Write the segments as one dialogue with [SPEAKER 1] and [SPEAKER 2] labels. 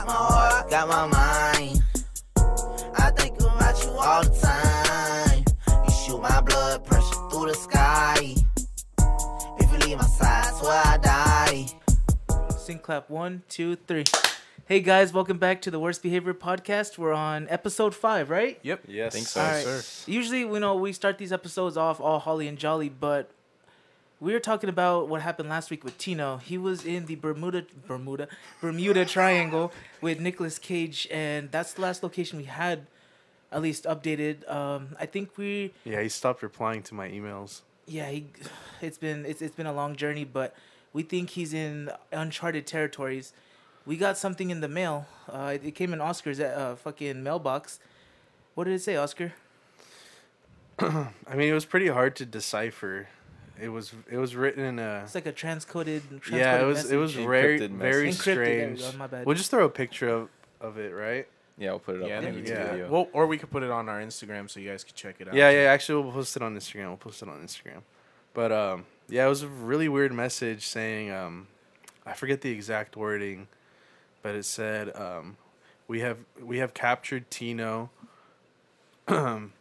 [SPEAKER 1] I got my mind. I think about you all the time. You shoot my blood pressure through the sky. If you leave my side, swear I die.
[SPEAKER 2] Sync clap one, two, three. Hey guys, welcome back to the Worst Behavior Podcast. We're on episode five, right?
[SPEAKER 3] Yep.
[SPEAKER 4] Yes.
[SPEAKER 3] Think so,
[SPEAKER 2] All right.
[SPEAKER 3] sir.
[SPEAKER 2] Usually, you know, we start these episodes off all holly and jolly, but we were talking about what happened last week with Tino. He was in the Bermuda, Bermuda, Bermuda Triangle with Nicolas Cage, and that's the last location we had, at least updated. Um, I think we,
[SPEAKER 3] Yeah, he stopped replying to my emails.
[SPEAKER 2] yeah, he, it's been it's it's been a long journey, but we think he's in uncharted territories. We got something in the mail. Uh, it, it came in Oscar's uh, fucking mailbox. What did it say, Oscar?
[SPEAKER 3] I mean, it was pretty hard to decipher. It was it was written in a
[SPEAKER 2] It's like a transcoded. transcoded
[SPEAKER 3] yeah. It was
[SPEAKER 2] message.
[SPEAKER 3] it was very
[SPEAKER 4] Encrypted
[SPEAKER 3] very
[SPEAKER 2] message. Encrypted, there we
[SPEAKER 3] strange.
[SPEAKER 2] go, my bad.
[SPEAKER 3] We'll just throw a picture of of it, right?
[SPEAKER 4] Yeah, we'll put it up
[SPEAKER 5] Yeah,
[SPEAKER 4] on
[SPEAKER 5] I
[SPEAKER 4] the
[SPEAKER 5] think
[SPEAKER 4] YouTube
[SPEAKER 5] we
[SPEAKER 3] can.
[SPEAKER 4] video.
[SPEAKER 5] Well, or we could put it on our Instagram so you guys could check it out.
[SPEAKER 3] Yeah, yeah. Actually, we'll post it on Instagram. We'll post it on Instagram. But um, yeah, it was a really weird message saying um, I forget the exact wording, but it said um, we have we have captured Tino. um,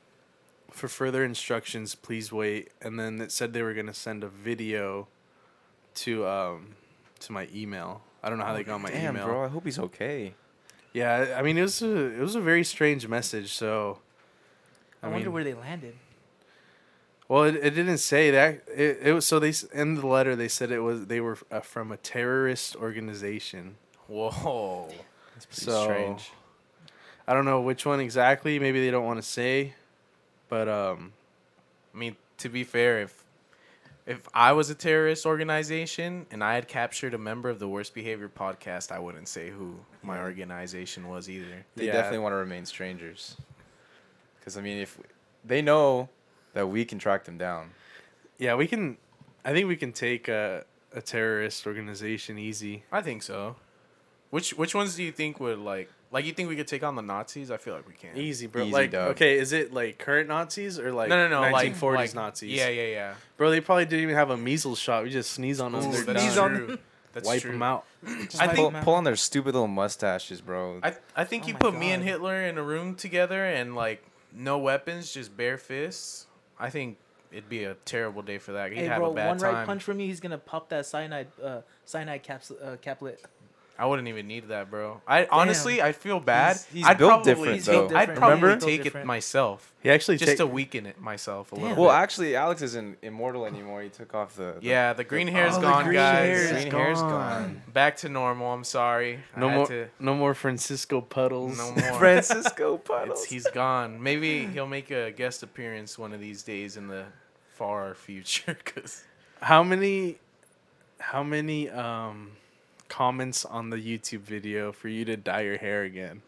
[SPEAKER 3] For further instructions, please wait. And then it said they were gonna send a video to um, to my email. I don't know how they got my
[SPEAKER 4] Oh, Damn,
[SPEAKER 3] email.
[SPEAKER 4] bro. I hope he's okay.
[SPEAKER 3] Yeah, I I mean it was a, it was a very strange message. So
[SPEAKER 2] I, wonder
[SPEAKER 3] mean-
[SPEAKER 2] where they landed.
[SPEAKER 3] Well, it, it didn't say that. It, it was so they s- in the letter they said it was they were uh, from a terrorist organization.
[SPEAKER 5] Whoa.
[SPEAKER 4] That's pretty
[SPEAKER 3] So-
[SPEAKER 4] strange.
[SPEAKER 3] I don't know which one exactly. Maybe they don't want to say, but um,
[SPEAKER 5] I mean, to be fair, if if I was a terrorist organization and I had captured a member of the Worst Behavior podcast, I wouldn't say who my organization was either.
[SPEAKER 4] They
[SPEAKER 3] yeah.
[SPEAKER 4] definitely want to remain strangers. Because I mean, if they know that we can track them down,
[SPEAKER 3] yeah, we can. I think we can take a a terrorist organization easy.
[SPEAKER 5] I think so. Which which ones do you think would like like you think we could take on the Nazis? I feel like we can.
[SPEAKER 2] E
[SPEAKER 3] Easy, bro.
[SPEAKER 4] Easy,
[SPEAKER 3] like,
[SPEAKER 4] dog.
[SPEAKER 3] okay, is it like current Nazis or like
[SPEAKER 5] no, no, no, like
[SPEAKER 3] 1940s
[SPEAKER 5] like-
[SPEAKER 3] Nazis?
[SPEAKER 5] Yeah, yeah, yeah.
[SPEAKER 3] bro. They probably didn't even have a measles shot. We just sneeze on them.
[SPEAKER 5] Ooh,
[SPEAKER 3] they're
[SPEAKER 5] that's
[SPEAKER 2] These
[SPEAKER 3] done.
[SPEAKER 2] on-
[SPEAKER 5] true. That's
[SPEAKER 3] Wipe
[SPEAKER 5] true.
[SPEAKER 3] them out.
[SPEAKER 2] Just
[SPEAKER 5] I
[SPEAKER 2] wipe
[SPEAKER 5] think-
[SPEAKER 2] them out.
[SPEAKER 4] pull on their stupid little mustaches, bro.
[SPEAKER 5] I I think
[SPEAKER 2] Oh
[SPEAKER 5] you
[SPEAKER 2] my
[SPEAKER 5] put me and
[SPEAKER 2] God.
[SPEAKER 5] Hitler in a room together and like no weapons, just bare fists. I think it'd be a terrible day for that. He'd
[SPEAKER 2] Hey
[SPEAKER 5] have
[SPEAKER 2] bro,
[SPEAKER 5] a bad
[SPEAKER 2] one
[SPEAKER 5] time.
[SPEAKER 2] right punch from me, he's gonna pop that cyanide, uh, cyanide caps, uh, caplet.
[SPEAKER 5] I wouldn't even need that, bro. I honestly, I feel bad.
[SPEAKER 4] He's- he's
[SPEAKER 5] I'd
[SPEAKER 4] built
[SPEAKER 5] probably,
[SPEAKER 4] different,
[SPEAKER 2] He's built though.
[SPEAKER 5] I'd
[SPEAKER 2] different.
[SPEAKER 5] probably
[SPEAKER 2] Remember?
[SPEAKER 5] take
[SPEAKER 2] Built
[SPEAKER 5] it
[SPEAKER 2] different.
[SPEAKER 5] myself
[SPEAKER 3] He actually
[SPEAKER 5] just
[SPEAKER 3] take-
[SPEAKER 5] to weaken it myself a little.
[SPEAKER 2] Damn.
[SPEAKER 5] bit.
[SPEAKER 4] well, actually, Alex isn't immortal anymore. He took off the, the-
[SPEAKER 5] Yeah, the green hair's
[SPEAKER 3] Oh, the
[SPEAKER 5] gone,
[SPEAKER 3] green
[SPEAKER 5] guys.
[SPEAKER 3] hair is
[SPEAKER 4] Green hair's
[SPEAKER 3] gone.
[SPEAKER 4] gone.
[SPEAKER 5] Back to normal. I'm sorry.
[SPEAKER 3] no
[SPEAKER 5] I had
[SPEAKER 3] more
[SPEAKER 5] to-
[SPEAKER 3] no more Francisco puddles.
[SPEAKER 5] no more.
[SPEAKER 4] Francisco Puddles.
[SPEAKER 5] It's, he's gone. Maybe he'll make a guest appearance one of these days in the far future. Cause
[SPEAKER 3] How many, how many um, comments on the YouTube video for you to dye your hair again?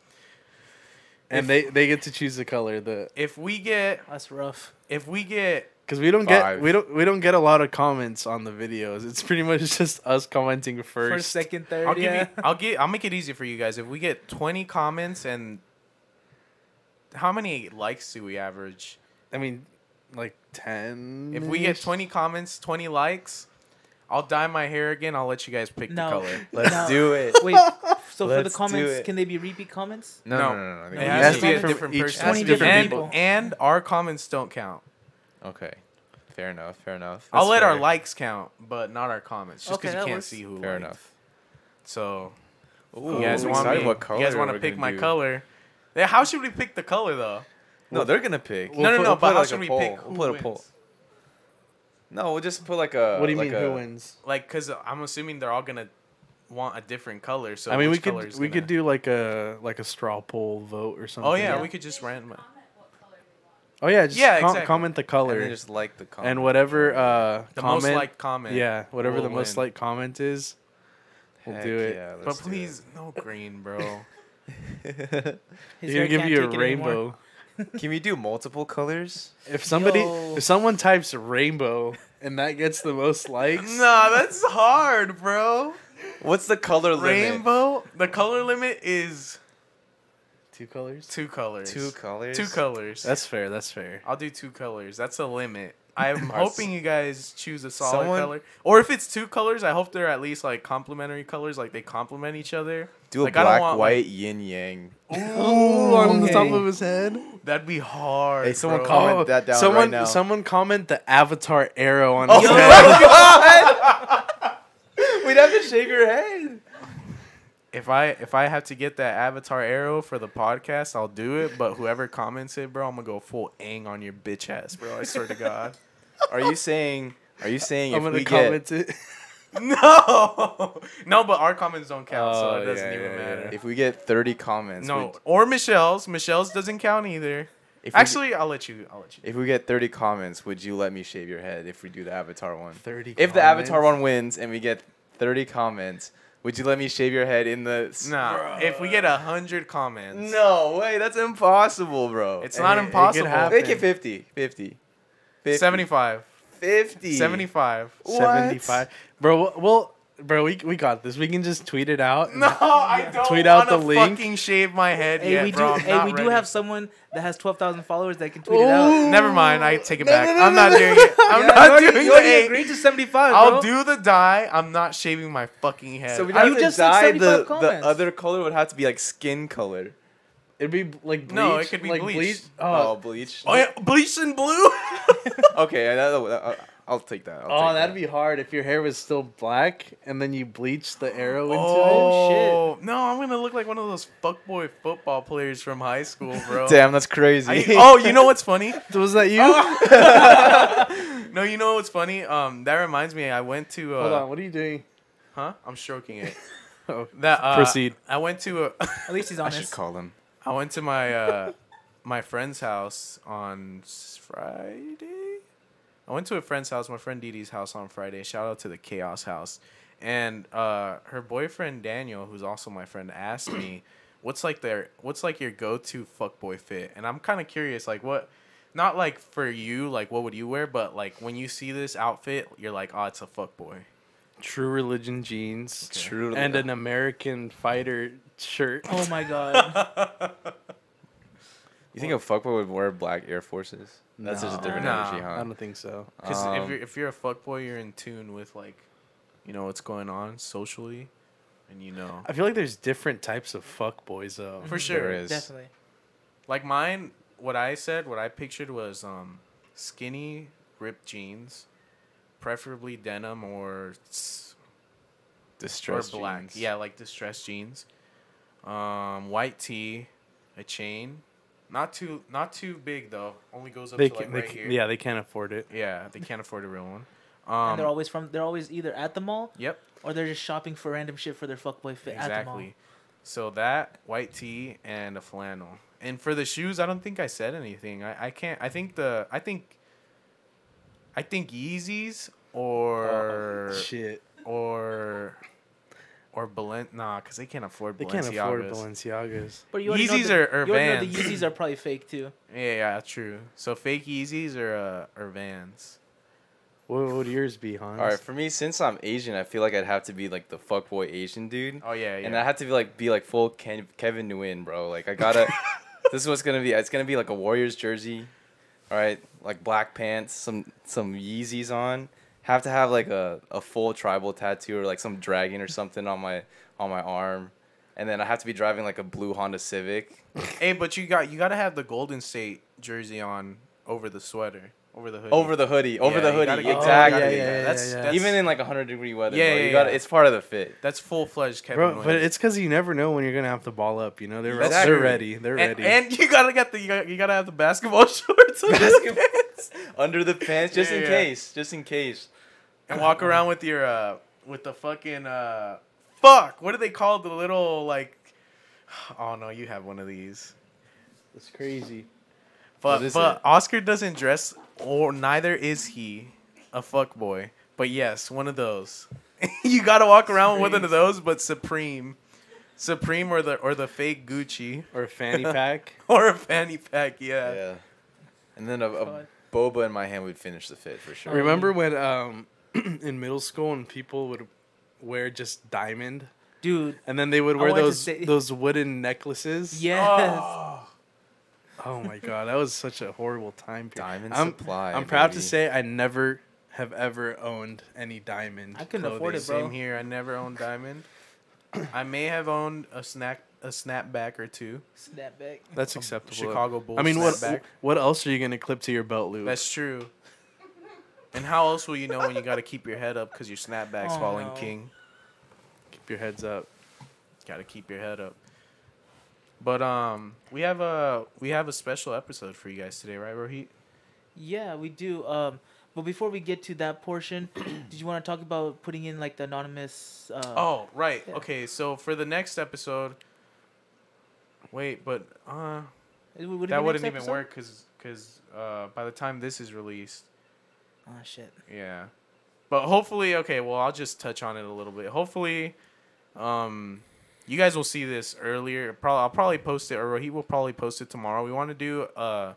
[SPEAKER 3] And
[SPEAKER 5] If-
[SPEAKER 3] they they get to choose the color the
[SPEAKER 5] if we get,
[SPEAKER 2] That's rough.
[SPEAKER 5] if we get,
[SPEAKER 3] because we don't
[SPEAKER 4] Five.
[SPEAKER 3] get we don't we don't get a lot of comments on the videos. It's pretty much just us commenting first.
[SPEAKER 2] First, second, third.
[SPEAKER 5] I'll give
[SPEAKER 2] yeah.
[SPEAKER 5] you, I'll get, I'll make it easy for you guys. If we get 20 comments and how many likes do we average?
[SPEAKER 3] I mean, like ten.
[SPEAKER 5] If we get 20 comments, 20 likes, I'll dye my hair again. I'll let you guys pick
[SPEAKER 2] No.
[SPEAKER 5] the color.
[SPEAKER 4] Let's
[SPEAKER 2] No.
[SPEAKER 4] do it.
[SPEAKER 2] Wait. So for the
[SPEAKER 4] Let's do
[SPEAKER 2] comments,
[SPEAKER 4] it.
[SPEAKER 2] can they be repeat comments?
[SPEAKER 4] No,
[SPEAKER 5] No.
[SPEAKER 4] no, no, no. no.
[SPEAKER 2] It
[SPEAKER 4] They
[SPEAKER 5] It
[SPEAKER 4] gotta
[SPEAKER 5] has
[SPEAKER 2] has
[SPEAKER 5] to be a
[SPEAKER 3] from
[SPEAKER 5] different
[SPEAKER 3] each-
[SPEAKER 5] person.
[SPEAKER 2] has to be different
[SPEAKER 5] and,
[SPEAKER 2] people.
[SPEAKER 5] and our comments don't count.
[SPEAKER 4] Okay. Fair enough. Fair enough.
[SPEAKER 5] I'll
[SPEAKER 4] That's
[SPEAKER 5] let our
[SPEAKER 4] fair.
[SPEAKER 5] likes count, but not our comments, just
[SPEAKER 2] Okay,
[SPEAKER 5] because
[SPEAKER 2] that
[SPEAKER 5] you can't
[SPEAKER 2] works.
[SPEAKER 5] see who.
[SPEAKER 4] Fair
[SPEAKER 5] liked.
[SPEAKER 4] enough.
[SPEAKER 5] So
[SPEAKER 4] Ooh,
[SPEAKER 5] you guys
[SPEAKER 4] I'm
[SPEAKER 5] want
[SPEAKER 4] excited
[SPEAKER 5] me,
[SPEAKER 4] what color
[SPEAKER 5] You guys want
[SPEAKER 4] we're
[SPEAKER 5] to pick
[SPEAKER 4] gonna
[SPEAKER 5] my
[SPEAKER 4] do.
[SPEAKER 5] color? Yeah, how should we pick the color though?
[SPEAKER 4] No, they're gonna pick.
[SPEAKER 3] We'll
[SPEAKER 5] no, no,
[SPEAKER 3] put-
[SPEAKER 5] no.
[SPEAKER 3] we'll
[SPEAKER 5] but
[SPEAKER 4] put,
[SPEAKER 5] how
[SPEAKER 4] like,
[SPEAKER 5] should
[SPEAKER 4] a
[SPEAKER 5] we
[SPEAKER 4] poll.
[SPEAKER 5] pick?
[SPEAKER 4] We'll
[SPEAKER 5] Who
[SPEAKER 4] put a
[SPEAKER 5] wins?
[SPEAKER 4] poll. No, we'll just put like a.
[SPEAKER 5] Uh,
[SPEAKER 3] what do you
[SPEAKER 4] like
[SPEAKER 3] mean?
[SPEAKER 4] a-
[SPEAKER 3] who wins?
[SPEAKER 5] Like, cause I'm assuming they're all gonna want a different color. So
[SPEAKER 3] I mean, we
[SPEAKER 5] which
[SPEAKER 3] could
[SPEAKER 5] color is
[SPEAKER 3] we
[SPEAKER 5] gonna-
[SPEAKER 3] could do like a like a straw poll vote or something.
[SPEAKER 5] Oh yeah,
[SPEAKER 2] Yeah.
[SPEAKER 5] we could just random.
[SPEAKER 3] Oh yeah. Just
[SPEAKER 5] Yeah,
[SPEAKER 3] com-
[SPEAKER 5] exactly.
[SPEAKER 3] comment the color
[SPEAKER 4] And
[SPEAKER 3] and,
[SPEAKER 4] then just like the comment.
[SPEAKER 3] whatever uh
[SPEAKER 5] The
[SPEAKER 3] comment
[SPEAKER 5] most liked comment.
[SPEAKER 3] Yeah, whatever
[SPEAKER 5] will
[SPEAKER 3] the most
[SPEAKER 5] win.
[SPEAKER 3] liked comment is, we'll
[SPEAKER 4] Oh, Heck
[SPEAKER 3] do it.
[SPEAKER 4] yeah,
[SPEAKER 5] But
[SPEAKER 4] let's do
[SPEAKER 5] please, no green, bro.
[SPEAKER 4] it.
[SPEAKER 2] His
[SPEAKER 3] They're
[SPEAKER 2] hair
[SPEAKER 3] gonna
[SPEAKER 2] can't
[SPEAKER 3] give
[SPEAKER 2] take
[SPEAKER 3] you a
[SPEAKER 2] it anymore.
[SPEAKER 3] rainbow.
[SPEAKER 4] Can we do multiple colors?
[SPEAKER 3] If somebody,
[SPEAKER 2] Yo.
[SPEAKER 3] if someone types rainbow and that gets the most likes,
[SPEAKER 5] nah, that's hard, bro.
[SPEAKER 4] What's the color limit?
[SPEAKER 5] Rainbow. The color limit is
[SPEAKER 3] two colors.
[SPEAKER 5] two colors.
[SPEAKER 4] Two colors.
[SPEAKER 5] Two colors.
[SPEAKER 3] That's fair. That's fair.
[SPEAKER 5] I'll do two colors. That's a limit. I'm
[SPEAKER 4] Ours-
[SPEAKER 5] hoping you guys choose a solid
[SPEAKER 4] Someone-
[SPEAKER 5] color, or if it's two colors, I hope they're at least like complementary colors, like they complement each other.
[SPEAKER 4] Do a
[SPEAKER 5] Like, I don't
[SPEAKER 4] black,
[SPEAKER 5] want,
[SPEAKER 4] white, yin yang.
[SPEAKER 3] Ooh, on the top
[SPEAKER 4] okay.
[SPEAKER 3] of his head.
[SPEAKER 5] That'd be hard.
[SPEAKER 4] Hey, someone
[SPEAKER 5] bro.
[SPEAKER 4] comment that down right
[SPEAKER 3] Oh, someone,
[SPEAKER 4] now.
[SPEAKER 3] Someone comment the avatar arrow on
[SPEAKER 5] Oh
[SPEAKER 3] his head.
[SPEAKER 4] We'd have to shake her head.
[SPEAKER 5] If I if I have to get that avatar arrow for the podcast, I'll do it. But whoever comments it, bro, I'm gonna go full ang on your bitch ass, bro. I swear to God.
[SPEAKER 4] Are you saying? Are you saying
[SPEAKER 3] I'm
[SPEAKER 4] if
[SPEAKER 3] gonna
[SPEAKER 4] we
[SPEAKER 3] comment
[SPEAKER 4] get
[SPEAKER 3] it.
[SPEAKER 5] No, no, but our comments don't count, so
[SPEAKER 4] Oh,
[SPEAKER 5] it doesn't
[SPEAKER 4] yeah, yeah,
[SPEAKER 5] even
[SPEAKER 4] yeah.
[SPEAKER 5] matter.
[SPEAKER 4] if we get thirty comments?
[SPEAKER 5] No,
[SPEAKER 4] we'd-
[SPEAKER 5] or Michelle's. Michelle's doesn't count either.
[SPEAKER 4] if we-
[SPEAKER 5] Actually, I'll let you. I'll let you.
[SPEAKER 4] If we get 30 comments, would you let me shave your head if we do the Avatar one?
[SPEAKER 3] Thirty.
[SPEAKER 4] If the Avatar one wins and we get 30 comments, would you let me shave your head in the. s-
[SPEAKER 5] Nah, if we get a hundred comments,
[SPEAKER 4] No way. That's impossible, bro.
[SPEAKER 5] it's
[SPEAKER 3] Hey,
[SPEAKER 5] not
[SPEAKER 3] it could
[SPEAKER 5] impossible.
[SPEAKER 3] happen.
[SPEAKER 4] Make it 50. 50. 50.
[SPEAKER 5] 75.
[SPEAKER 4] 50.
[SPEAKER 5] 75.
[SPEAKER 4] What?
[SPEAKER 3] seventy-five, bro. w- Well, bro, we we got this. We can just tweet it out.
[SPEAKER 5] No, I don't
[SPEAKER 3] Tweet out
[SPEAKER 5] wanna
[SPEAKER 3] the link.
[SPEAKER 5] fucking shave my head
[SPEAKER 2] Hey,
[SPEAKER 5] yet,
[SPEAKER 2] we
[SPEAKER 5] bro.
[SPEAKER 2] do.
[SPEAKER 5] I'm
[SPEAKER 2] Hey,
[SPEAKER 5] not
[SPEAKER 2] we do
[SPEAKER 5] ready.
[SPEAKER 2] have someone that has twelve thousand followers that can tweet it out.
[SPEAKER 5] Never mind. I take it
[SPEAKER 4] No,
[SPEAKER 5] back.
[SPEAKER 4] no, no,
[SPEAKER 5] I'm
[SPEAKER 4] no,
[SPEAKER 5] not
[SPEAKER 4] no.
[SPEAKER 5] doing it. I'm
[SPEAKER 4] Yeah,
[SPEAKER 2] You
[SPEAKER 5] not doing
[SPEAKER 2] already- you already
[SPEAKER 5] it.
[SPEAKER 2] agreed to seventy-five. bro.
[SPEAKER 5] I'll do the dye. I'm not shaving my fucking head.
[SPEAKER 4] So we
[SPEAKER 2] Are
[SPEAKER 4] don't
[SPEAKER 2] you
[SPEAKER 4] have to
[SPEAKER 2] just like
[SPEAKER 4] dye the,
[SPEAKER 2] 75
[SPEAKER 4] the
[SPEAKER 2] comments?
[SPEAKER 4] other color would have to be like skin color.
[SPEAKER 3] It'd be b- like bleach,
[SPEAKER 5] No, it could be
[SPEAKER 3] like
[SPEAKER 5] bleach.
[SPEAKER 4] Oh,
[SPEAKER 3] Oh,
[SPEAKER 4] bleach.
[SPEAKER 5] oh, yeah, bleach and blue.
[SPEAKER 4] Okay, I- that'll- I'll, uh, I'll take that. I'll
[SPEAKER 3] oh,
[SPEAKER 4] take
[SPEAKER 3] that'd be hard if your hair was still black and then you bleached the arrow into it.
[SPEAKER 5] oh no, I'm gonna look like one of those fuckboy football players from high school, bro.
[SPEAKER 4] Damn, that's crazy.
[SPEAKER 5] I- oh, you know what's funny?
[SPEAKER 3] Shit. Was that you?
[SPEAKER 5] No, you know what's funny? Um, that reminds me. I went to. Uh,
[SPEAKER 3] Hold on, what are you doing?
[SPEAKER 5] Huh? I'm stroking it.
[SPEAKER 3] Oh.
[SPEAKER 5] That uh,
[SPEAKER 3] Proceed.
[SPEAKER 5] I went to a,
[SPEAKER 2] At least he's
[SPEAKER 4] I should
[SPEAKER 2] honest.
[SPEAKER 4] call him.
[SPEAKER 5] I went to my uh, my friend's house on s- Friday. I went to a friend's house, my friend Dee Dee's house on Friday. Shout out to the Chaos House. And uh, her boyfriend Daniel, who's also my friend, asked me, "What's like their what's like your go to fuckboy fit?" And I'm kind of curious, like what, not like for you, like what would you wear, but like when you see this outfit, you're like, "Oh, it's a fuckboy."
[SPEAKER 3] True religion jeans.
[SPEAKER 4] True
[SPEAKER 3] And
[SPEAKER 4] religion.
[SPEAKER 3] an American fighter shirt.
[SPEAKER 2] Oh my god.
[SPEAKER 4] You think a fuckboy would wear black Air Forces? That's just a
[SPEAKER 3] No.
[SPEAKER 4] different
[SPEAKER 5] No.
[SPEAKER 4] energy,
[SPEAKER 3] I
[SPEAKER 4] huh?
[SPEAKER 3] don't think so.
[SPEAKER 5] Because if
[SPEAKER 4] Um,
[SPEAKER 5] you're if you're a fuckboy, you're in tune with like, you know what's going on socially, and you know
[SPEAKER 3] I feel like there's different types of fuckboys though.
[SPEAKER 5] for
[SPEAKER 4] There
[SPEAKER 5] sure.
[SPEAKER 4] is.
[SPEAKER 2] Definitely.
[SPEAKER 5] Like mine, what I said, what I pictured was um, skinny ripped jeans, preferably denim or s-
[SPEAKER 4] Distressed
[SPEAKER 5] or black.
[SPEAKER 4] jeans.
[SPEAKER 5] Yeah, like distressed jeans, um, white tee, a chain, not too not too big though. Only goes up
[SPEAKER 3] They
[SPEAKER 5] to
[SPEAKER 3] can,
[SPEAKER 5] like
[SPEAKER 3] they
[SPEAKER 5] right
[SPEAKER 3] can-
[SPEAKER 5] here.
[SPEAKER 3] yeah, they can't afford it.
[SPEAKER 5] yeah, they can't afford a real one.
[SPEAKER 2] and they're
[SPEAKER 5] Um,
[SPEAKER 2] always from. They're always either at the mall
[SPEAKER 5] yep.
[SPEAKER 2] or they're just shopping for random shit for their fuckboy fit at the mall.
[SPEAKER 5] Exactly. So that white tee and a flannel. And for the shoes, I don't think I said anything. I, I can't. I think the I think I think Yeezys or
[SPEAKER 3] Oh, Shit.
[SPEAKER 5] or or Balen. Nah, because they can't afford
[SPEAKER 3] They can't afford
[SPEAKER 5] Balenciagas.
[SPEAKER 3] Balenciagas.
[SPEAKER 2] But you already know
[SPEAKER 5] Yeezys
[SPEAKER 2] the-
[SPEAKER 5] or- or
[SPEAKER 2] you already know
[SPEAKER 5] Vans?
[SPEAKER 2] The Yeezys are probably fake too.
[SPEAKER 5] Yeah, yeah, true. So fake Yeezys or uh, or Vans.
[SPEAKER 3] What would yours be, Hans?
[SPEAKER 4] All right, for me, since I'm Asian, I feel like I'd have to be like the fuckboy Asian dude,
[SPEAKER 5] Oh yeah, yeah.
[SPEAKER 4] and I have to be like be like full Ken- Kevin Nguyen, bro. Like I gotta. this is what's gonna be. It's gonna be like a Warriors jersey, all right, like black pants, some some Yeezys on. Have to have like a, a full tribal tattoo or like some dragon or something on my on my arm, and then I have to be driving like a blue Honda Civic.
[SPEAKER 5] hey, but you got you got to have the Golden State jersey on over the sweater, over the hoodie.
[SPEAKER 4] Over the hoodie, over
[SPEAKER 5] Yeah,
[SPEAKER 4] the
[SPEAKER 5] you gotta
[SPEAKER 4] hoodie,
[SPEAKER 5] get-
[SPEAKER 4] exactly.
[SPEAKER 5] Oh, yeah, yeah,
[SPEAKER 3] yeah,
[SPEAKER 5] That's-
[SPEAKER 3] yeah.
[SPEAKER 5] that's-
[SPEAKER 4] Even in like 100 degree weather,
[SPEAKER 5] Yeah,
[SPEAKER 4] yeah, bro,
[SPEAKER 5] yeah,
[SPEAKER 4] you got
[SPEAKER 5] yeah.
[SPEAKER 4] to It's part of the fit.
[SPEAKER 5] that's full fledged Kevin.
[SPEAKER 3] Bro, but
[SPEAKER 5] Williams.
[SPEAKER 3] it's because you never know when you're gonna have to ball up. You know they're
[SPEAKER 4] That's
[SPEAKER 3] they're
[SPEAKER 4] true.
[SPEAKER 3] ready. They're
[SPEAKER 5] and,
[SPEAKER 3] ready.
[SPEAKER 5] and you gotta get the you gotta, you gotta have the basketball shorts on your
[SPEAKER 4] Basketball-
[SPEAKER 5] pants
[SPEAKER 4] Under the pants, just
[SPEAKER 5] Yeah,
[SPEAKER 4] in
[SPEAKER 5] yeah.
[SPEAKER 4] case, just in case.
[SPEAKER 5] and walk around with your uh with the fucking uh fuck what do they call the little like oh no you have one of these
[SPEAKER 3] it's crazy.
[SPEAKER 5] but
[SPEAKER 4] What is
[SPEAKER 5] but
[SPEAKER 4] it?
[SPEAKER 5] Oscar doesn't dress or neither is he a fuck boy but yes one of those you gotta walk around with one of those but Supreme Supreme or the or the fake Gucci
[SPEAKER 3] Or a fanny pack.
[SPEAKER 5] or a fanny pack yeah.
[SPEAKER 4] Yeah. And then a, a
[SPEAKER 2] God.
[SPEAKER 4] boba in my hand would finish the fit for sure.
[SPEAKER 3] Remember when um in middle school and people would wear just diamond
[SPEAKER 2] Dude.
[SPEAKER 3] and then they would wear
[SPEAKER 2] wanted to
[SPEAKER 3] those
[SPEAKER 2] say-
[SPEAKER 3] Ah. those wooden necklaces.
[SPEAKER 2] Yes.
[SPEAKER 5] Oh.
[SPEAKER 3] Oh my god, that was such a horrible time period.
[SPEAKER 4] Diamond
[SPEAKER 3] I'm,
[SPEAKER 4] supply,
[SPEAKER 3] I'm proud to
[SPEAKER 4] baby.
[SPEAKER 3] say I never have ever owned any diamond.
[SPEAKER 2] I couldn't afford
[SPEAKER 3] clothing.
[SPEAKER 2] it, bro.
[SPEAKER 5] Same here. I never owned diamond. I may have owned a snack, a snapback or two.
[SPEAKER 2] Snapback.
[SPEAKER 3] That's acceptable.
[SPEAKER 5] Chicago Bulls.
[SPEAKER 3] I mean, what
[SPEAKER 5] snapback.
[SPEAKER 3] what else are you gonna clip to your belt loop?
[SPEAKER 5] That's true. And how else will you know when you got to keep your head up because your snapback's
[SPEAKER 2] Oh,
[SPEAKER 5] falling
[SPEAKER 2] no.
[SPEAKER 5] king?
[SPEAKER 3] Keep your heads up.
[SPEAKER 5] Got to keep your head up. But um, we have a we have a special episode for you guys today, right, Rohit?
[SPEAKER 2] Yeah, we do. Um, but before we get to that portion, did you want to talk about putting in like the anonymous? Uh,
[SPEAKER 5] Oh, right.
[SPEAKER 2] Yeah.
[SPEAKER 5] Okay, so for the next episode, wait, but uh,
[SPEAKER 2] it would- would it
[SPEAKER 5] that
[SPEAKER 2] be next
[SPEAKER 5] wouldn't even
[SPEAKER 2] episode?
[SPEAKER 5] work because because uh, by the time this is released,
[SPEAKER 2] Oh shit.
[SPEAKER 5] Yeah. But hopefully, okay, well, I'll just touch on it a little bit. Hopefully, um, you guys will see this earlier. Probably, I'll probably post it, or he will probably post it tomorrow. We want to do uh,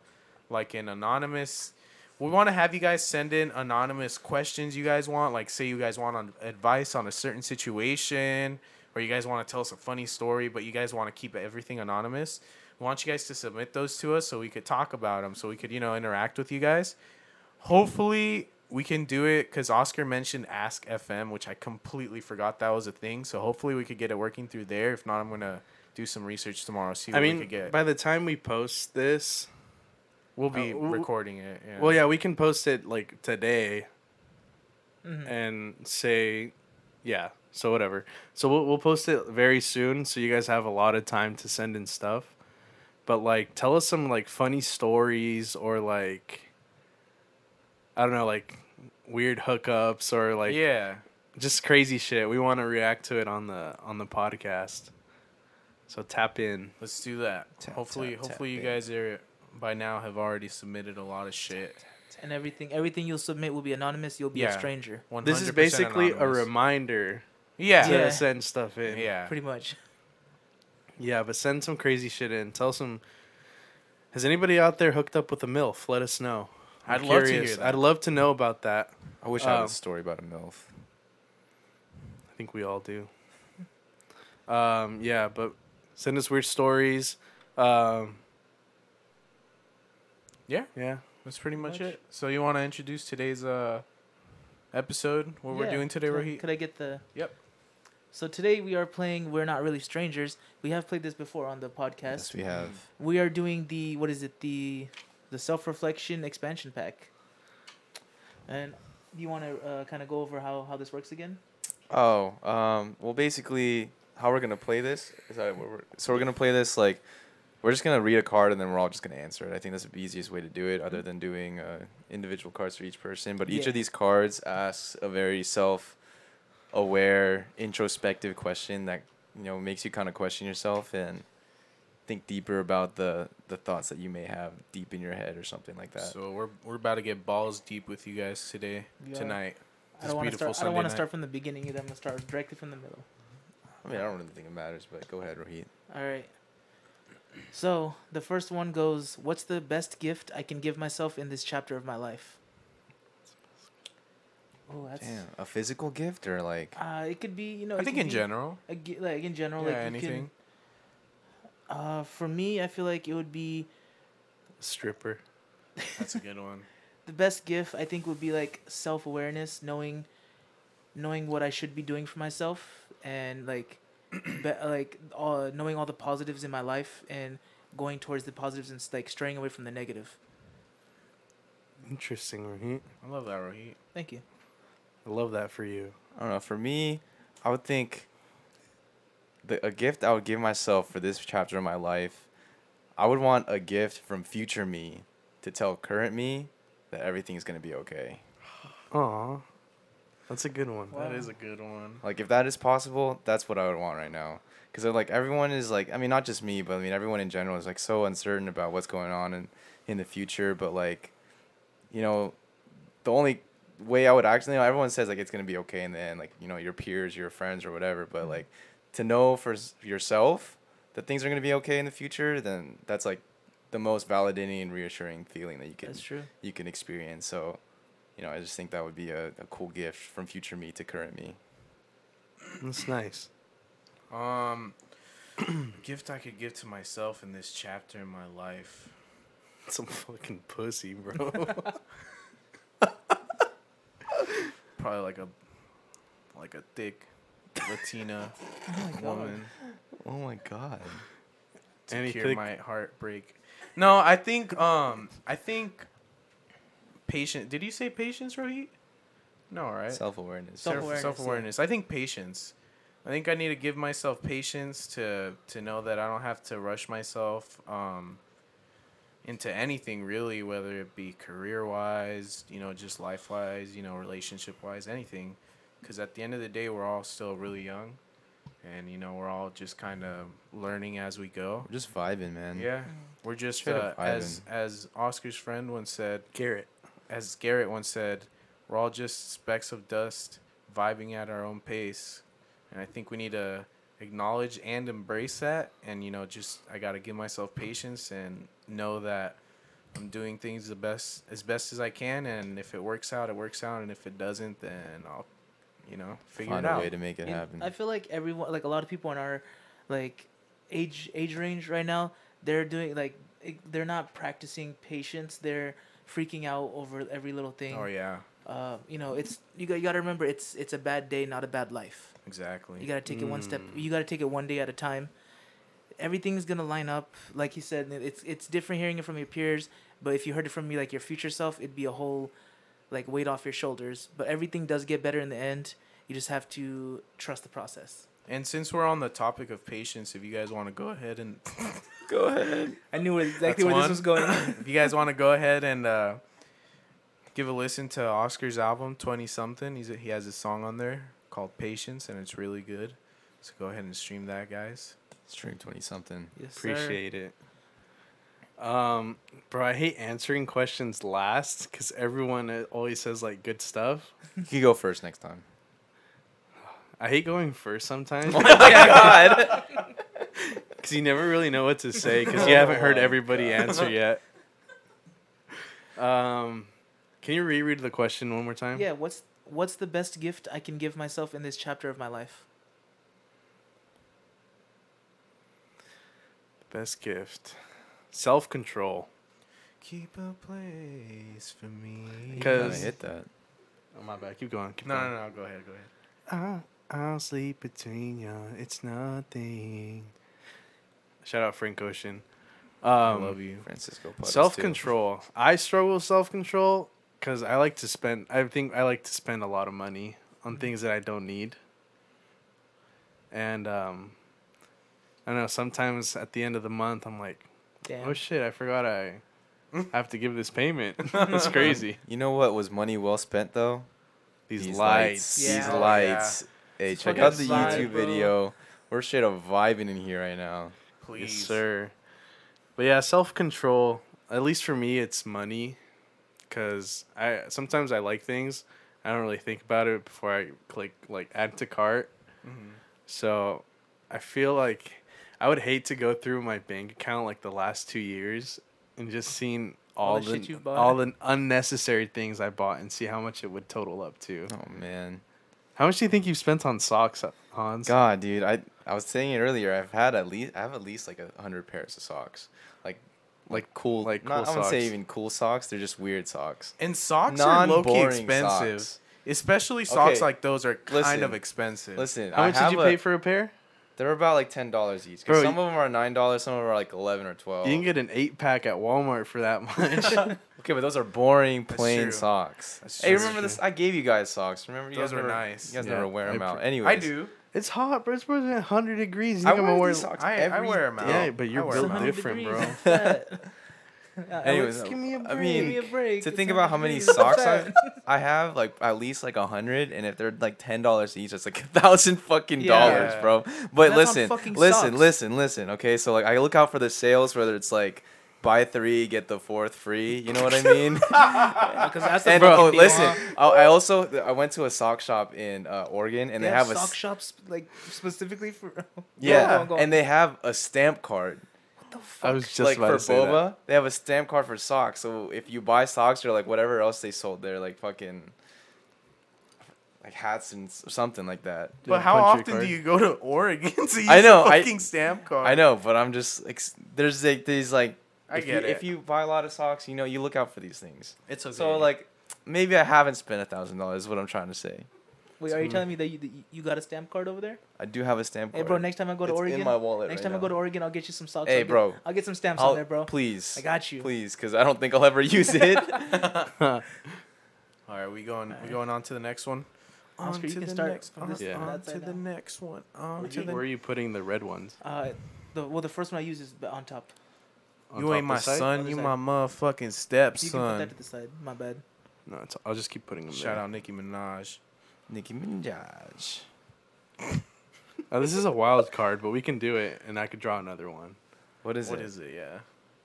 [SPEAKER 5] like an anonymous. We want to have you guys send in anonymous questions you guys want. Like, say you guys want on advice on a certain situation, or you guys want to tell us a funny story, but you guys want to keep everything anonymous. We want you guys to submit those to us so we could talk about them, so we could, you know, interact with you guys hopefully we can do it because Oscar mentioned Ask FM, which I completely forgot that was a thing. So hopefully we could get it working through there. If not, I'm gonna do some research tomorrow. See what
[SPEAKER 3] I
[SPEAKER 5] we
[SPEAKER 3] mean,
[SPEAKER 5] could get.
[SPEAKER 3] by the time we post this,
[SPEAKER 5] we'll be
[SPEAKER 3] uh, w-
[SPEAKER 5] recording it. Yeah.
[SPEAKER 3] well, yeah, we can post it like today,
[SPEAKER 5] Mm-hmm.
[SPEAKER 3] and say, yeah. So whatever. So we'll we'll post it very soon. So you guys have a lot of time to send in stuff. But like, tell us some like funny stories or like, I don't know, like weird hookups or like
[SPEAKER 5] yeah.
[SPEAKER 3] just crazy shit. We want to react to it on the on the podcast. So tap in.
[SPEAKER 5] Let's do that.
[SPEAKER 4] Tap,
[SPEAKER 5] hopefully,
[SPEAKER 4] tap, tap,
[SPEAKER 5] hopefully you
[SPEAKER 4] baby.
[SPEAKER 5] guys are by now have already submitted a lot of shit.
[SPEAKER 2] And everything, everything you'll submit will be anonymous. You'll be
[SPEAKER 5] Yeah.
[SPEAKER 2] a stranger,
[SPEAKER 5] 100%
[SPEAKER 3] This is basically
[SPEAKER 5] anonymous.
[SPEAKER 3] a reminder to
[SPEAKER 5] Yeah.
[SPEAKER 2] Yeah.
[SPEAKER 3] send stuff in.
[SPEAKER 5] Yeah.
[SPEAKER 2] pretty much.
[SPEAKER 3] Yeah, but send some crazy shit in. Tell some. Has anybody out there hooked up with a MILF? Let us know. I'm
[SPEAKER 5] I'd love to hear that.
[SPEAKER 3] I'd love to know about that.
[SPEAKER 4] I wish I had
[SPEAKER 3] Um,
[SPEAKER 4] a story about a MILF.
[SPEAKER 3] I think we all do. Um, yeah, but send us weird stories. Um,
[SPEAKER 5] Yeah.
[SPEAKER 3] yeah.
[SPEAKER 5] That's pretty much,
[SPEAKER 2] Much.
[SPEAKER 5] it. So you want to introduce today's uh episode? What we're
[SPEAKER 2] Yeah.
[SPEAKER 5] doing today,
[SPEAKER 2] Could I-
[SPEAKER 5] Rohit?
[SPEAKER 2] Could I get the?
[SPEAKER 5] Yep.
[SPEAKER 2] So today we are playing. We're not really strangers. We have played this before on the
[SPEAKER 4] Yes,
[SPEAKER 2] podcast.
[SPEAKER 4] we have.
[SPEAKER 2] we are doing the what is it? The the self reflection expansion pack. And you want to uh, kind of go over how how this works again?
[SPEAKER 4] Oh, um, well, basically, how we're gonna play this is that we're, we're- so we're gonna play this like we're just gonna read a card and then we're all just gonna answer it. I think that's the easiest way to do it, other than doing uh, individual cards for each person. But each
[SPEAKER 2] Mm-hmm. Yeah.
[SPEAKER 4] of these cards asks a very self-aware, introspective question that you know makes you kind of question yourself and think deeper about the the thoughts that you may have deep in your head or something like that.
[SPEAKER 5] So we're we're about to get balls deep with you guys today,
[SPEAKER 2] Yeah.
[SPEAKER 5] tonight.
[SPEAKER 2] I
[SPEAKER 5] This
[SPEAKER 2] don't want to
[SPEAKER 5] beautiful
[SPEAKER 2] start. I don't
[SPEAKER 5] Sunday
[SPEAKER 2] want to
[SPEAKER 5] night.
[SPEAKER 2] start from the beginning. either. I'm gonna start directly from the middle.
[SPEAKER 4] I mean, I don't really think it matters, but go ahead, Rohit.
[SPEAKER 2] All right. So the first one goes, "What's the best gift I can give myself in this chapter of my life?" Oh, that's.
[SPEAKER 4] Damn, a physical gift or like
[SPEAKER 2] Uh, it could be you know.
[SPEAKER 5] I
[SPEAKER 2] it
[SPEAKER 5] think
[SPEAKER 2] could
[SPEAKER 5] in
[SPEAKER 2] be
[SPEAKER 5] general,
[SPEAKER 2] a gi- like in general,
[SPEAKER 5] yeah,
[SPEAKER 2] like you
[SPEAKER 5] anything.
[SPEAKER 2] Can, uh, for me, I feel like it would be
[SPEAKER 3] Stripper.
[SPEAKER 5] That's a good one.
[SPEAKER 2] the best gift. I think would be like self awareness, knowing, knowing what I should be doing for myself, and like, be, like all, knowing all the positives in my life and going towards the positives and s- like straying away from the negative.
[SPEAKER 3] Interesting, Raheem.
[SPEAKER 5] I love that Rohit.
[SPEAKER 2] Thank you.
[SPEAKER 3] I love that for you.
[SPEAKER 4] I don't know. For me, I would think the a gift I would give myself for this chapter of my life, I would want a gift from future me to tell current me that everything's gonna be okay.
[SPEAKER 3] Aw. That's a good one.
[SPEAKER 2] Wow.
[SPEAKER 5] That is a good one.
[SPEAKER 4] Like if that is possible, that's what I would want right now. Cause uh, like everyone is like, I mean, not just me, but I mean everyone in general is like so uncertain about what's going on in in the future. But like, you know, the only way I would actually, you know, everyone says like it's gonna be okay in the end, like you know, your peers, your friends, or whatever. But like, to know for s- yourself that things are gonna be okay in the future, then that's like the most validating and reassuring feeling that you can
[SPEAKER 2] That's true.
[SPEAKER 4] you can experience. So, you know, I just think that would be a, a cool gift from future me to current me.
[SPEAKER 3] That's nice.
[SPEAKER 5] Um, gift I could give to myself in this chapter in my life.
[SPEAKER 3] Some fucking pussy, bro.
[SPEAKER 5] Probably like a like a thick Latina woman
[SPEAKER 4] Oh my god.
[SPEAKER 5] to
[SPEAKER 3] Any
[SPEAKER 5] cure
[SPEAKER 3] thick-
[SPEAKER 5] my heartbreak. No, I think um I think patient. Did you say patience, Rohit? No, right?
[SPEAKER 4] Self awareness.
[SPEAKER 2] So- Self-awareness,
[SPEAKER 5] self awareness. I think patience. I think I need to give myself patience to to know that I don't have to rush myself um, into anything really, whether it be career wise, you know, just life wise, you know, relationship wise, anything. Because at the end of the day, we're all still really young, and you know, we're all just kind of learning as we go.
[SPEAKER 4] We're just vibing, man.
[SPEAKER 2] Mm.
[SPEAKER 5] Yeah, we're just
[SPEAKER 4] Straight
[SPEAKER 5] uh,
[SPEAKER 4] up
[SPEAKER 5] as as Oscar's friend once said. Garrett, as Garrett once said, we're all just specks of dust vibing at our own pace, and I think we need to acknowledge and embrace that. And you know, just I gotta give myself patience and know that I'm doing things the best as best as I can. And if it works out, it works out, and if it doesn't, then I'll you know figure
[SPEAKER 4] Find
[SPEAKER 5] it
[SPEAKER 4] a
[SPEAKER 5] out.
[SPEAKER 4] way to make it
[SPEAKER 2] And
[SPEAKER 4] happen.
[SPEAKER 2] I feel like everyone, like a lot of people in our like age age range right now, they're doing like it- they're not practicing patience. They're freaking out over every little thing.
[SPEAKER 5] oh yeah,
[SPEAKER 2] Uh, you know, it's you got you got to remember it's it's a bad day, not a bad life.
[SPEAKER 5] exactly.
[SPEAKER 2] You got to take it one step. You got to take it one day at a time. Everything's gonna line up, like you said. it- It's it's different hearing it from your peers, but if you heard it from me, like your future self, it'd be a whole, like weight off your shoulders. But everything does get better in the end. You just have to trust the process.
[SPEAKER 5] and since we're on the topic of patience, if you guys want to go ahead and
[SPEAKER 4] Go ahead.
[SPEAKER 2] I knew where, exactly
[SPEAKER 5] That's
[SPEAKER 2] where
[SPEAKER 5] one.
[SPEAKER 2] this was going.
[SPEAKER 5] if you guys want to go ahead and uh, give a listen to Oscar's album, 20 something, he's he has a song on there called Patience, and it's really good. So go ahead and stream that, guys.
[SPEAKER 4] Stream twenty something.
[SPEAKER 2] yes, sir.
[SPEAKER 3] Appreciate it. Um, bro, I hate answering questions last because everyone uh, always says like good stuff.
[SPEAKER 4] You can go first next time.
[SPEAKER 3] I hate going first sometimes
[SPEAKER 4] Oh god.
[SPEAKER 3] because you never really know what to say because you haven't heard
[SPEAKER 4] Oh my
[SPEAKER 3] everybody answer yet. Um, can you reread the question one more time?
[SPEAKER 2] Yeah. What's what's the best gift I can give myself in this chapter of my life?
[SPEAKER 3] Best gift, self control.
[SPEAKER 5] Keep a place for me.
[SPEAKER 3] 'Cause-
[SPEAKER 4] Gotta hit that.
[SPEAKER 3] Oh my bad. Keep going. Keep
[SPEAKER 5] No,
[SPEAKER 3] going.
[SPEAKER 5] no, no. Go ahead. Go ahead.
[SPEAKER 3] I, I'll sleep between you. It's nothing. Shout out Frank Ocean. Um,
[SPEAKER 5] I love you.
[SPEAKER 4] Francisco Puedes, too.
[SPEAKER 3] Self control. I struggle with self control because I like to spend. I think I like to spend a lot of money on things that I don't need. And um, I know sometimes at the end of the month I'm like,
[SPEAKER 2] Damn.
[SPEAKER 3] oh shit, I forgot I have to give this payment. That's crazy.
[SPEAKER 4] You know what was money well spent though?
[SPEAKER 3] These,
[SPEAKER 4] These
[SPEAKER 3] lights.
[SPEAKER 4] lights.
[SPEAKER 2] Yeah.
[SPEAKER 4] These
[SPEAKER 2] Oh,
[SPEAKER 4] lights. Hey,
[SPEAKER 2] It's
[SPEAKER 4] check
[SPEAKER 2] fucking
[SPEAKER 4] out the
[SPEAKER 2] vibe,
[SPEAKER 4] YouTube
[SPEAKER 2] bro.
[SPEAKER 4] video. We're straight up vibing in here right now.
[SPEAKER 5] Please.
[SPEAKER 3] Yes, sir. But yeah, self control. At least for me, it's money, because I sometimes I like things. I don't really think about it before I click like add to cart. So, I feel like I would hate to go through my bank account like the last two years and just seeing all,
[SPEAKER 2] All the
[SPEAKER 3] the,
[SPEAKER 2] shit you've bought.
[SPEAKER 3] all the unnecessary things I bought and see how much it would total up to.
[SPEAKER 4] Oh man.
[SPEAKER 3] How much do you think you've spent on socks, uh, Hans?
[SPEAKER 4] God, dude, I I was saying it earlier. I've had at least I have at least like a hundred pairs of socks, like like cool
[SPEAKER 3] like
[SPEAKER 4] like
[SPEAKER 3] cool
[SPEAKER 4] not, I wouldn't say
[SPEAKER 3] socks.
[SPEAKER 4] even cool socks. They're just weird socks.
[SPEAKER 5] And socks are low key
[SPEAKER 4] Non-boring
[SPEAKER 5] expensive.
[SPEAKER 4] socks.
[SPEAKER 5] Especially socks
[SPEAKER 4] Okay,
[SPEAKER 5] like those are kind
[SPEAKER 4] listen,
[SPEAKER 5] of expensive.
[SPEAKER 4] Listen,
[SPEAKER 3] How much
[SPEAKER 4] I have
[SPEAKER 3] did you
[SPEAKER 4] a,
[SPEAKER 3] pay for a pair?
[SPEAKER 4] They're about like ten dollars each. 'cause
[SPEAKER 3] Bro,
[SPEAKER 4] some
[SPEAKER 3] you-
[SPEAKER 4] of them are nine dollars, some of them are like eleven or twelve.
[SPEAKER 3] You can get an eight pack at Walmart for that much.
[SPEAKER 4] okay, but those are boring,
[SPEAKER 5] true.
[SPEAKER 4] plain socks.
[SPEAKER 5] That's
[SPEAKER 4] hey,
[SPEAKER 5] true.
[SPEAKER 4] remember this? I gave you guys socks. Remember? You
[SPEAKER 5] Those
[SPEAKER 4] guys
[SPEAKER 5] were
[SPEAKER 4] never-
[SPEAKER 5] nice.
[SPEAKER 4] You guys
[SPEAKER 3] Yeah,
[SPEAKER 4] never wear
[SPEAKER 3] I
[SPEAKER 4] them out.
[SPEAKER 3] pre-
[SPEAKER 4] Anyways,
[SPEAKER 5] I do.
[SPEAKER 3] It's hot, bro. It's supposed to be 100 degrees. You
[SPEAKER 4] I
[SPEAKER 3] think I'm
[SPEAKER 4] wear
[SPEAKER 3] gonna
[SPEAKER 4] these socks
[SPEAKER 5] I, I
[SPEAKER 4] every
[SPEAKER 5] wear them out.
[SPEAKER 3] Yeah, but
[SPEAKER 5] I
[SPEAKER 3] you're
[SPEAKER 5] wear
[SPEAKER 3] built
[SPEAKER 5] 'em out.
[SPEAKER 3] different, bro.
[SPEAKER 4] Anyways,
[SPEAKER 3] give me a
[SPEAKER 4] I
[SPEAKER 3] break.
[SPEAKER 4] mean,
[SPEAKER 2] Uh, Give me a break.
[SPEAKER 4] to
[SPEAKER 2] It's
[SPEAKER 4] think
[SPEAKER 2] not
[SPEAKER 4] about how
[SPEAKER 2] the
[SPEAKER 4] many
[SPEAKER 2] breeze, it's the
[SPEAKER 4] socks I,
[SPEAKER 2] fan.
[SPEAKER 4] I have, like at least like a hundred, and if they're like ten dollars each, it's like a thousand fucking
[SPEAKER 2] Yeah.
[SPEAKER 4] dollars, bro. But
[SPEAKER 2] That's on
[SPEAKER 4] listen,
[SPEAKER 2] fucking
[SPEAKER 4] listen,
[SPEAKER 2] socks.
[SPEAKER 4] listen, listen. Okay, so like I look out for the sales, whether it's like buy three get the fourth free. You know what I mean?
[SPEAKER 2] Because that's the
[SPEAKER 4] and
[SPEAKER 2] fucking
[SPEAKER 4] oh,
[SPEAKER 2] deal,
[SPEAKER 4] listen,
[SPEAKER 2] huh?
[SPEAKER 4] I, I also I went to a sock shop in uh, Oregon, and
[SPEAKER 2] They
[SPEAKER 4] they,
[SPEAKER 2] have,
[SPEAKER 4] have, a
[SPEAKER 2] sock
[SPEAKER 4] s-
[SPEAKER 2] shops like specifically for. Go on,
[SPEAKER 4] yeah,
[SPEAKER 2] go on, go on.
[SPEAKER 4] and they have a stamp card.
[SPEAKER 2] what the fuck?
[SPEAKER 3] I was just
[SPEAKER 4] like
[SPEAKER 3] about
[SPEAKER 4] for
[SPEAKER 3] to say
[SPEAKER 4] boba,
[SPEAKER 3] that.
[SPEAKER 4] they have a stamp card for socks. So if you buy socks or like whatever else they sold, they're like fucking like hats and s- something like that.
[SPEAKER 5] But
[SPEAKER 3] Yeah,
[SPEAKER 5] how
[SPEAKER 3] country
[SPEAKER 5] often
[SPEAKER 3] card.
[SPEAKER 5] do you go to Oregon to use
[SPEAKER 4] I know, I-
[SPEAKER 5] fucking stamp card?
[SPEAKER 4] I know, but I'm just ex- there's like these like
[SPEAKER 5] I
[SPEAKER 4] if
[SPEAKER 5] get
[SPEAKER 4] you,
[SPEAKER 5] it.
[SPEAKER 4] If you buy a lot of socks, you know you look out for these things.
[SPEAKER 5] it's okay.
[SPEAKER 4] So like, maybe I haven't spent a thousand dollars. Is what I'm trying to say.
[SPEAKER 2] Wait,
[SPEAKER 4] Hmm.
[SPEAKER 2] are you telling me that you that you- you got a stamp card over there?
[SPEAKER 4] I do have a stamp
[SPEAKER 2] Hey,
[SPEAKER 4] card.
[SPEAKER 2] bro, next time I go to
[SPEAKER 4] It's in
[SPEAKER 2] Oregon,
[SPEAKER 4] my wallet
[SPEAKER 2] next
[SPEAKER 4] right
[SPEAKER 2] time I
[SPEAKER 4] now.
[SPEAKER 2] go to Oregon, I'll get you some socks.
[SPEAKER 4] Hey,
[SPEAKER 2] I'll get-
[SPEAKER 4] bro.
[SPEAKER 2] I'll get some stamps
[SPEAKER 4] I'll-
[SPEAKER 2] on there, bro.
[SPEAKER 4] Please.
[SPEAKER 2] I got you.
[SPEAKER 4] Please, because I don't think I'll ever use it.
[SPEAKER 5] all right, we going we going on to the next one.
[SPEAKER 2] Oscar, you
[SPEAKER 5] to
[SPEAKER 2] can
[SPEAKER 5] the
[SPEAKER 2] start
[SPEAKER 5] next,
[SPEAKER 2] from
[SPEAKER 5] on,
[SPEAKER 2] this-
[SPEAKER 3] Yeah.
[SPEAKER 2] from
[SPEAKER 5] on
[SPEAKER 2] that
[SPEAKER 5] to
[SPEAKER 2] side
[SPEAKER 5] the
[SPEAKER 2] now.
[SPEAKER 5] next one. On
[SPEAKER 3] Where
[SPEAKER 5] to
[SPEAKER 3] you-
[SPEAKER 5] the
[SPEAKER 3] where are you putting the red ones?
[SPEAKER 2] Uh, the well, the first one I use is b- on top.
[SPEAKER 3] On
[SPEAKER 5] You
[SPEAKER 3] top
[SPEAKER 5] ain't my
[SPEAKER 3] this side?
[SPEAKER 5] son.
[SPEAKER 2] Other
[SPEAKER 5] You
[SPEAKER 2] side.
[SPEAKER 5] my motherfucking
[SPEAKER 2] You can put that
[SPEAKER 5] stepson.
[SPEAKER 2] to the side. My bad.
[SPEAKER 3] No, it's, I'll just keep putting them
[SPEAKER 5] Shout
[SPEAKER 3] there.
[SPEAKER 5] out Nicki Minaj.
[SPEAKER 4] Nicki Minaj.
[SPEAKER 3] Oh, this is a wild card, but we can do it, and I could draw another one.
[SPEAKER 4] What is
[SPEAKER 5] What
[SPEAKER 4] it?
[SPEAKER 5] is it? Yeah.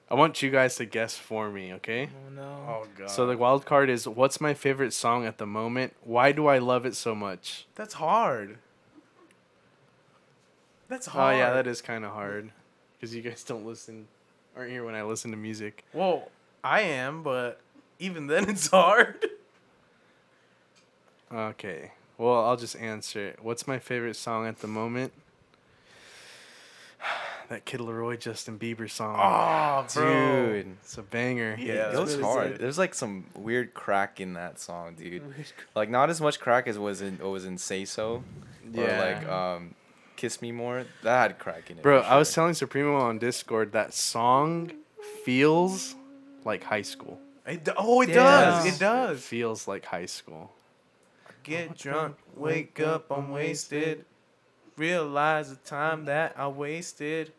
[SPEAKER 3] I want you guys to guess for me, okay?
[SPEAKER 2] Oh no.
[SPEAKER 5] Oh god.
[SPEAKER 3] So the wild card is what's my favorite song at the moment? Why do I love it so much?
[SPEAKER 5] that's hard. That's
[SPEAKER 3] Oh
[SPEAKER 5] hard.
[SPEAKER 3] yeah, that is kind of hard because you guys don't listen, aren't here when I listen to music.
[SPEAKER 5] Well, I am, but even then it's hard.
[SPEAKER 3] Okay, well I'll just answer it. What's my favorite song at the moment? that Kid Leroy Justin Bieber song.
[SPEAKER 5] Oh,
[SPEAKER 4] Dude.
[SPEAKER 3] It's a banger.
[SPEAKER 5] Yeah,
[SPEAKER 4] it
[SPEAKER 5] that's
[SPEAKER 4] goes
[SPEAKER 2] really
[SPEAKER 4] hard.
[SPEAKER 2] sad.
[SPEAKER 4] There's like some weird crack in that song, dude. Like not as much crack as was in what was in Say So.
[SPEAKER 3] Yeah.
[SPEAKER 4] Or like um Kiss Me More. That had crack in it.
[SPEAKER 3] Bro,
[SPEAKER 4] for
[SPEAKER 3] I was
[SPEAKER 4] sure.
[SPEAKER 3] telling Supremo on Discord that song feels like high school.
[SPEAKER 5] It d- oh, it
[SPEAKER 2] Yeah.
[SPEAKER 5] does.
[SPEAKER 2] Yes.
[SPEAKER 5] It
[SPEAKER 3] It
[SPEAKER 5] does.
[SPEAKER 3] feels like high school.
[SPEAKER 5] Get drunk, wake up, I'm wasted. Realize the time that I wasted.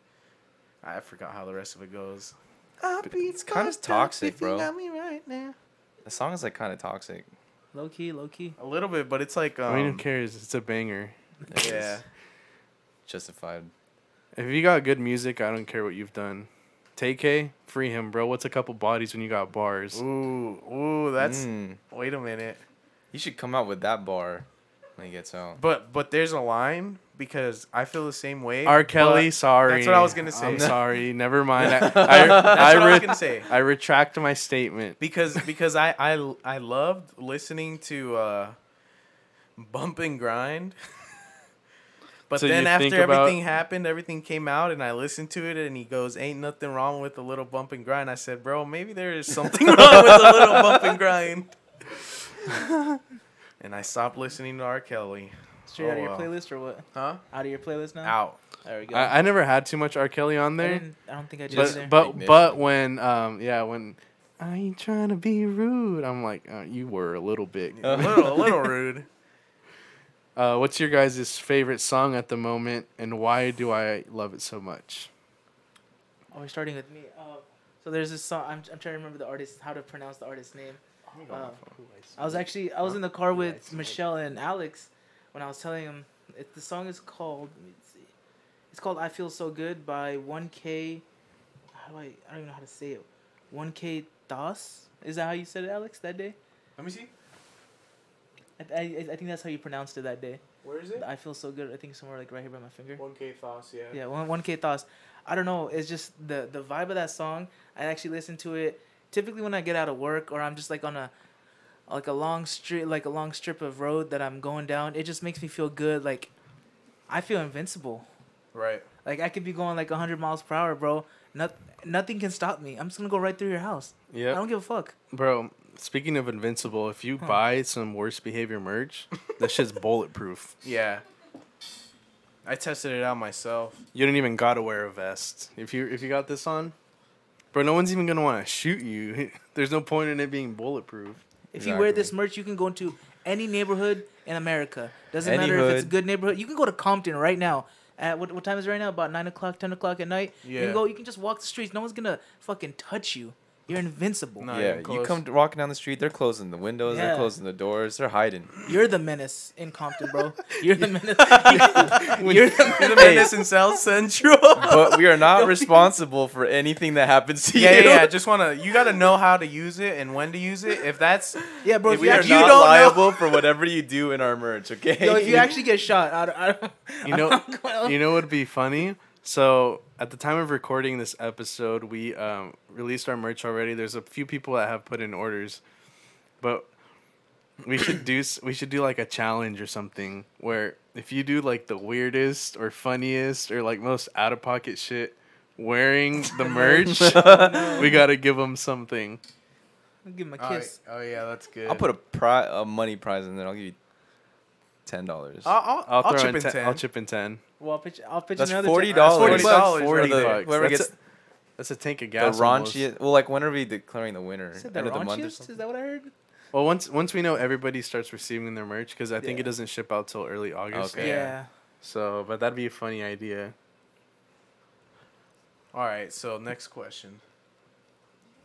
[SPEAKER 5] I forgot how the rest of it goes.
[SPEAKER 4] it's kind of toxic, bro. The song is like kind of toxic.
[SPEAKER 2] Low key, low key.
[SPEAKER 5] A little bit, but it's like um,
[SPEAKER 3] I mean, who cares? It's a banger.
[SPEAKER 4] It is
[SPEAKER 5] yeah.
[SPEAKER 4] Justified.
[SPEAKER 3] If you got good music, I don't care what you've done. Take K, free him, bro. What's a couple bodies when you got bars?
[SPEAKER 5] Ooh, ooh, that's.
[SPEAKER 4] Mm.
[SPEAKER 5] Wait a minute.
[SPEAKER 4] You should come out with that bar when he gets out.
[SPEAKER 5] But but there's a line because I feel the same way.
[SPEAKER 3] R. Kelly,
[SPEAKER 5] but
[SPEAKER 3] sorry.
[SPEAKER 5] that's what I was gonna say.
[SPEAKER 3] I'm sorry. Never mind. I, I,
[SPEAKER 5] That's what I
[SPEAKER 3] I,
[SPEAKER 5] was
[SPEAKER 3] re-
[SPEAKER 5] gonna say.
[SPEAKER 3] I retract my statement.
[SPEAKER 5] because because I I I loved listening to uh, Bump and Grind. But
[SPEAKER 3] So
[SPEAKER 5] then
[SPEAKER 3] you
[SPEAKER 5] after
[SPEAKER 3] think about-
[SPEAKER 5] everything happened, everything came out, and I listened to it, and he goes, "Ain't nothing wrong with a little bump and grind." I said, "Bro, maybe there is something wrong with a little bump and grind." and I stopped listening to R. Kelly.
[SPEAKER 2] Straight
[SPEAKER 5] Oh,
[SPEAKER 2] out of your
[SPEAKER 5] wow.
[SPEAKER 2] playlist or what?
[SPEAKER 5] Huh?
[SPEAKER 2] Out of your playlist now.
[SPEAKER 5] Out.
[SPEAKER 2] There we go.
[SPEAKER 3] I, I never had too much R. Kelly on
[SPEAKER 2] I,
[SPEAKER 3] there.
[SPEAKER 2] didn't, I don't think I did
[SPEAKER 3] but
[SPEAKER 2] either.
[SPEAKER 3] but
[SPEAKER 4] Ignition.
[SPEAKER 3] but when um yeah when I ain't trying to be rude. I'm like uh, you were a little bit.
[SPEAKER 5] A little, a little rude.
[SPEAKER 3] Uh, what's your guys' favorite song at the moment, and why do I love it so much?
[SPEAKER 2] oh, we're starting with me. Uh, so there's this song. I'm, I'm trying to remember the artist, how to pronounce the artist's name. Uh, I was actually I was in the car with Michelle and Alex when I was telling them it, the song is called let me see. it's called I Feel So Good by 1K how do I I don't even know how to say it 1K Das is that how you said it Alex that day
[SPEAKER 5] Let me see.
[SPEAKER 2] I, I, I think that's how you pronounced it that day
[SPEAKER 5] Where is
[SPEAKER 2] I Feel So Good I think somewhere like right here by my finger
[SPEAKER 5] One K Thoughts.
[SPEAKER 2] yeah one, 1K Das I don't know it's just the the vibe of that song I actually listen to it typically when I get out of work or I'm just like on a like a long strip like a long strip of road that I'm going down, it just makes me feel good. Like I feel invincible.
[SPEAKER 5] Right.
[SPEAKER 2] Like I could be going like 100 miles per hour, bro. Not, nothing can stop me. I'm just gonna go right through your house. I
[SPEAKER 3] Yeah,
[SPEAKER 2] don't give a fuck.
[SPEAKER 3] bro. Speaking of Invincible, if you buy some worst behavior merch, that shit's bulletproof.
[SPEAKER 5] Yeah. I tested it out myself.
[SPEAKER 3] You don't even gotta wear a vest. If you if you got this on, bro, no one's even gonna want to shoot you. There's no point in it being bulletproof.
[SPEAKER 2] If you wear
[SPEAKER 4] Exactly.
[SPEAKER 2] this merch, you can go into any neighborhood in America. Doesn't
[SPEAKER 4] Any
[SPEAKER 2] matter if it's a
[SPEAKER 4] hood.
[SPEAKER 2] good neighborhood. You can go to Compton right now. At what, what time is it right now? About nine o'clock, ten o'clock at night. You
[SPEAKER 5] Yeah.
[SPEAKER 2] can go. You can just walk the streets. No one's gonna fucking touch you. You're invincible.
[SPEAKER 5] No. Not
[SPEAKER 4] Yeah,
[SPEAKER 5] even
[SPEAKER 4] you
[SPEAKER 5] close.
[SPEAKER 4] come d- walking down the street, they're closing the windows,
[SPEAKER 2] Yeah.
[SPEAKER 4] they're closing the doors, they're hiding.
[SPEAKER 2] You're the menace in Compton, bro. You're the menace. You're the menace.
[SPEAKER 5] The menace in South Central.
[SPEAKER 4] but we are not responsible for anything that happens to
[SPEAKER 5] yeah, yeah,
[SPEAKER 4] you.
[SPEAKER 5] yeah. Just wanna you gotta know how to use it and when to use it. If that's
[SPEAKER 2] Yeah, bro. If
[SPEAKER 4] we
[SPEAKER 2] you,
[SPEAKER 4] are
[SPEAKER 2] actually,
[SPEAKER 5] you
[SPEAKER 4] not
[SPEAKER 5] don't know-
[SPEAKER 4] liable for whatever you do in our merch, okay?
[SPEAKER 2] yo, if you actually get shot, I don't. I don't
[SPEAKER 3] You know, you know what'd be funny? So at the time of recording this episode, we um, released our merch already. There's a few people that have put in orders, but we should do s- we should do like a challenge or something where if you do like the weirdest or funniest or like most out of pocket shit, wearing the merch, we gotta give him something.
[SPEAKER 2] I'll give him a
[SPEAKER 5] All right.
[SPEAKER 2] kiss.
[SPEAKER 5] Oh yeah, that's good.
[SPEAKER 4] I'll put a pri- a money prize in there. I'll give you ten dollars.
[SPEAKER 5] I'll, I'll,
[SPEAKER 3] I'll,
[SPEAKER 5] I'll
[SPEAKER 3] throw
[SPEAKER 5] chip in
[SPEAKER 3] ten.
[SPEAKER 5] ten.
[SPEAKER 3] I'll chip in ten.
[SPEAKER 2] Well, I'll pitch. I'll pitch
[SPEAKER 4] That's
[SPEAKER 2] another.
[SPEAKER 4] forty
[SPEAKER 2] ten-
[SPEAKER 4] dollars.
[SPEAKER 5] That's $40 for
[SPEAKER 3] Forty
[SPEAKER 5] the-
[SPEAKER 3] bucks.
[SPEAKER 4] whoever
[SPEAKER 3] that's
[SPEAKER 4] gets
[SPEAKER 3] a, that's a tank of
[SPEAKER 4] the
[SPEAKER 3] gas. almost.
[SPEAKER 4] raunchiest. Well, like when are we declaring the winner?
[SPEAKER 2] Is it the
[SPEAKER 4] End of the month or
[SPEAKER 2] raunchiest?
[SPEAKER 4] something.
[SPEAKER 2] Is that what I heard?
[SPEAKER 3] Well, once once we know everybody starts receiving their merch, because I think
[SPEAKER 2] Yeah.
[SPEAKER 3] it doesn't ship out till early August.
[SPEAKER 4] Okay. Yeah.
[SPEAKER 2] Yeah.
[SPEAKER 3] So, but that'd be a funny idea.
[SPEAKER 5] All right. So next question.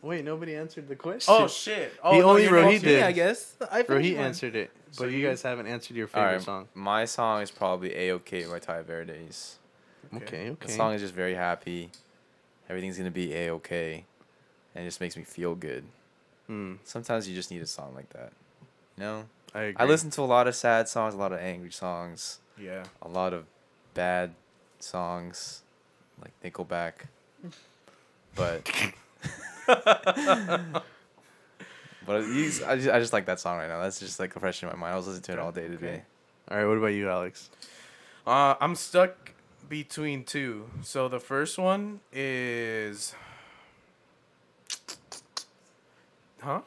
[SPEAKER 3] Wait, nobody answered the question.
[SPEAKER 5] Oh shit! Oh,
[SPEAKER 3] He only
[SPEAKER 5] you're
[SPEAKER 3] wrote-
[SPEAKER 5] going
[SPEAKER 3] he
[SPEAKER 5] to-
[SPEAKER 3] did.
[SPEAKER 2] Me, I guess. I
[SPEAKER 3] Bro,
[SPEAKER 2] finished
[SPEAKER 3] he
[SPEAKER 2] mine.
[SPEAKER 3] answered it, but
[SPEAKER 5] So
[SPEAKER 3] you,
[SPEAKER 5] you-
[SPEAKER 3] guys haven't answered your
[SPEAKER 4] All
[SPEAKER 3] favorite
[SPEAKER 4] right,
[SPEAKER 3] song.
[SPEAKER 4] my song is probably a okay by Ty Verdes.
[SPEAKER 3] Okay,
[SPEAKER 4] The
[SPEAKER 3] okay.
[SPEAKER 4] song is just very happy. Everything's gonna be a okay, and it just makes me feel good.
[SPEAKER 3] Hmm,
[SPEAKER 4] Sometimes you just need a song like that. You know,
[SPEAKER 3] I agree.
[SPEAKER 4] I listen to a lot of sad songs, a lot of angry songs,
[SPEAKER 5] Yeah.
[SPEAKER 4] a lot of bad songs, like Nickelback. But but you, I just I just like that song right now. That's just like fresh in my mind. I was listening to it all day today.
[SPEAKER 3] All right, what about you, Alex?
[SPEAKER 5] Uh, I'm stuck between two. So the first one is, huh?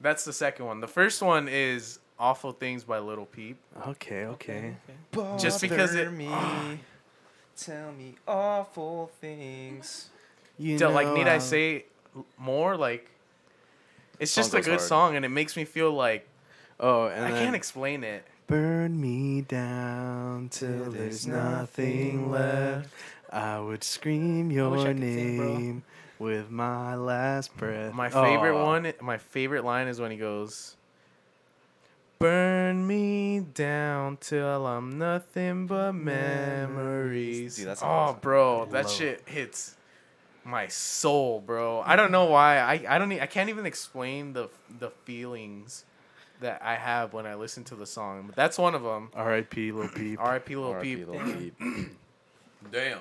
[SPEAKER 5] That's the second one. The first one is "Awful Things" by Little Peep.
[SPEAKER 3] Okay, okay.
[SPEAKER 5] Just because it-
[SPEAKER 4] Bother me, tell me awful things.
[SPEAKER 3] You
[SPEAKER 5] So, like,
[SPEAKER 3] know
[SPEAKER 5] need I
[SPEAKER 3] I'll-
[SPEAKER 5] say more? Like, it's
[SPEAKER 4] Song
[SPEAKER 5] just a
[SPEAKER 4] goes
[SPEAKER 5] good
[SPEAKER 4] hard.
[SPEAKER 5] song, and it makes me feel like
[SPEAKER 3] Oh, and
[SPEAKER 5] I can't
[SPEAKER 3] then-
[SPEAKER 5] explain it.
[SPEAKER 3] Burn me down till there's nothing left. I would scream your
[SPEAKER 2] wish I could sing, bro.
[SPEAKER 3] name with my last breath.
[SPEAKER 5] My favorite
[SPEAKER 3] Aw.
[SPEAKER 5] one, my favorite line is when he goes, "Burn me down till I'm nothing but memories."
[SPEAKER 4] Dude, that's an
[SPEAKER 5] oh,
[SPEAKER 4] awesome-
[SPEAKER 5] bro, that
[SPEAKER 4] love
[SPEAKER 5] shit hits my soul, bro. I don't know why. I I don't. e- I can't even explain the the feelings that I have when I listen to the song. But that's one of them.
[SPEAKER 3] R.I.P. Lil Peep.
[SPEAKER 5] R.I.P. Little
[SPEAKER 4] R.I.P.
[SPEAKER 5] Peep.
[SPEAKER 4] Lil Peep.
[SPEAKER 5] Damn.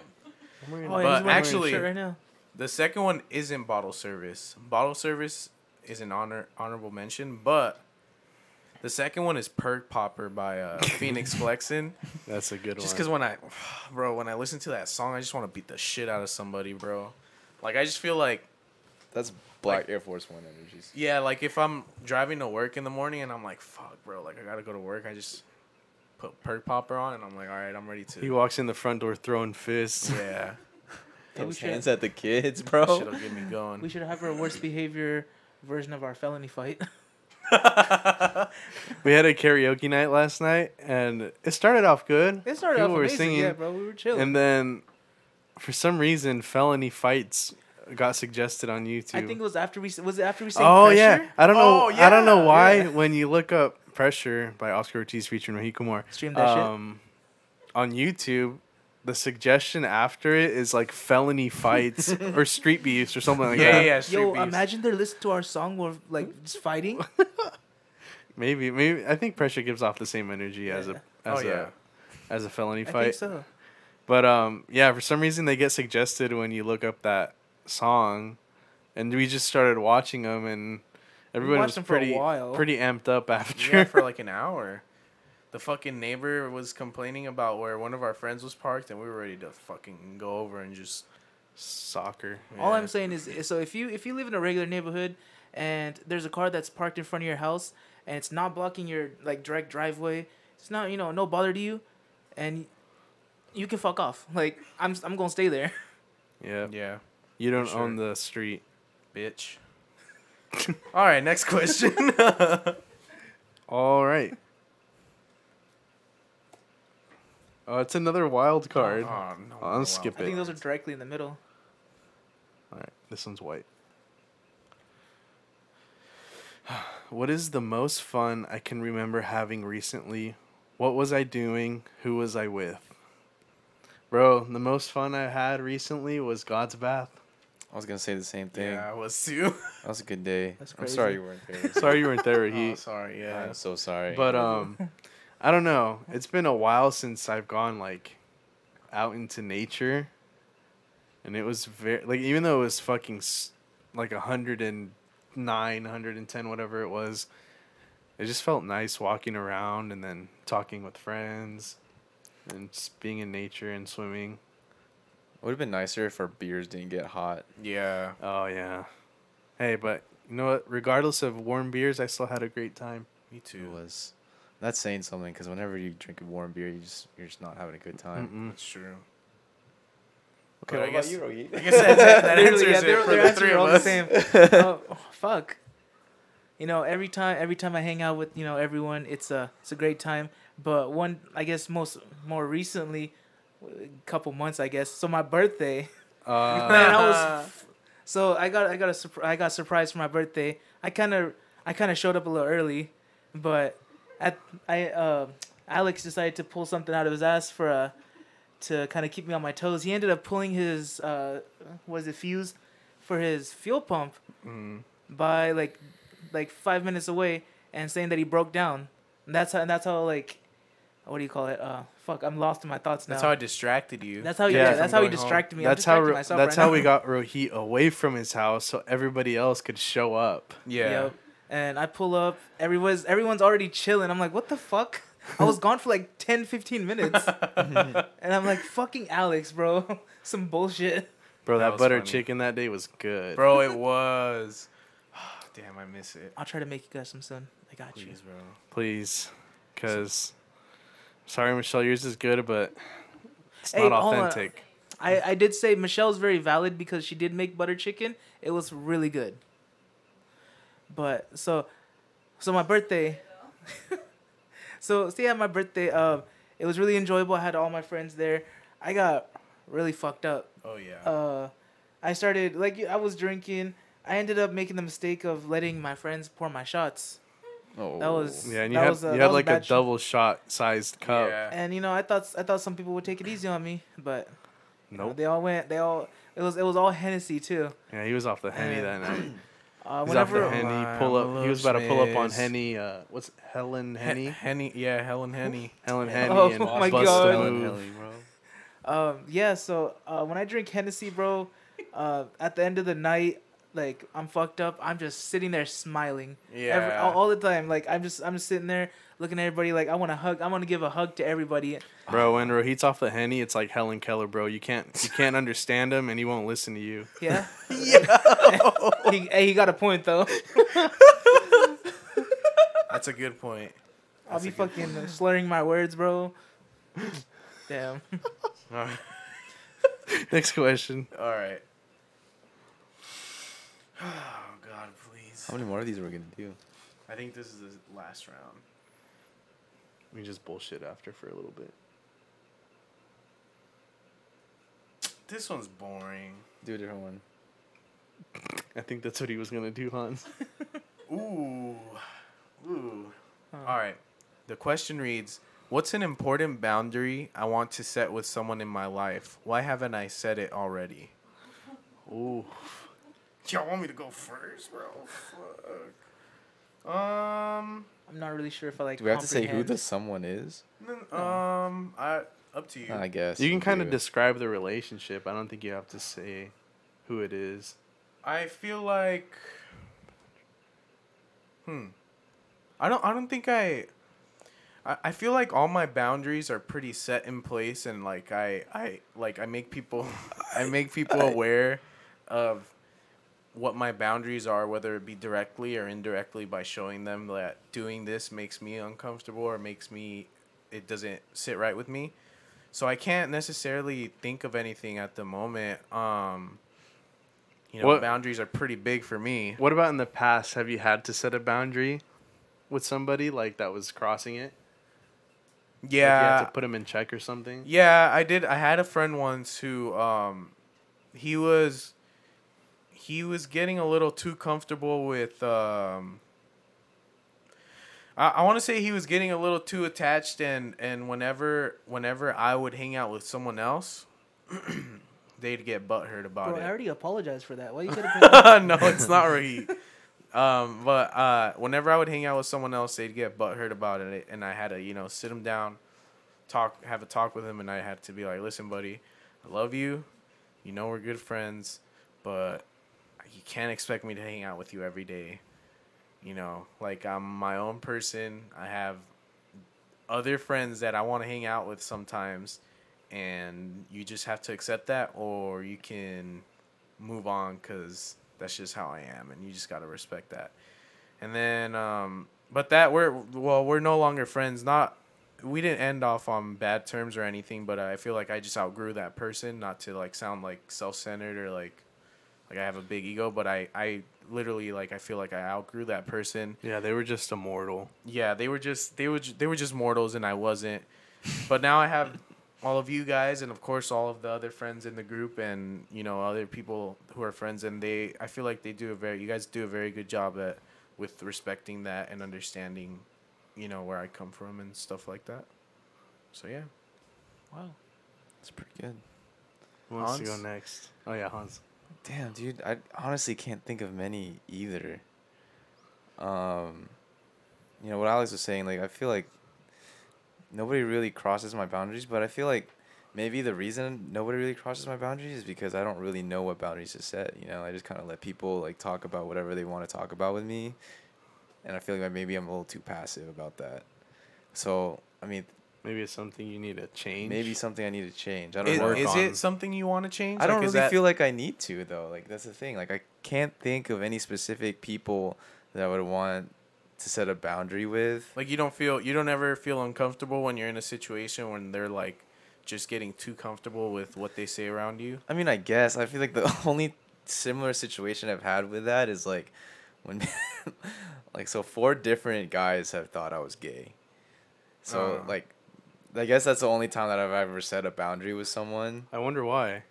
[SPEAKER 3] I'm wearing
[SPEAKER 2] Oh, yeah,
[SPEAKER 3] a-
[SPEAKER 2] he's
[SPEAKER 5] But
[SPEAKER 2] wearing a
[SPEAKER 5] actually-
[SPEAKER 2] shirt right now.
[SPEAKER 5] The second one isn't bottle service. Bottle service is an honor honorable mention, but the second one is Perk Popper by uh, Phoenix Flexin.
[SPEAKER 3] That's a good
[SPEAKER 5] Just
[SPEAKER 3] one.
[SPEAKER 5] because when I, bro, when I listen to that song, I just want to beat the shit out of somebody, bro. Like I just feel like,
[SPEAKER 4] That's Black Air Force One energies.
[SPEAKER 5] yeah, like if I'm driving to work in the morning and I'm like, fuck, bro, like I gotta go to work, I just put Perk Popper on and I'm like, all right, I'm ready
[SPEAKER 3] He
[SPEAKER 5] to.
[SPEAKER 3] walks in the front door throwing fists.
[SPEAKER 5] Yeah,
[SPEAKER 2] Yeah, we
[SPEAKER 4] Those
[SPEAKER 2] should-
[SPEAKER 4] hands at the kids, bro.
[SPEAKER 5] shit'll get me
[SPEAKER 2] We
[SPEAKER 5] going.
[SPEAKER 2] should have our worst behavior version of our felony fight.
[SPEAKER 3] We had a karaoke night last night, and it started off good.
[SPEAKER 2] it started off
[SPEAKER 3] People were
[SPEAKER 2] amazing,
[SPEAKER 3] singing,
[SPEAKER 2] yeah, bro. We were chilling.
[SPEAKER 3] and then for some reason, felony fights got suggested on YouTube.
[SPEAKER 2] I think it was after we was it after we sang
[SPEAKER 3] Oh
[SPEAKER 2] pressure?
[SPEAKER 3] yeah, I don't know.
[SPEAKER 5] Oh,
[SPEAKER 3] I don't know
[SPEAKER 5] yeah,
[SPEAKER 3] why
[SPEAKER 5] yeah.
[SPEAKER 3] when you look up "Pressure" by Oscar Ortiz featuring Mahiko Moore
[SPEAKER 2] Stream that shit.
[SPEAKER 3] on YouTube, the suggestion after it is like felony fights or street beefs or something like
[SPEAKER 5] Yeah, yeah,
[SPEAKER 3] that.
[SPEAKER 5] yeah. Street
[SPEAKER 2] Yo,
[SPEAKER 5] Beefs.
[SPEAKER 2] imagine they're listening to our song we're like just fighting.
[SPEAKER 3] Maybe, maybe I think "Pressure" gives off the same energy as a
[SPEAKER 2] Yeah.
[SPEAKER 3] as
[SPEAKER 5] Oh,
[SPEAKER 3] a
[SPEAKER 5] yeah.
[SPEAKER 3] as a felony
[SPEAKER 2] I
[SPEAKER 3] fight.
[SPEAKER 2] think so.
[SPEAKER 3] But um, yeah, for some reason they get suggested when you look up that song, and we just started watching them, and everyone
[SPEAKER 2] watched
[SPEAKER 3] was
[SPEAKER 2] them for a
[SPEAKER 3] pretty
[SPEAKER 2] while.
[SPEAKER 3] pretty amped up after.
[SPEAKER 5] Yeah, for like an hour. The fucking neighbor was complaining about where one of our friends was parked, and we were ready to fucking go over and just.
[SPEAKER 3] soccer.
[SPEAKER 2] All
[SPEAKER 5] Yeah.
[SPEAKER 2] I'm saying is, so if you if you live in a regular neighborhood and there's a car that's parked in front of your house and it's not blocking your like direct driveway, it's not you know no bother to you, and you can fuck off. Like I'm I'm gonna stay there.
[SPEAKER 3] Yeah,
[SPEAKER 5] Yeah,
[SPEAKER 3] you don't
[SPEAKER 5] sure.
[SPEAKER 3] own the street.
[SPEAKER 5] bitch. All right, next question. Oh,
[SPEAKER 3] All right. Oh, it's another wild card.
[SPEAKER 5] Oh, no,
[SPEAKER 3] I'll
[SPEAKER 5] wow.
[SPEAKER 3] skip
[SPEAKER 2] I think
[SPEAKER 3] Bit.
[SPEAKER 2] those are directly in the middle.
[SPEAKER 3] All right, this one's white. What is the most fun I can remember having recently? What was I doing? Who was I with? Bro, the most fun I had recently was God's bath.
[SPEAKER 4] I was gonna say the same thing.
[SPEAKER 5] Yeah, I was too.
[SPEAKER 4] That was a good day.
[SPEAKER 2] That's
[SPEAKER 4] I'm
[SPEAKER 2] crazy.
[SPEAKER 4] sorry you weren't there.
[SPEAKER 3] Sorry you weren't there,
[SPEAKER 5] oh,
[SPEAKER 3] he.
[SPEAKER 5] sorry. Yeah.
[SPEAKER 4] I'm so sorry.
[SPEAKER 3] But um, I don't know. It's been a while since I've gone like out into nature, and it was very like even though it was fucking s- like 109, 110, whatever it was, it just felt nice walking around and then talking with friends, and just being in nature and swimming.
[SPEAKER 4] would have been nicer if our beers didn't get hot.
[SPEAKER 5] Yeah.
[SPEAKER 3] Oh yeah. Hey, but you know what? Regardless of warm beers, I still had a great time.
[SPEAKER 5] Me too.
[SPEAKER 4] It was. That's saying something because whenever you drink a warm beer, you just you're just not having a good time.
[SPEAKER 3] Mm-mm.
[SPEAKER 5] That's true.
[SPEAKER 4] Okay,
[SPEAKER 5] But
[SPEAKER 4] what
[SPEAKER 5] I
[SPEAKER 4] about
[SPEAKER 5] guess-
[SPEAKER 4] you, Rohit?
[SPEAKER 5] I guess that, that answers
[SPEAKER 2] Literally, yeah,
[SPEAKER 5] it
[SPEAKER 2] they're-
[SPEAKER 5] for
[SPEAKER 2] they're
[SPEAKER 5] the
[SPEAKER 2] actually
[SPEAKER 5] three of
[SPEAKER 2] all
[SPEAKER 5] us.
[SPEAKER 2] same. oh, oh, fuck. You know, every time every time I hang out with you know everyone, it's a it's a great time. But one, I guess most more recently, a couple months, I guess. So my birthday,
[SPEAKER 3] Uh,
[SPEAKER 2] man, I was. f- So I got I got a surpri- I got surprised for my birthday. I kind of I kind of showed up a little early, but at I uh, Alex decided to pull something out of his ass for uh, to kind of keep me on my toes. He ended up pulling his uh, was it fuse for his fuel pump
[SPEAKER 3] mm.
[SPEAKER 2] by like like five minutes away and saying that he broke down. And that's how and that's how like what do you call it? Uh, fuck, I'm lost in my thoughts now.
[SPEAKER 5] That's how I distracted you.
[SPEAKER 2] That's how he,
[SPEAKER 3] Yeah,
[SPEAKER 2] yeah,
[SPEAKER 3] from
[SPEAKER 2] that's how he
[SPEAKER 5] going home.
[SPEAKER 2] distracted me. I'm
[SPEAKER 3] that's how
[SPEAKER 2] distracting
[SPEAKER 3] Ro- that's
[SPEAKER 2] myself right
[SPEAKER 3] how
[SPEAKER 2] now.
[SPEAKER 3] we got Rohit away from his house so everybody else could show up.
[SPEAKER 5] yeah.
[SPEAKER 2] Yep. And I pull up. Everyone's everyone's already chilling. I'm like, what the fuck? I was gone for like 10, 15 minutes. and I'm like, fucking Alex, bro. Some bullshit.
[SPEAKER 3] Bro,
[SPEAKER 5] That
[SPEAKER 3] that,
[SPEAKER 5] was
[SPEAKER 3] butter
[SPEAKER 5] funny.
[SPEAKER 3] chicken that day was good.
[SPEAKER 5] Bro, it was. Damn, I miss it.
[SPEAKER 2] I'll try to make you guys some soon. I got you.
[SPEAKER 5] Please, bro.
[SPEAKER 3] please, because sorry, Michelle, yours is good, but it's
[SPEAKER 2] Hey,
[SPEAKER 3] not
[SPEAKER 2] hold on.
[SPEAKER 3] authentic.
[SPEAKER 2] I, I did say Michelle's very valid because she did make butter chicken. It was really good. But so so my birthday So see at my birthday, um, it was really enjoyable. I had all my friends there. I got really fucked up.
[SPEAKER 5] Oh yeah.
[SPEAKER 2] uh, I started like I was drinking. I ended up making the mistake of letting my friends pour my shots,
[SPEAKER 4] Oh,
[SPEAKER 2] That was-
[SPEAKER 3] Yeah, and you
[SPEAKER 2] That
[SPEAKER 3] had
[SPEAKER 2] was a-
[SPEAKER 3] you
[SPEAKER 2] that
[SPEAKER 3] had
[SPEAKER 2] was a
[SPEAKER 3] like a
[SPEAKER 2] bad shot.
[SPEAKER 3] double shot sized cup.
[SPEAKER 5] yeah.
[SPEAKER 2] and you know I thought I thought some people would take it easy on me, but you know,
[SPEAKER 3] Nope.
[SPEAKER 2] they all went. They all it was it was all Hennessy too.
[SPEAKER 3] Yeah, he was off the henny
[SPEAKER 2] Man.
[SPEAKER 3] that night.
[SPEAKER 2] Uh,
[SPEAKER 3] He was off the
[SPEAKER 2] whenever
[SPEAKER 3] henny.
[SPEAKER 5] Lime,
[SPEAKER 3] Pull up. He was about to pull up on
[SPEAKER 5] schmizz.
[SPEAKER 3] henny. Uh, what's Helen
[SPEAKER 5] Henny.
[SPEAKER 3] Henny?
[SPEAKER 5] Henny. Yeah, Helen Henny.
[SPEAKER 3] Helen Henny
[SPEAKER 2] Oh
[SPEAKER 3] and
[SPEAKER 2] my
[SPEAKER 3] Bust
[SPEAKER 2] God.
[SPEAKER 3] a
[SPEAKER 4] Helen
[SPEAKER 3] Move.
[SPEAKER 4] Henny, bro.
[SPEAKER 2] um yeah, so uh, when I drink Hennessy, bro, uh, at the end of the night, like I'm fucked up. I'm just sitting there smiling. Every,
[SPEAKER 5] Yeah.
[SPEAKER 2] all, all the time, like I'm just I'm just sitting there looking at everybody. Like I want to hug. I want to give a hug to everybody.
[SPEAKER 3] Bro, when Rohit's off the henny, it's like Helen Keller, bro. You can't you can't understand him, and he won't listen to you.
[SPEAKER 2] Yeah. yeah. he, hey, he got a point though.
[SPEAKER 5] That's a good point.
[SPEAKER 2] I'll be fucking slurring my words, bro. Damn.
[SPEAKER 5] All right.
[SPEAKER 3] Next question.
[SPEAKER 5] All right. Oh God, please.
[SPEAKER 4] How many more of these are we gonna do?
[SPEAKER 5] I think this is the last round.
[SPEAKER 3] We just bullshit after for a little bit.
[SPEAKER 5] This one's boring.
[SPEAKER 4] Do a different one.
[SPEAKER 3] I think that's what he was gonna do, Hans.
[SPEAKER 5] Ooh. Ooh. All right. The question reads What's an important boundary I want to set with someone in my life? Why haven't I said it already?
[SPEAKER 3] Ooh.
[SPEAKER 5] Y'all want me to go first, bro? Fuck. Um.
[SPEAKER 2] I'm not really sure if I like.
[SPEAKER 4] Do we have to say who
[SPEAKER 2] comprehend.
[SPEAKER 4] the someone is?
[SPEAKER 5] n- Um. I. Up to you.
[SPEAKER 4] I guess
[SPEAKER 3] You can
[SPEAKER 4] we
[SPEAKER 3] kind of
[SPEAKER 4] do.
[SPEAKER 3] describe the relationship. I don't think you have to say who it is.
[SPEAKER 5] I feel like hmm I don't I don't think I I, I feel like all my boundaries are pretty set in place and like I I like I make people I make people aware of what my boundaries are whether it be directly or indirectly by showing them that doing this makes me uncomfortable or makes me it doesn't sit right with me. So I can't necessarily think of anything at the moment. Um you know,
[SPEAKER 3] What-
[SPEAKER 5] boundaries are pretty big for me.
[SPEAKER 3] What about in the past? Have you had to set a boundary with somebody like that was crossing it? Like you had
[SPEAKER 5] Yeah.
[SPEAKER 3] to put him in check or something.
[SPEAKER 5] Yeah, I did. I had a friend once who, um, he was, he was getting a little too comfortable with, um, I, I want to say he was getting a little too attached, and and whenever whenever I would hang out with someone else, they'd get butthurt about
[SPEAKER 2] Bro,
[SPEAKER 5] it.
[SPEAKER 2] I already apologized for that. Why you gotta?
[SPEAKER 5] no, it's not Raheem. Um, but uh, whenever I would hang out with someone else, they'd get butthurt about it, and I had to, you know, sit them down, talk, have a talk with them, and I had to be like, "Listen, buddy, I love you. You know we're good friends, but you can't expect me to hang out with you every day. You know, like I'm my own person. I have other friends that I want to hang out with sometimes, and you just have to accept that, or you can move on because that's just how I am, and you just gotta respect that. And then, um, but that we're well, we're no longer friends. Not we didn't end off on bad terms or anything, but I feel like I just outgrew that person. Not to like sound like self centered or like like I have a big ego, but I I literally like I feel like I outgrew that person.
[SPEAKER 3] Yeah, they were just immortal.
[SPEAKER 5] Yeah, they were just they were ju- they were just mortals, and I wasn't. But now I have all of you guys, and of course all of the other friends in the group, and you know other people who are friends, and they I feel like they do a very you guys do a very good job at with respecting that and understanding, you know where I come from and stuff like that. So yeah,
[SPEAKER 2] Wow.
[SPEAKER 4] It's pretty good.
[SPEAKER 3] Who wants to go
[SPEAKER 5] Hans?
[SPEAKER 3] next? Oh yeah, Hans.
[SPEAKER 4] Damn, dude, I honestly can't think of many either. Um, you know what Alex was saying, like I feel like nobody really crosses my boundaries, but I feel like maybe the reason nobody really crosses my boundaries is because I don't really know what boundaries to set. You know, I just kind of let people like talk about whatever they want to talk about with me, and I feel like maybe I'm a little too passive about that. So I mean,
[SPEAKER 3] Maybe it's something you need to change.
[SPEAKER 4] maybe something I need to change. I don't
[SPEAKER 5] is,
[SPEAKER 4] know.
[SPEAKER 3] work
[SPEAKER 5] is
[SPEAKER 3] on-
[SPEAKER 5] it something you want to change?
[SPEAKER 4] I don't
[SPEAKER 5] Like,
[SPEAKER 4] really
[SPEAKER 5] is that-
[SPEAKER 4] feel like I need to though. Like that's the thing. Like I can't think of any specific people that I would want to set a boundary with.
[SPEAKER 5] Like you don't feel you don't ever feel uncomfortable when you're in a situation when they're like just getting too comfortable with what they say around you.
[SPEAKER 4] I mean, I guess I feel like the only similar situation I've had with that is like when, like, so four different guys have thought I was gay. So
[SPEAKER 3] Uh.
[SPEAKER 5] Oh.
[SPEAKER 4] like, I guess that's the only time that I've ever set a boundary with someone.
[SPEAKER 3] I wonder why.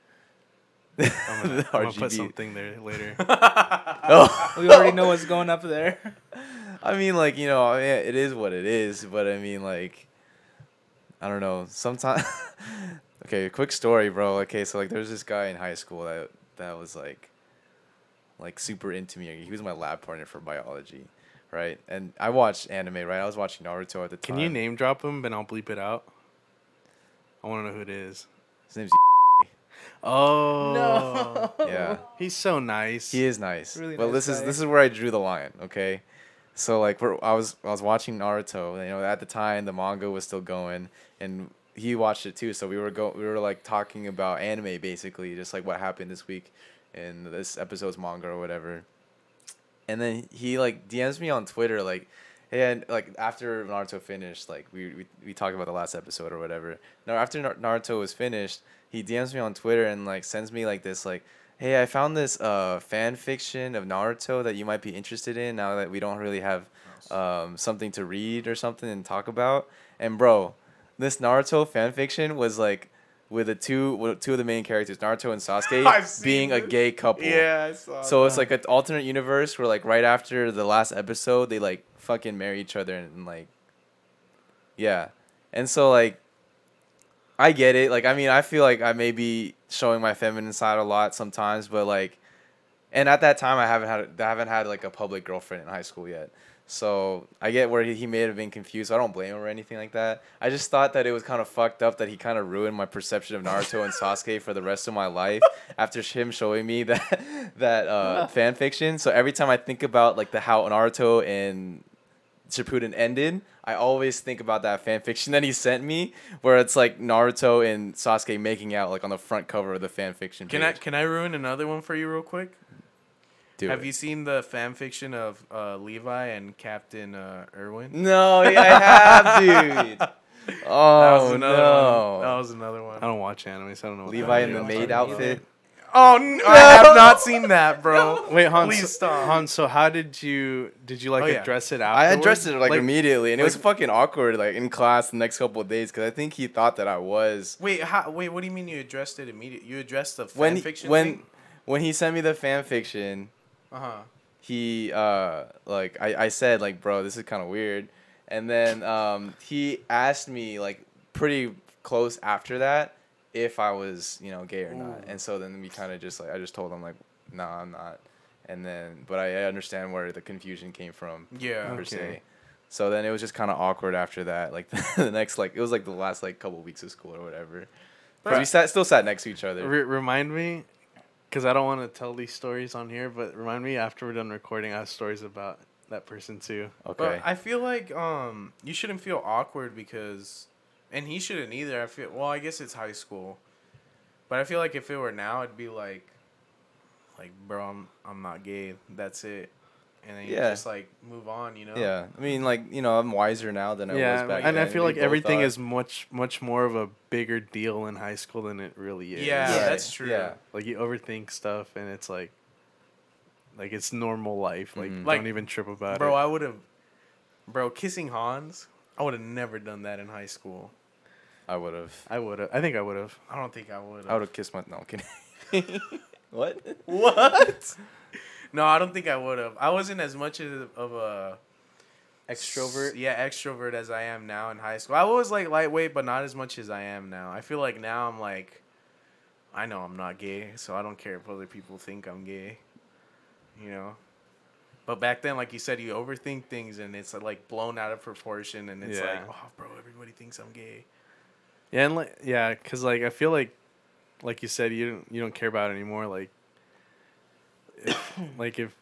[SPEAKER 3] I'm
[SPEAKER 4] The
[SPEAKER 3] gonna, I'm gonna put
[SPEAKER 4] RGB.
[SPEAKER 3] something there later.
[SPEAKER 4] Oh.
[SPEAKER 2] We already know what's going up there.
[SPEAKER 4] I mean, like you know, I mean, it is what it is. But I mean, like, I don't know. Sometimes, okay, quick story, bro. Okay, so like, there was this guy in high school that that was like, like super into me. He was my lab partner for biology, right? And I watched anime, right? I was watching Naruto at the time.
[SPEAKER 3] Can you name drop him and I'll bleep it out? I want to know who it is.
[SPEAKER 4] His name's
[SPEAKER 3] Oh
[SPEAKER 2] No.
[SPEAKER 4] yeah.
[SPEAKER 3] he's so nice.
[SPEAKER 4] He is nice.
[SPEAKER 2] Really
[SPEAKER 4] but
[SPEAKER 2] nice
[SPEAKER 4] this is
[SPEAKER 2] guy.
[SPEAKER 4] this is where I drew the line, okay? So like we're, I was I was watching Naruto, you know, at the time the manga was still going and he watched it too, so we were go we were like talking about anime basically, just like what happened this week in this episode's manga or whatever. And then he like DMs me on Twitter like Hey, and like after Naruto finished, like we, we we talked about the last episode or whatever. Now after Nar- Naruto was finished, he DMs me on Twitter and like sends me like this like, hey, I found this uh fan fiction of Naruto that you might be interested in now that we don't really have um something to read or something and talk about. And bro, this Naruto fan fiction was like with the two with two of the main characters, Naruto and
[SPEAKER 5] I've
[SPEAKER 4] Sasuke,
[SPEAKER 5] seen
[SPEAKER 4] being a
[SPEAKER 5] this.
[SPEAKER 4] gay couple.
[SPEAKER 5] I saw.
[SPEAKER 4] So it's like an alternate universe where like right after the last episode they like fucking marry each other and, like yeah. And so like I get it. Like I mean, I feel like I may be showing my feminine side a lot sometimes, but like and at that time I haven't had I haven't had like a public girlfriend in high school yet. So I get where he, he may have been confused. I don't blame him or anything like that. I just thought that it was kind of fucked up that he kind of ruined my perception of Naruto and Sasuke for the rest of my life after sh- him showing me that that uh, fan fiction. So every time I think about like the how Naruto and Shippuden ended, I always think about that fan fiction that he sent me, where it's like Naruto and Sasuke making out like on the front cover of the fan fiction.
[SPEAKER 5] can I
[SPEAKER 4] page.
[SPEAKER 5] can I ruin another one for you real quick?
[SPEAKER 4] Do
[SPEAKER 5] Have
[SPEAKER 4] it.
[SPEAKER 5] you seen the fan fiction of uh, Levi and Captain uh, Irwin?
[SPEAKER 4] No, yeah, I have, dude. Oh
[SPEAKER 5] That was another
[SPEAKER 4] no. Oh.
[SPEAKER 5] one. That was another one.
[SPEAKER 3] I don't watch anime, so I don't know. what
[SPEAKER 4] Levi
[SPEAKER 3] that
[SPEAKER 4] in the
[SPEAKER 3] is.
[SPEAKER 4] maid outfit.
[SPEAKER 5] Oh, no, I have not seen that, bro.
[SPEAKER 3] Wait, Hans.
[SPEAKER 5] Please stop.
[SPEAKER 3] Hans, so how did you did you like
[SPEAKER 5] Oh, yeah.
[SPEAKER 3] address it
[SPEAKER 4] I
[SPEAKER 3] afterwards?
[SPEAKER 4] addressed it like, immediately, and it was
[SPEAKER 5] like-
[SPEAKER 4] fucking awkward. Like in class, the next couple of days, because I think he thought that I was
[SPEAKER 5] Wait, how, wait. What do you mean you addressed it immediately? You addressed the fan
[SPEAKER 4] when
[SPEAKER 5] fiction
[SPEAKER 4] when
[SPEAKER 5] thing?
[SPEAKER 4] when he sent me the fan fiction.
[SPEAKER 5] Uh-huh.
[SPEAKER 4] he uh like I, I said like bro this is kind of weird and then um he asked me like pretty close after that if i was you know gay or not and so then we kind of just like i just told him like no nah, i'm not and then but i I understand where the confusion came from
[SPEAKER 5] Yeah.
[SPEAKER 4] per
[SPEAKER 3] Okay.
[SPEAKER 4] se so then it was just kind of awkward after that like the next like it was like the last like couple weeks of school or whatever because we
[SPEAKER 3] Right.
[SPEAKER 4] sat still sat next to each other
[SPEAKER 3] Re- remind me, because I don't want to tell these stories on here, but remind me after we're done recording, I have stories about that person too.
[SPEAKER 4] okay
[SPEAKER 5] But I feel like um you shouldn't feel awkward because and he shouldn't either. I feel well. I guess it's high school, but I feel like if it were now, it'd be like, like bro, I'm I'm not gay. That's it, and then you
[SPEAKER 4] Yeah.
[SPEAKER 5] just like move on. You know.
[SPEAKER 4] Yeah, I mean, like you know, I'm wiser now than I was
[SPEAKER 3] Oh. yeah,
[SPEAKER 4] back
[SPEAKER 3] and
[SPEAKER 4] then.
[SPEAKER 3] I feel
[SPEAKER 4] We
[SPEAKER 3] like
[SPEAKER 4] both
[SPEAKER 3] everything
[SPEAKER 4] are.
[SPEAKER 3] is much much more of a bigger deal in high school than it really is.
[SPEAKER 5] Yeah,
[SPEAKER 4] Right,
[SPEAKER 5] that's true.
[SPEAKER 4] yeah.
[SPEAKER 3] like you overthink stuff, and it's like, like it's normal life. Like
[SPEAKER 4] Mhm.
[SPEAKER 5] Like,
[SPEAKER 3] don't even trip about
[SPEAKER 5] Bro,
[SPEAKER 3] it.
[SPEAKER 5] I would have, bro, kissing Hans. I would have never done that in high school.
[SPEAKER 4] I would have.
[SPEAKER 3] I would have. I think I would have.
[SPEAKER 5] I don't think I would.
[SPEAKER 4] I would have kissed my. No, I'm kidding. what?
[SPEAKER 5] What? no, I don't think I would have. I wasn't as much of of a
[SPEAKER 4] Extrovert.
[SPEAKER 5] Yeah, extrovert as I am now in high school. I was like lightweight, but not as much as I am now. I feel like now I'm like, I know I'm not gay, so I don't care if other people think I'm gay. You know. But back then, like you said, you overthink things, and it's like blown out of proportion, and it's
[SPEAKER 3] Yeah.
[SPEAKER 5] like, oh, bro, everybody thinks I'm gay.
[SPEAKER 3] Yeah, and like yeah, cause like I feel like, like you said, you don't you don't care about it anymore. Like, if, like if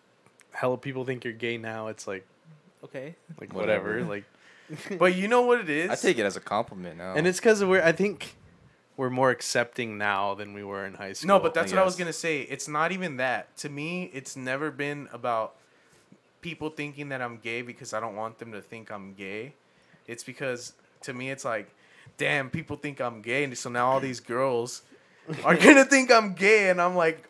[SPEAKER 3] hell people think you're gay now, it's like
[SPEAKER 2] Okay.
[SPEAKER 3] like
[SPEAKER 4] Whatever.
[SPEAKER 3] whatever. Like,
[SPEAKER 5] But you know what it is?
[SPEAKER 4] I take it as a compliment
[SPEAKER 5] Oh.
[SPEAKER 4] now.
[SPEAKER 3] and it's cause we're I think we're more accepting now than we were in high school.
[SPEAKER 5] No, but that's what I was
[SPEAKER 4] guess.
[SPEAKER 5] gonna say. It's not even that. To me, it's never been about people thinking that I'm gay because I don't want them to think I'm gay. It's because to me, it's like, damn, people think I'm gay, and so now all these girls are gonna think I'm gay, and I'm like,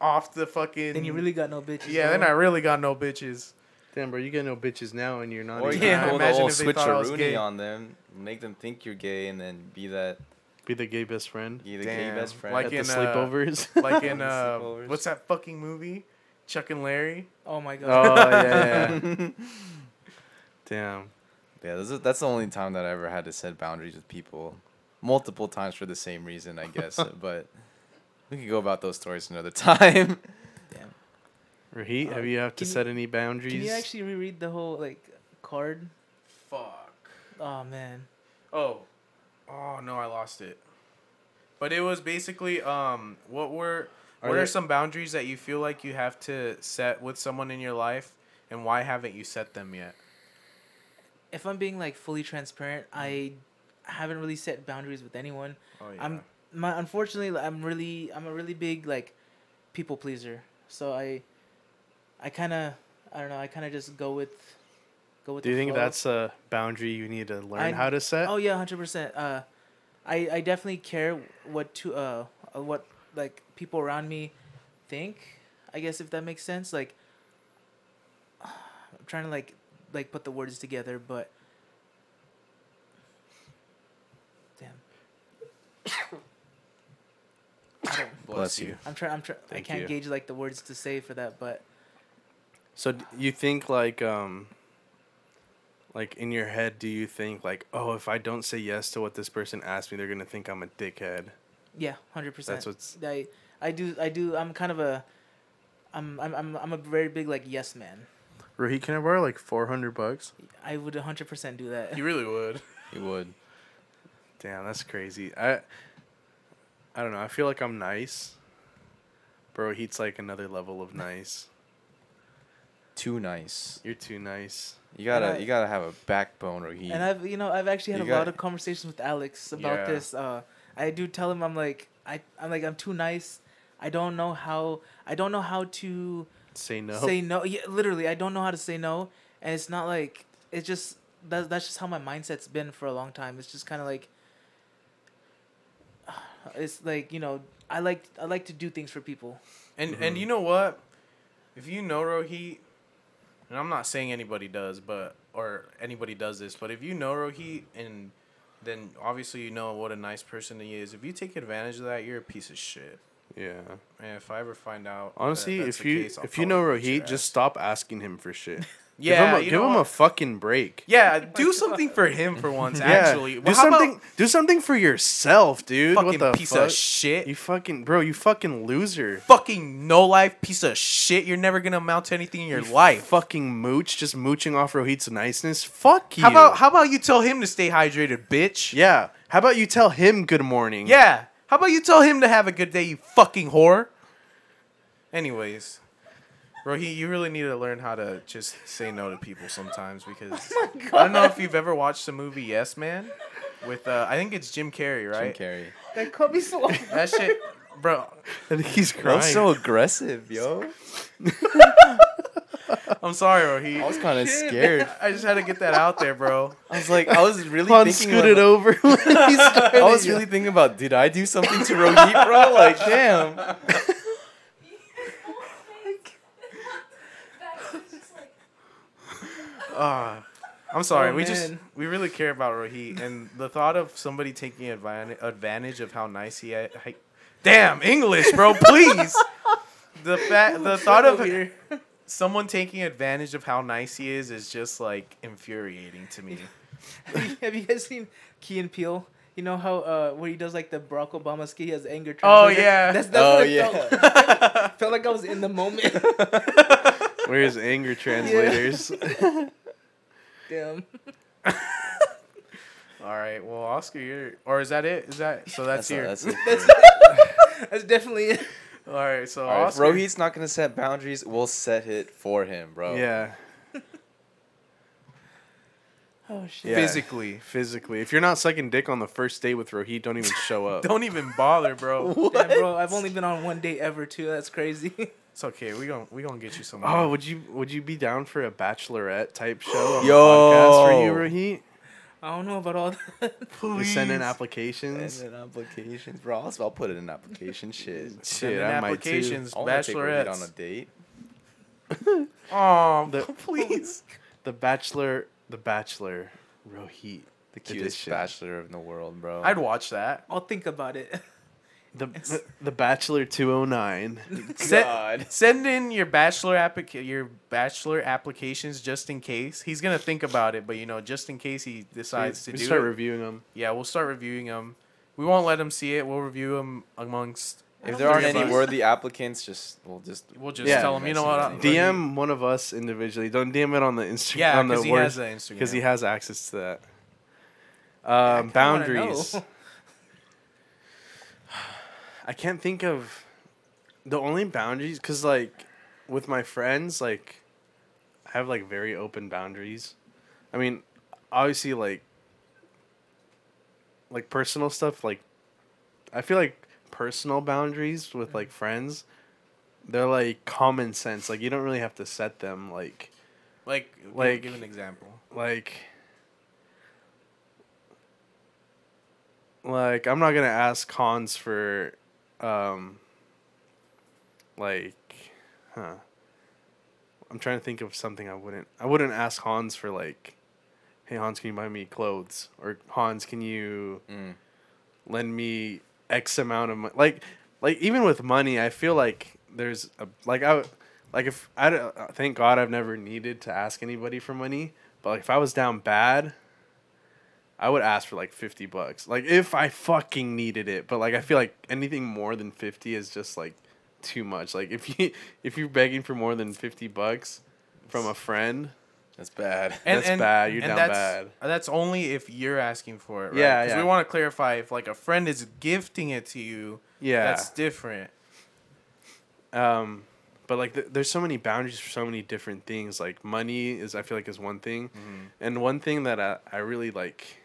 [SPEAKER 5] off the fucking.
[SPEAKER 2] Then you really got no bitches.
[SPEAKER 5] Yeah, then I
[SPEAKER 2] bro.
[SPEAKER 5] really got no bitches.
[SPEAKER 3] damn, bro. You got no bitches now, and you're not.
[SPEAKER 4] or you
[SPEAKER 3] even-
[SPEAKER 5] Yeah,
[SPEAKER 4] can pull the
[SPEAKER 5] imagine
[SPEAKER 4] old
[SPEAKER 5] if they thought I was gay.
[SPEAKER 4] switcheroony on them, make them think you're gay, and then be that
[SPEAKER 3] be the gay best friend.
[SPEAKER 4] be the gay
[SPEAKER 5] Damn.
[SPEAKER 4] best friend.
[SPEAKER 5] Like
[SPEAKER 3] At
[SPEAKER 5] in,
[SPEAKER 3] the
[SPEAKER 5] uh,
[SPEAKER 3] sleepovers.
[SPEAKER 5] Like in
[SPEAKER 4] The
[SPEAKER 5] uh,
[SPEAKER 4] sleepovers.
[SPEAKER 5] what's that fucking movie? Chuck and Larry.
[SPEAKER 2] Oh my
[SPEAKER 3] oh
[SPEAKER 2] god.
[SPEAKER 3] yeah, yeah. Damn.
[SPEAKER 4] yeah, this is, that's the only time that I ever had to set boundaries with people, multiple times for the same reason, I guess. but we could go about those stories another time.
[SPEAKER 3] Raheet, have you have to
[SPEAKER 2] Uh, can you-
[SPEAKER 3] set any boundaries?
[SPEAKER 2] Can you actually reread the whole like card?
[SPEAKER 5] Fuck.
[SPEAKER 2] Oh man.
[SPEAKER 5] Oh. Oh no, I lost it. But it was basically um what were
[SPEAKER 3] Are
[SPEAKER 5] what
[SPEAKER 3] there-
[SPEAKER 5] are some boundaries that you feel like you have to set with someone in your life and why haven't you set them yet?
[SPEAKER 2] If I'm being like fully transparent, I haven't really set boundaries with anyone.
[SPEAKER 5] Oh
[SPEAKER 2] I'm my unfortunately like, I'm really I'm a really big like people pleaser. So I I kind of I don't know, I kind of just go with go with
[SPEAKER 3] Do you
[SPEAKER 2] the
[SPEAKER 3] think
[SPEAKER 2] flow.
[SPEAKER 3] that's a boundary you need to learn
[SPEAKER 2] I-
[SPEAKER 3] how to set?
[SPEAKER 2] Oh yeah, hundred percent. Uh, I I definitely care what to uh uh, what like people around me think. I guess if that makes sense. Like, I'm trying to like like put the words together, but damn,
[SPEAKER 4] Bless you.
[SPEAKER 2] I'm trying. I'm trying. I
[SPEAKER 3] Thank
[SPEAKER 2] can't
[SPEAKER 3] you.
[SPEAKER 2] gauge like the words to say for that, but
[SPEAKER 3] So d- you think like um like in your head do you think like oh if I don't say yes to what this person asked me they're going to think I'm a dickhead.
[SPEAKER 2] yeah, hundred percent.
[SPEAKER 3] That's what's
[SPEAKER 2] I I do I do. I'm kind of a. I'm I'm I'm I'm a very big like yes man.
[SPEAKER 3] Rohit can I borrow like 400 bucks?
[SPEAKER 2] I would 100% do that.
[SPEAKER 5] You really would.
[SPEAKER 4] You would.
[SPEAKER 3] Damn, that's crazy. I I don't know. I feel like I'm nice. Bro, Rohit's like another level of nice.
[SPEAKER 4] Too nice.
[SPEAKER 3] You're too nice.
[SPEAKER 4] You gotta
[SPEAKER 2] I-
[SPEAKER 4] you gotta have a backbone, Rohit.
[SPEAKER 2] And I've you know I've actually had
[SPEAKER 4] You
[SPEAKER 2] a
[SPEAKER 4] got-
[SPEAKER 2] lot of conversations with Alex about
[SPEAKER 5] Yeah.
[SPEAKER 2] this. Uh, I do tell him I'm like I I'm like I'm too nice. I don't know how I don't know how to
[SPEAKER 3] Say no.
[SPEAKER 2] say no. Yeah, literally, I don't know how to say no. And it's not like it's just that that's just how my mindset's been for a long time. It's just kind of like it's like you know I like I like to do things for people.
[SPEAKER 5] And
[SPEAKER 3] mm-hmm.
[SPEAKER 5] and you know what? If you know Rohit, and I'm not saying anybody does, but or anybody does this, but if you know Rohit and then obviously you know what a nice person he is. If you take advantage of that, you're a piece of shit.
[SPEAKER 3] Yeah.
[SPEAKER 5] And if I ever find out, that
[SPEAKER 3] Honestly,
[SPEAKER 5] that's
[SPEAKER 3] if
[SPEAKER 5] the
[SPEAKER 3] you
[SPEAKER 5] case, I'll
[SPEAKER 3] if you know
[SPEAKER 5] probably beat your
[SPEAKER 3] Rohit, just
[SPEAKER 5] ass.
[SPEAKER 3] stop asking him for shit.
[SPEAKER 5] yeah,
[SPEAKER 3] give him a,
[SPEAKER 5] you
[SPEAKER 3] give
[SPEAKER 5] know
[SPEAKER 3] him a
[SPEAKER 5] what?
[SPEAKER 3] fucking break.
[SPEAKER 5] Yeah, do something for him for once.
[SPEAKER 3] Yeah.
[SPEAKER 5] Actually,
[SPEAKER 3] do
[SPEAKER 5] Well, how about
[SPEAKER 3] something. do something for yourself, dude.
[SPEAKER 5] Fucking
[SPEAKER 3] what the
[SPEAKER 5] piece
[SPEAKER 3] fuck?
[SPEAKER 5] of shit.
[SPEAKER 3] You
[SPEAKER 5] You
[SPEAKER 3] fucking bro. You fucking loser.
[SPEAKER 5] fucking no life piece of shit. You're never gonna amount to anything in your life.
[SPEAKER 3] Fucking mooch, just mooching off Rohit's niceness. Fuck you.
[SPEAKER 5] how about how about you tell him to stay hydrated, bitch?
[SPEAKER 3] yeah? How about you tell him good morning?
[SPEAKER 5] Yeah. How about you tell him to have a good day, you fucking whore? Anyways, Rohit, you really need to learn how to just say no to people sometimes because I don't know if you've ever watched the movie Yes Man. with uh, I think it's Jim Carrey, right?
[SPEAKER 4] Jim Carrey.
[SPEAKER 2] That cut me slow.
[SPEAKER 5] That shit, bro.
[SPEAKER 3] And he's
[SPEAKER 4] Bro,
[SPEAKER 3] crying.
[SPEAKER 4] that's so aggressive, yo.
[SPEAKER 5] I'm sorry, bro. He,
[SPEAKER 4] I was kind of scared.
[SPEAKER 5] I just had to get that out there, bro.
[SPEAKER 4] I was like, I was really
[SPEAKER 3] Han
[SPEAKER 4] thinking.
[SPEAKER 3] scooted
[SPEAKER 4] like-
[SPEAKER 3] over. when he
[SPEAKER 4] I
[SPEAKER 3] started
[SPEAKER 4] was really thinking about, did I do something to Rohit, bro? Like, damn.
[SPEAKER 5] Ah, I'm sorry.
[SPEAKER 2] Oh,
[SPEAKER 5] we just
[SPEAKER 2] man.
[SPEAKER 5] we really care about Rohit, and the thought of somebody taking advan- advantage of how nice he. I, damn English, bro. Please. the fact, the thought of someone taking advantage of how nice he is is just like infuriating to me.
[SPEAKER 2] Have you guys seen Key and Peele? You know how uh, where he does like the Barack Obama ski he has anger.
[SPEAKER 5] Oh,
[SPEAKER 2] translator?
[SPEAKER 5] yeah.
[SPEAKER 2] That's, that's
[SPEAKER 4] Oh,
[SPEAKER 2] what it
[SPEAKER 4] yeah.
[SPEAKER 2] felt like. felt like I was in the moment.
[SPEAKER 3] Where's anger translators?
[SPEAKER 2] Damn.
[SPEAKER 5] All right. Well, Oscar, you're or is that it? Is that so? That's,
[SPEAKER 4] not-
[SPEAKER 5] your.
[SPEAKER 4] it.
[SPEAKER 2] That's definitely it.
[SPEAKER 5] All right. So
[SPEAKER 4] All right, if
[SPEAKER 5] Oscar.
[SPEAKER 4] Rohit's not gonna set boundaries. We'll set it for him, bro.
[SPEAKER 3] yeah.
[SPEAKER 2] Oh shit.
[SPEAKER 3] yeah.
[SPEAKER 5] physically.
[SPEAKER 3] Physically. If you're not sucking dick on the first date with Rohit, don't even show up.
[SPEAKER 5] Don't even bother, bro.
[SPEAKER 2] Damn, bro, I've only been on one date ever too. That's crazy.
[SPEAKER 5] It's okay. We gonna we gonna get you some.
[SPEAKER 3] Oh, would you would you be down for a bachelorette type show on the
[SPEAKER 4] Yo.
[SPEAKER 3] podcast for you, Rohit?
[SPEAKER 2] I don't know about all that.
[SPEAKER 3] You send in
[SPEAKER 4] And
[SPEAKER 3] applications.
[SPEAKER 4] then applications, bro. I'll, I'll put it in application. Shit.
[SPEAKER 5] Send
[SPEAKER 3] Shit,
[SPEAKER 5] in
[SPEAKER 3] I might too.
[SPEAKER 5] applications,
[SPEAKER 4] I wanna take Rohit on a
[SPEAKER 5] bachelorettes.
[SPEAKER 4] date.
[SPEAKER 5] Oh,
[SPEAKER 3] The-
[SPEAKER 5] please.
[SPEAKER 3] The Bachelor, The Bachelor, Rohit.
[SPEAKER 4] The
[SPEAKER 3] did this
[SPEAKER 4] cutest
[SPEAKER 3] shit.
[SPEAKER 4] bachelor in the world, bro. Oh
[SPEAKER 5] I'd watch that.
[SPEAKER 2] I'll think about it.
[SPEAKER 3] The The Bachelor 209.
[SPEAKER 5] Send,
[SPEAKER 4] God.
[SPEAKER 5] send in your bachelor applica- your bachelor applications just in case. He's gonna think about it, but you know, just in case he decides to
[SPEAKER 3] we
[SPEAKER 5] do
[SPEAKER 3] start
[SPEAKER 5] it.
[SPEAKER 3] reviewing them.
[SPEAKER 5] yeah, we'll start reviewing them. We won't let him see it. We'll review them amongst.
[SPEAKER 4] If
[SPEAKER 2] don't
[SPEAKER 4] there aren't
[SPEAKER 5] think
[SPEAKER 4] any
[SPEAKER 5] about it.
[SPEAKER 4] worthy applicants, just we'll just
[SPEAKER 5] We'll just
[SPEAKER 3] Yeah.
[SPEAKER 5] tell him. You know what?
[SPEAKER 4] Rohit.
[SPEAKER 3] DM one of us individually. Don't DM it on the Instagram.
[SPEAKER 5] Yeah,
[SPEAKER 3] on the
[SPEAKER 5] because he has
[SPEAKER 3] worst-
[SPEAKER 5] the Instagram.
[SPEAKER 3] because he has access to that. Um,
[SPEAKER 2] I wanna know.
[SPEAKER 3] boundaries. I can't think of the only boundaries because like with my friends, like I have like very open boundaries. I mean, obviously, like like personal stuff. Like I feel like personal boundaries with like friends, they're like common sense. Like you don't really have to set them. Like
[SPEAKER 5] like
[SPEAKER 3] like-
[SPEAKER 5] like give an example.
[SPEAKER 3] like like I'm not gonna ask cons for um like huh I'm trying to think of something I wouldn't I wouldn't ask Hans for like hey Hans can you buy me clothes or Hans can you
[SPEAKER 4] Mm.
[SPEAKER 3] lend me X amount of money like like even with money I feel like there's a like I would- like if I don't- uh, thank God I've never needed to ask anybody for money but like if I was down bad I would ask for like 50 bucks. Like if I fucking needed it, but like I feel like anything more than 50 is just like too much. Like if you if you're begging for more than 50 bucks from a friend,
[SPEAKER 4] That's bad.
[SPEAKER 3] That's bad. You're down
[SPEAKER 5] that's,
[SPEAKER 3] bad.
[SPEAKER 5] That's only if you're asking for it, right?
[SPEAKER 3] Yeah,
[SPEAKER 5] 'Cause
[SPEAKER 3] yeah.
[SPEAKER 5] We want to clarify if like a friend is gifting it to you.
[SPEAKER 3] yeah.
[SPEAKER 5] That's different.
[SPEAKER 3] um but like th- there's so many boundaries for so many different things. Like money is I feel like is one thing. And one thing that I, I really like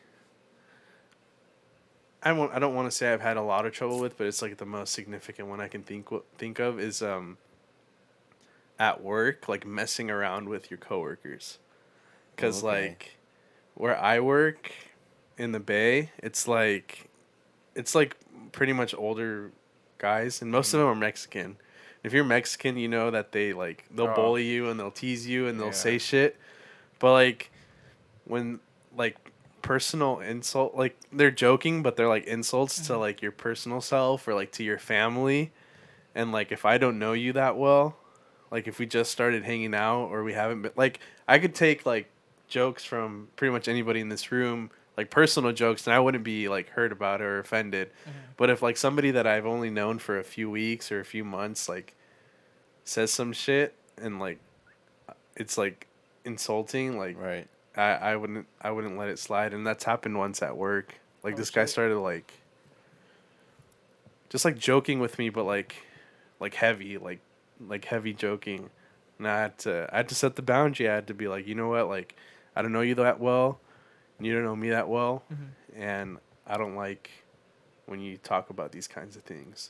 [SPEAKER 3] I won't I don't want to say I've had a lot of trouble with, but it's like the most significant one I can think w- think of is um at work like messing around with your coworkers. Cuz
[SPEAKER 4] Okay.
[SPEAKER 3] like where I work in the bay, it's like it's like pretty much older guys and
[SPEAKER 5] Mm.
[SPEAKER 3] most of them are Mexican. If you're Mexican, you know that they like they'll
[SPEAKER 5] Oh.
[SPEAKER 3] bully you and they'll tease you and they'll
[SPEAKER 5] Yeah.
[SPEAKER 3] say shit. But like when like personal insult like they're joking but they're like insults
[SPEAKER 5] Mm-hmm.
[SPEAKER 3] to like your personal self or like to your family and like if I don't know you that well, like if we just started hanging out or we haven't been like I could take like jokes from pretty much anybody in this room, like personal jokes, and I wouldn't be like hurt about or offended. But if like somebody that I've only known for a few weeks or a few months like says some shit and like it's like insulting, like
[SPEAKER 4] Right.
[SPEAKER 3] I, I wouldn't I wouldn't let it slide, and that's happened once at work. Like this guy started like, just like joking with me, but like, like heavy, like like heavy joking. And I had to I had to set the boundary. I had to be like, you know what, like I don't know you that well, and you don't know me that well, and I don't like when you talk about these kinds of things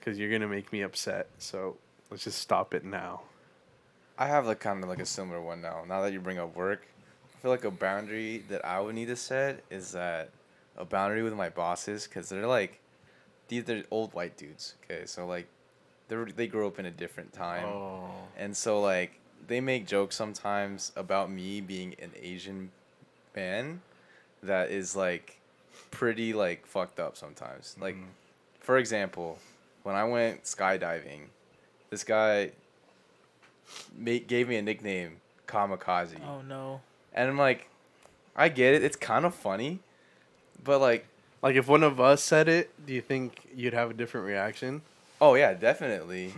[SPEAKER 3] because you're gonna make me upset. So let's just stop it now.
[SPEAKER 4] I have like kind of like a similar one now. Now that you bring up work, I feel like a boundary that I would need to set is that a boundary with my bosses because they're like, these they're old white dudes. Okay, so like, they are they grew up in a different time,
[SPEAKER 5] Oh,
[SPEAKER 3] Oh.
[SPEAKER 4] and so like they make jokes sometimes about me being an Asian man that is like pretty like fucked up sometimes. Like, for example, when I went skydiving, this guy ma- gave me a nickname, Kamikaze.
[SPEAKER 2] Oh no.
[SPEAKER 4] And I'm like, I get it. It's kind of funny, but like,
[SPEAKER 3] Like if one of us said it, do you think you'd have a different reaction?
[SPEAKER 4] oh yeah, definitely.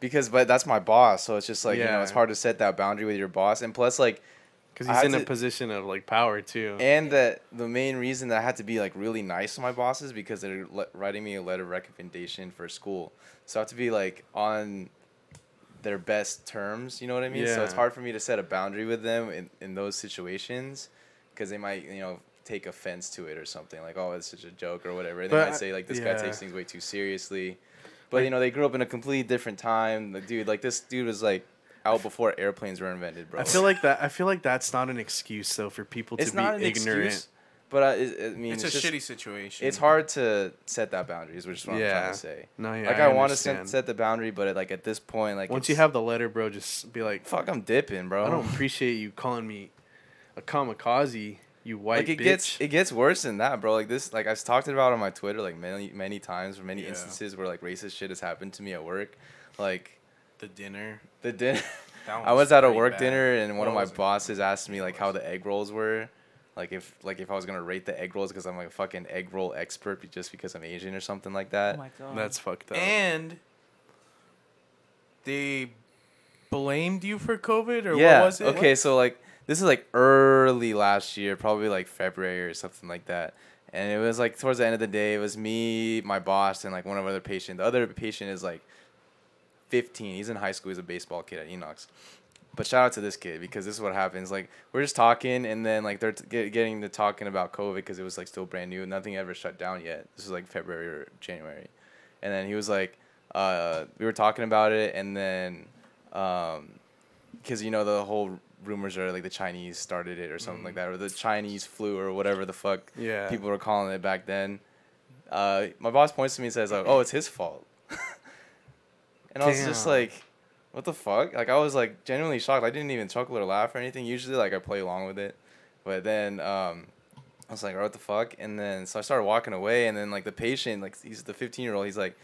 [SPEAKER 4] Because, but that's my boss, so it's just like you know, it's
[SPEAKER 3] Yeah.
[SPEAKER 4] hard to set that boundary with your boss. And plus, like,
[SPEAKER 3] Because
[SPEAKER 4] I
[SPEAKER 3] he's
[SPEAKER 4] had
[SPEAKER 3] in a
[SPEAKER 4] to-
[SPEAKER 3] position of like power too.
[SPEAKER 4] and that the main reason that I had to be like really nice to my bosses because they're le- writing me a letter of recommendation for school, so I have to be like on their best terms. You know what I mean? So it's
[SPEAKER 3] Yeah.
[SPEAKER 4] hard for me to set a boundary with them in, in those situations because they might you know take offense to it or something like oh it's just a joke or whatever. And they
[SPEAKER 3] But
[SPEAKER 4] might
[SPEAKER 3] I-
[SPEAKER 4] say like this guy
[SPEAKER 3] yeah.
[SPEAKER 4] takes things way too seriously, but you know they grew up in a completely different time. The dude like this dude was like out before airplanes were invented, bro.
[SPEAKER 3] I feel like that. I feel like that's not an excuse though for people to
[SPEAKER 4] it's
[SPEAKER 3] be
[SPEAKER 4] not an
[SPEAKER 3] ignorant.
[SPEAKER 4] excuse. But I, I I mean,
[SPEAKER 5] It's, a
[SPEAKER 4] just-
[SPEAKER 5] shitty situation.
[SPEAKER 4] it's hard to set that boundary is which is what I'm trying
[SPEAKER 3] Yeah.
[SPEAKER 4] to say.
[SPEAKER 3] No, yeah,
[SPEAKER 4] like
[SPEAKER 3] I
[SPEAKER 4] I, want to set,
[SPEAKER 3] understand.
[SPEAKER 4] set the boundary, but like at this point, like
[SPEAKER 3] Once you
[SPEAKER 4] it's-
[SPEAKER 3] have the letter, bro, just be like,
[SPEAKER 4] fuck, I'm dipping, bro.
[SPEAKER 3] I don't appreciate you calling me a kamikaze, you white
[SPEAKER 4] like it
[SPEAKER 3] bitch.
[SPEAKER 4] gets it gets worse than that, bro. Like this, like I've talked about on my Twitter like many many times, or many
[SPEAKER 5] Yeah.
[SPEAKER 4] instances where like racist shit has happened to me at work, like
[SPEAKER 5] the dinner.
[SPEAKER 4] the dinner.
[SPEAKER 5] That
[SPEAKER 4] I
[SPEAKER 5] one's
[SPEAKER 4] was at a
[SPEAKER 5] pretty
[SPEAKER 4] work
[SPEAKER 5] bad.
[SPEAKER 4] dinner and one
[SPEAKER 5] That
[SPEAKER 4] of my
[SPEAKER 5] was a-
[SPEAKER 4] bosses asked me like how the egg rolls were, like if like if I was gonna rate the egg rolls because I'm like a fucking egg roll expert be- just because I'm Asian or something like that.
[SPEAKER 2] Oh my god.
[SPEAKER 3] That's fucked up.
[SPEAKER 5] And they blamed you for COVID or
[SPEAKER 4] yeah.
[SPEAKER 5] what was it?
[SPEAKER 4] Okay, so like this is like early last year, probably like February or something like that. And it was like towards the end of the day, it was me, my boss, and like one of other patient. The other patient is like 15. He's in high school. He's a baseball kid at Enox. But shout out to this kid because this is what happens. Like we're just talking, and then like they're t- get, getting to talking about COVID because it was like still brand new. Nothing ever shut down yet. This was like February or January, and then he was like, uh, we were talking about it, and then, um, because you know the whole rumors are like the Chinese started it or something like that, or the Chinese flu or whatever the fuck
[SPEAKER 3] Yeah.
[SPEAKER 4] people were calling it back then. Uh, my boss points to me and says like, "Oh, it's his fault," and I was just
[SPEAKER 3] Damn.
[SPEAKER 4] like, "What the fuck?" Like I was like genuinely shocked. I didn't even chuckle or laugh or anything. Usually like I play along with it, but then um, I was like, "What the fuck?" And then so I started walking away, and then like the patient, like he's the 15 year old, he's like,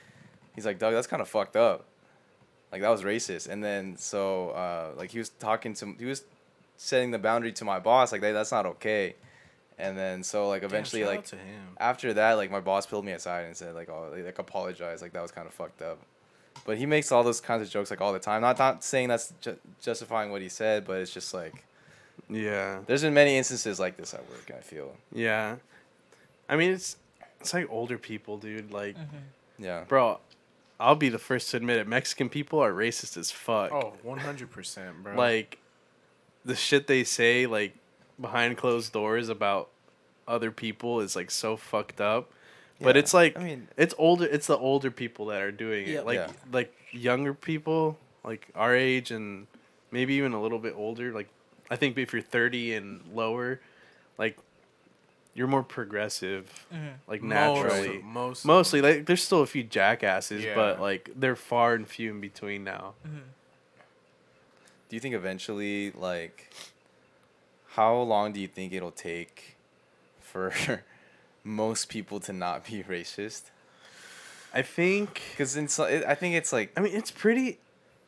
[SPEAKER 4] he's like, "Doug, that's kind of fucked up." like that was racist and then so uh, like he was talking to he was setting the boundary to my boss like that, that's not okay and then so like
[SPEAKER 5] Damn,
[SPEAKER 4] eventually
[SPEAKER 5] shout out
[SPEAKER 4] like
[SPEAKER 5] to him.
[SPEAKER 4] after that like my boss pulled me aside and said like oh like, like apologize like that was kind of fucked up but he makes all those kinds of jokes like all the time not not saying that's ju- justifying what he said but it's just like
[SPEAKER 3] yeah.
[SPEAKER 4] there's been many instances like this at work i feel
[SPEAKER 3] Yeah. I mean, it's it's like older people, dude. Like,
[SPEAKER 4] Mm-hmm. yeah
[SPEAKER 3] bro, I'll be the first to admit it. Mexican people are racist as fuck.
[SPEAKER 5] Oh, 100%, bro.
[SPEAKER 3] Like, the shit they say, like, behind closed doors about other people is, like, so fucked up. But
[SPEAKER 4] Yeah.
[SPEAKER 3] it's like
[SPEAKER 4] I mean-
[SPEAKER 3] it's older. It's the older people that are doing it.
[SPEAKER 2] Yeah.
[SPEAKER 3] Like
[SPEAKER 4] Yeah.
[SPEAKER 3] like younger people, like our age and maybe even a little bit older. Like I think if you're thirty and lower, like you're more progressive,
[SPEAKER 4] Mm-hmm.
[SPEAKER 3] like naturally.
[SPEAKER 5] Most. most
[SPEAKER 3] Mostly, like there's still a few jackasses, but
[SPEAKER 5] Yeah.
[SPEAKER 3] like they're far and few in between now.
[SPEAKER 4] do you think eventually like how long do you think it'll take for most people to not be racist
[SPEAKER 3] I think.
[SPEAKER 4] because in so, it, i think it's like
[SPEAKER 3] I mean, it's pretty.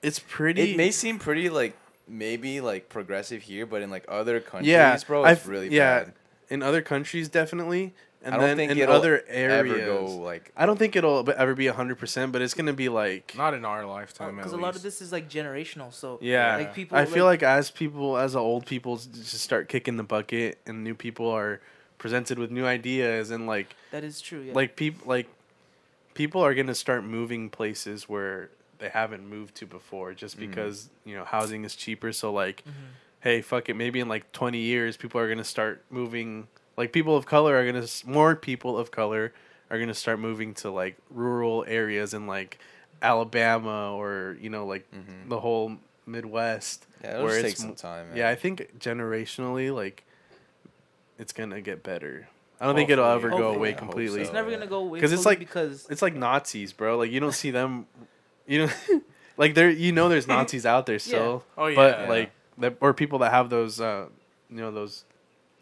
[SPEAKER 3] It's pretty.
[SPEAKER 4] it may seem pretty like maybe like progressive here but in like other countries
[SPEAKER 3] yeah,
[SPEAKER 4] bro it's
[SPEAKER 3] I've-
[SPEAKER 4] really bad
[SPEAKER 3] in other countries definitely, and
[SPEAKER 4] i don't
[SPEAKER 3] then
[SPEAKER 4] think
[SPEAKER 3] in
[SPEAKER 4] it'll
[SPEAKER 3] other areas.
[SPEAKER 4] ever go like
[SPEAKER 3] I don't think it'll be- ever be hundred percent, but it's gonna be like
[SPEAKER 5] not in our lifetime, at
[SPEAKER 2] because Uh, a lot of
[SPEAKER 5] least.
[SPEAKER 2] this is like generational. So
[SPEAKER 3] yeah.
[SPEAKER 2] like people.
[SPEAKER 3] I feel like, as people, as the old people, s- just start kicking the bucket, and new people are presented with new ideas, and like
[SPEAKER 2] that is true. Yeah.
[SPEAKER 3] like people like people are gonna start moving places where they haven't moved to before, just
[SPEAKER 4] Mm-hmm.
[SPEAKER 3] because you know housing is cheaper. So like, hey, fuck it. Maybe in like twenty years, people are gonna start moving Like people of color are gonna s- more people of color are gonna start moving to like rural areas in like Alabama or you know like the whole Midwest.
[SPEAKER 4] Mm-hmm. Yeah, it'll just take some
[SPEAKER 3] mo-
[SPEAKER 4] time, man.
[SPEAKER 3] Yeah, I think generationally, like it's gonna get better. I don't think it'll ever
[SPEAKER 4] Hopefully.
[SPEAKER 3] go
[SPEAKER 2] Hopefully.
[SPEAKER 3] away
[SPEAKER 2] I hope
[SPEAKER 3] completely.
[SPEAKER 2] It's
[SPEAKER 4] so.
[SPEAKER 2] never
[SPEAKER 4] yeah.
[SPEAKER 2] gonna go away
[SPEAKER 3] 'Cause it's
[SPEAKER 2] fully
[SPEAKER 3] like-
[SPEAKER 2] because
[SPEAKER 3] It's like Nazis, bro. Like you don't see them, you know, like there. You know, there's Nazis out there still.
[SPEAKER 5] Oh,
[SPEAKER 3] But
[SPEAKER 5] yeah.
[SPEAKER 3] like that, or people that have those, uh, you know, those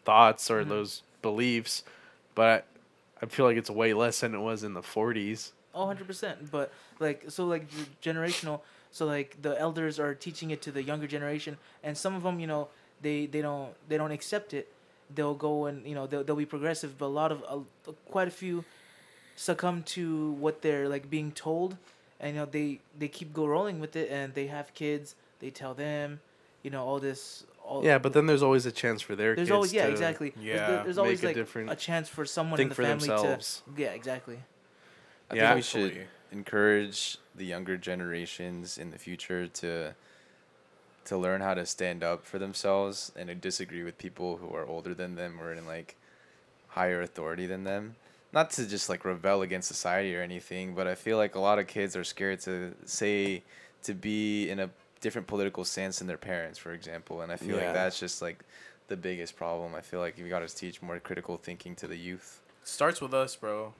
[SPEAKER 3] thoughts or those beliefs. But I, I feel like it's way less than it was in the 40s.
[SPEAKER 2] oh, 100 percent. But like so like the generational. So like the elders are teaching it to the younger generation, and some of them, you know, they they don't they don't accept it. They'll go and you know they'll they'll be progressive, but a lot of uh, quite a few succumb to what they're like being told, and you know they they keep go rolling with it, and they have kids. They tell them, you know, all this. All
[SPEAKER 3] Yeah, but then there's always a chance for their
[SPEAKER 2] Oh. There's
[SPEAKER 3] kids
[SPEAKER 2] always yeah,
[SPEAKER 3] to
[SPEAKER 2] exactly. There's-
[SPEAKER 5] yeah,
[SPEAKER 2] there- there's always
[SPEAKER 3] make a
[SPEAKER 2] like
[SPEAKER 3] different-
[SPEAKER 2] a chance for someone in
[SPEAKER 3] think
[SPEAKER 2] the
[SPEAKER 3] for
[SPEAKER 2] family
[SPEAKER 3] themselves.
[SPEAKER 2] to yeah, exactly.
[SPEAKER 4] I
[SPEAKER 3] Yeah.
[SPEAKER 4] think we should
[SPEAKER 5] Hopefully.
[SPEAKER 4] encourage the younger generations in the future to to learn how to stand up for themselves and to disagree with people who are older than them or in like higher authority than them. Not to just like rebel against society or anything, but I feel like a lot of kids are scared to say to be in a different political stance than their parents, for example. And I feel
[SPEAKER 3] Yeah.
[SPEAKER 4] like that's just like the biggest problem. I feel like we got to teach more critical thinking to the youth.
[SPEAKER 5] starts with us, bro.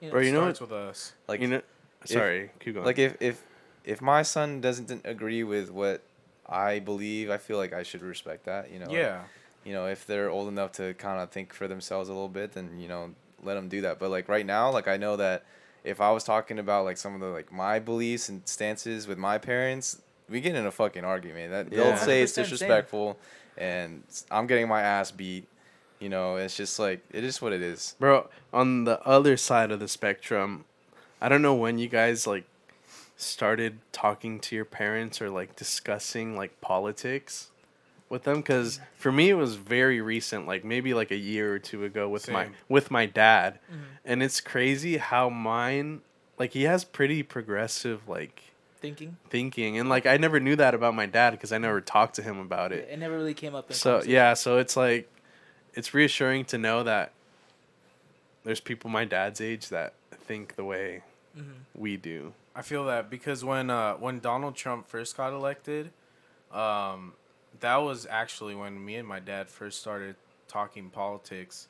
[SPEAKER 2] You know,
[SPEAKER 3] Bro, you know
[SPEAKER 5] starts
[SPEAKER 3] what?
[SPEAKER 5] with us.
[SPEAKER 4] Like
[SPEAKER 3] you know, sorry, keep going.
[SPEAKER 4] like if if if my son doesn't d- agree with what I believe, I feel like I should respect that. You know. like,
[SPEAKER 5] Yeah.
[SPEAKER 4] you know, if they're old enough to kind of think for themselves a little bit, then you know, let them do that. But like right now, like I know that if I was talking about like some of the like my beliefs and stances with my parents, we get in a fucking argument. That
[SPEAKER 3] Yeah.
[SPEAKER 4] they'll say it's
[SPEAKER 2] 100%, same.
[SPEAKER 4] disrespectful, and s- I'm getting my ass beat. You know, it's just like it is what it is.
[SPEAKER 3] bro on the other side of the spectrum i don't know when you guys like started talking to your parents or like discussing like politics with them because for me it was very recent like maybe like a year or two ago with my
[SPEAKER 5] Same.
[SPEAKER 3] with my dad and it's crazy how mine like he has pretty progressive like
[SPEAKER 2] thinking.
[SPEAKER 3] thinking and like i never knew that about my dad because i never talked to him about it
[SPEAKER 2] It, it never really came up. In
[SPEAKER 3] so
[SPEAKER 2] conversation.
[SPEAKER 3] yeah, so it's like it's reassuring to know that there's people my dad's age that think the way
[SPEAKER 2] Mm-hmm.
[SPEAKER 3] we do.
[SPEAKER 5] I feel that because when uh, when Donald Trump first got elected, um, that was actually when me and my dad first started talking politics,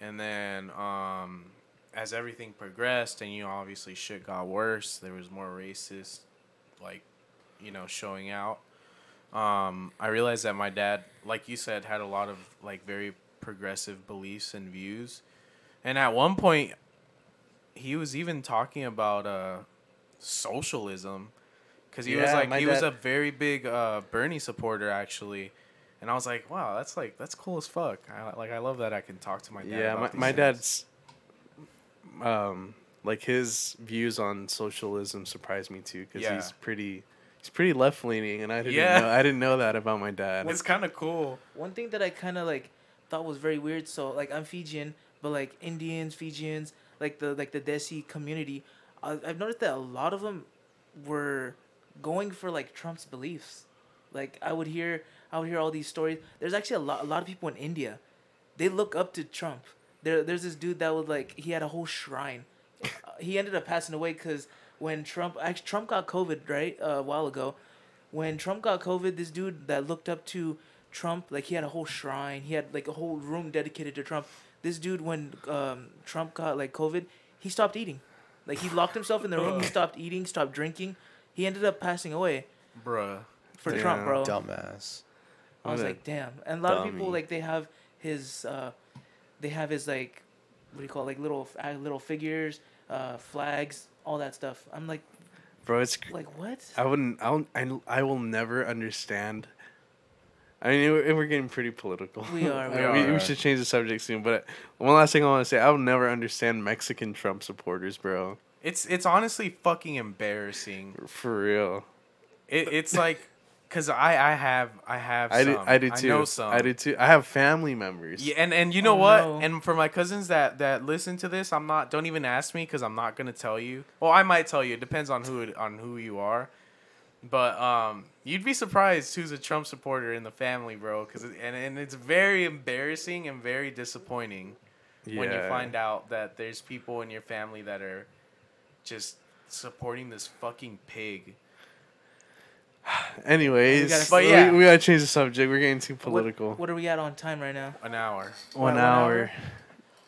[SPEAKER 5] and then um, as everything progressed, and you know, obviously shit got worse. There was more racist, like, you know, showing out. Um, I realized that my dad, like you said, had a lot of like very progressive beliefs and views, and at one point, he was even talking about uh, socialism, because he was
[SPEAKER 3] Yeah,
[SPEAKER 5] like
[SPEAKER 3] my
[SPEAKER 5] he was a
[SPEAKER 3] dad-
[SPEAKER 5] very big uh, Bernie supporter actually. And I was like, wow, that's like that's cool as fuck. I, like I love that I can talk to my dad.
[SPEAKER 3] Yeah,
[SPEAKER 5] about
[SPEAKER 3] my,
[SPEAKER 5] these
[SPEAKER 3] my
[SPEAKER 5] things.
[SPEAKER 3] dad's um like his views on socialism surprised me too cuz
[SPEAKER 5] Yeah.
[SPEAKER 3] he's pretty he's pretty left leaning and I didn't
[SPEAKER 5] Yeah.
[SPEAKER 3] know I didn't know that about my dad.
[SPEAKER 5] It's kind of cool.
[SPEAKER 2] One thing that I kind of like thought was very weird. So like I'm Fijian, but like Indians, Fijians, like the like the Desi community, I, I've noticed that a lot of them were going for like Trump's beliefs. Like I would hear, I would hear all these stories. There's actually a lot, a lot of people in India, they look up to Trump. There, there's this dude that was like, he had a whole shrine. Uh, he ended up passing away because when Trump, actually Trump got COVID right uh, a while ago. When Trump got COVID, this dude that looked up to Trump, like he had a whole shrine. He had like a whole room dedicated to Trump. This dude, when um, Trump got like COVID, he stopped eating. Like he locked himself in the room. He stopped eating, stopped drinking. He ended up passing away
[SPEAKER 5] Bruh.
[SPEAKER 2] for
[SPEAKER 3] Yeah.
[SPEAKER 2] Trump, bro.
[SPEAKER 4] Dumbass.
[SPEAKER 2] I was
[SPEAKER 3] What a
[SPEAKER 2] like, damn. And a lot of people
[SPEAKER 3] dummy.
[SPEAKER 2] like they have his, uh, they have his like, what do you call it? like little f- uh, little figures, uh, flags, all that stuff. I'm like,
[SPEAKER 3] Bro, it's cr-
[SPEAKER 2] like what?
[SPEAKER 3] I wouldn't I don't, I, I will never understand I mean, we're we're getting pretty political.
[SPEAKER 2] We are, we
[SPEAKER 3] Uh, we,
[SPEAKER 4] are.
[SPEAKER 3] we should change the subject soon. But one last thing I want to say: I will never understand Mexican Trump supporters, bro.
[SPEAKER 5] It's it's honestly fucking embarrassing.
[SPEAKER 3] For real.
[SPEAKER 5] It, it's like, cause I I have I have
[SPEAKER 3] I do,
[SPEAKER 5] some.
[SPEAKER 3] I do too. I,
[SPEAKER 5] know some.
[SPEAKER 3] do too. I have family members.
[SPEAKER 5] Yeah, and and you know
[SPEAKER 2] Oh,
[SPEAKER 5] what?
[SPEAKER 2] no.
[SPEAKER 5] And for my cousins that that listen to this, I'm not. Don't even ask me because I'm not gonna tell you. Well, I might tell you. It depends on who it, on who you are. But um, you'd be surprised who's a Trump supporter in the family, bro. Cause it, and and it's very embarrassing and very disappointing when you
[SPEAKER 3] Yeah.
[SPEAKER 5] find out that there's people in your family that are just supporting this fucking pig.
[SPEAKER 3] Anyways,
[SPEAKER 2] We gotta-
[SPEAKER 5] But
[SPEAKER 3] we-
[SPEAKER 5] yeah.
[SPEAKER 3] we, gotta change the subject. We're getting too
[SPEAKER 2] What-
[SPEAKER 3] political.
[SPEAKER 2] What, are we at on time right now?
[SPEAKER 5] An hour.
[SPEAKER 3] one,
[SPEAKER 2] One hour?
[SPEAKER 3] hour.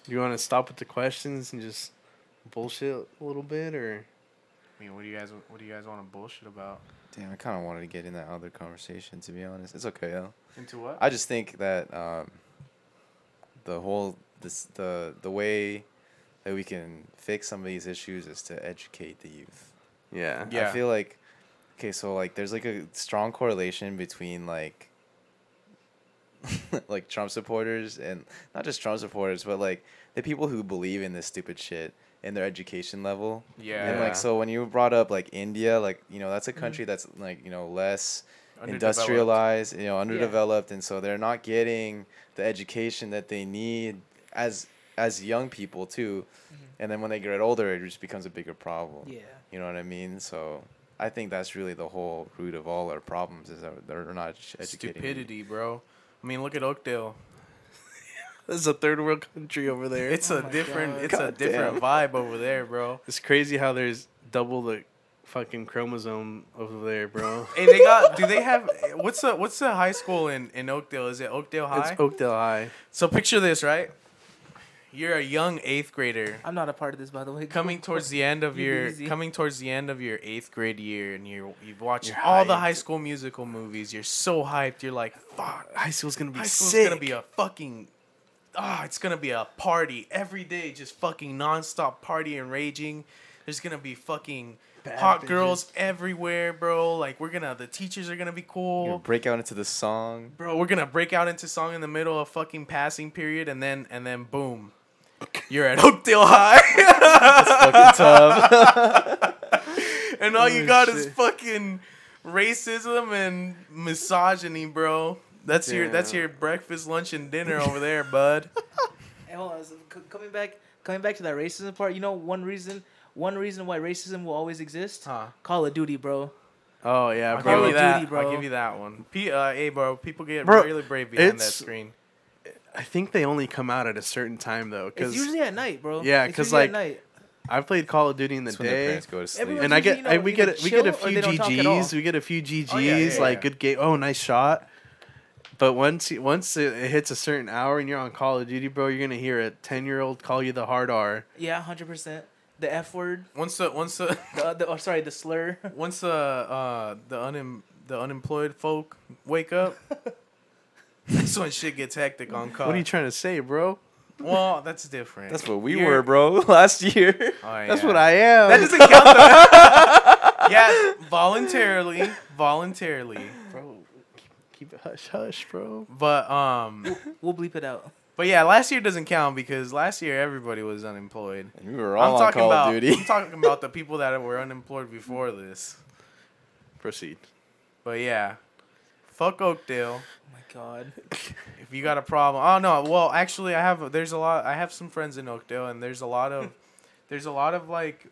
[SPEAKER 3] You want to stop with the questions and just bullshit a little bit, or
[SPEAKER 5] I mean, what do you guys what do you guys want to bullshit about?
[SPEAKER 4] Damn, I kind of wanted to get in that other conversation. To be honest, it's okay though.
[SPEAKER 5] Into what?
[SPEAKER 4] I just think that um, the whole this the the way that we can fix some of these issues is to educate the youth.
[SPEAKER 3] yeah,
[SPEAKER 5] Yeah.
[SPEAKER 4] I feel like okay, so like there's like a strong correlation between like like Trump supporters and not just Trump supporters, but like the people who believe in this stupid shit and their education level.
[SPEAKER 5] yeah.
[SPEAKER 4] And
[SPEAKER 3] Yeah.
[SPEAKER 4] like so when you brought up like India, like you know, that's a country that's like, you know, less industrialized, you know, underdeveloped, and so they're not getting the education that they need as as young people too. And then when they get older, it just becomes a bigger problem.
[SPEAKER 2] Yeah.
[SPEAKER 4] You know what I mean? So I think that's really the whole root of all our problems is that they're not edu- educating. you.
[SPEAKER 5] Stupidity, bro. I mean, look at Oakdale.
[SPEAKER 3] That's a third world country over there.
[SPEAKER 5] It's
[SPEAKER 2] Oh
[SPEAKER 5] a
[SPEAKER 2] my
[SPEAKER 5] different,
[SPEAKER 2] God.
[SPEAKER 5] it's a
[SPEAKER 4] God damn.
[SPEAKER 5] different vibe over there, bro.
[SPEAKER 3] It's crazy how there's double the fucking chromosome over there, bro.
[SPEAKER 5] Hey, they got. Do they have? What's the What's the high school in in Oakdale? Is it Oakdale High?
[SPEAKER 3] it's Oakdale High.
[SPEAKER 5] so picture this, right? You're a young eighth grader
[SPEAKER 2] I'm not a part of this, by the way.
[SPEAKER 5] coming towards the end of
[SPEAKER 2] You
[SPEAKER 5] your
[SPEAKER 2] easy.
[SPEAKER 5] coming towards the end of your eighth grade year, and you're you've watched
[SPEAKER 3] You're
[SPEAKER 5] all the
[SPEAKER 3] hyped.
[SPEAKER 5] High School Musical movies. You're so hyped. You're like, fuck,
[SPEAKER 3] High school's gonna be
[SPEAKER 5] high school's
[SPEAKER 3] sick.
[SPEAKER 5] gonna be a fucking. Ah, it's gonna be a party every day, just fucking nonstop party and raging. There's gonna be fucking
[SPEAKER 3] Bad
[SPEAKER 5] hot
[SPEAKER 3] bitches.
[SPEAKER 5] girls everywhere, bro. Like we're gonna, the teachers are gonna be cool.
[SPEAKER 4] You break out into the song.
[SPEAKER 5] Bro, we're gonna break out into song in the middle of fucking passing period, and then and then boom, you're at Oakdale High,
[SPEAKER 4] Fucking tub.
[SPEAKER 5] and all you
[SPEAKER 3] Oh,
[SPEAKER 5] got is
[SPEAKER 3] shit.
[SPEAKER 5] fucking racism and misogyny, bro. That's your that's
[SPEAKER 3] Damn.
[SPEAKER 5] your breakfast, lunch, and dinner over there, bud.
[SPEAKER 2] Hey, hold on. so c- coming back, coming back to that racism part. You know, one reason, one reason why racism will always exist.
[SPEAKER 5] Huh.
[SPEAKER 2] Call of Duty, bro.
[SPEAKER 3] oh yeah, bro.
[SPEAKER 5] I'll give
[SPEAKER 2] Call
[SPEAKER 5] you
[SPEAKER 2] of
[SPEAKER 5] that.
[SPEAKER 2] Duty,
[SPEAKER 5] I'll
[SPEAKER 2] bro.
[SPEAKER 5] give you that one. P- uh, hey, bro, people get
[SPEAKER 3] Bro,
[SPEAKER 5] really brave behind that
[SPEAKER 3] it's-
[SPEAKER 5] screen.
[SPEAKER 3] I think they only come out at a certain time though,
[SPEAKER 2] It's
[SPEAKER 3] because
[SPEAKER 2] usually at night, bro.
[SPEAKER 3] Yeah,
[SPEAKER 2] It's
[SPEAKER 3] 'cause,
[SPEAKER 2] usually at
[SPEAKER 3] like,
[SPEAKER 2] night.
[SPEAKER 3] I played Call of Duty in the
[SPEAKER 4] That's when their
[SPEAKER 3] day.
[SPEAKER 4] parents go to sleep.
[SPEAKER 2] Everyone-
[SPEAKER 3] And I get,
[SPEAKER 2] Usually, you
[SPEAKER 3] I,
[SPEAKER 2] know,
[SPEAKER 3] we
[SPEAKER 2] either
[SPEAKER 3] get, a- we get a
[SPEAKER 2] chill or
[SPEAKER 3] few
[SPEAKER 2] they don't talk at all. Oh,
[SPEAKER 3] GGs, we get a few GGs,
[SPEAKER 5] yeah, yeah,
[SPEAKER 3] like
[SPEAKER 5] yeah.
[SPEAKER 3] good game. Oh, nice shot. But once, you- once it, it hits a certain hour and you're on Call of Duty, bro, you're gonna hear a ten year old call you the hard R.
[SPEAKER 2] Yeah, hundred percent. The F word.
[SPEAKER 5] Once the once the
[SPEAKER 2] The, the oh, sorry, the slur.
[SPEAKER 5] once the uh, the unem the unemployed folk wake up, that's when shit gets hectic on call.
[SPEAKER 2] Uh.
[SPEAKER 3] What are you trying to say, bro?
[SPEAKER 5] Well, that's different.
[SPEAKER 4] That's what we
[SPEAKER 5] You're-
[SPEAKER 4] were, bro, last year.
[SPEAKER 5] Oh,
[SPEAKER 3] That's
[SPEAKER 5] yeah.
[SPEAKER 3] what I am.
[SPEAKER 5] That doesn't count. though. yeah, voluntarily, voluntarily.
[SPEAKER 3] bro. keep- Keep it hush hush, bro.
[SPEAKER 5] But um,
[SPEAKER 2] We'll bleep it out. Oh
[SPEAKER 5] but yeah, last year doesn't count because last year everybody was unemployed.
[SPEAKER 4] And we were all
[SPEAKER 5] I'm
[SPEAKER 4] on
[SPEAKER 5] talking
[SPEAKER 4] Call
[SPEAKER 5] about
[SPEAKER 4] of Duty.
[SPEAKER 5] I'm talking about the people that were unemployed before this.
[SPEAKER 3] Proceed.
[SPEAKER 5] But yeah, fuck Oakdale.
[SPEAKER 2] Oh my God.
[SPEAKER 5] if you got a problem oh no well actually i have there's a lot i have some friends in oakdale and there's a lot of there's a lot of like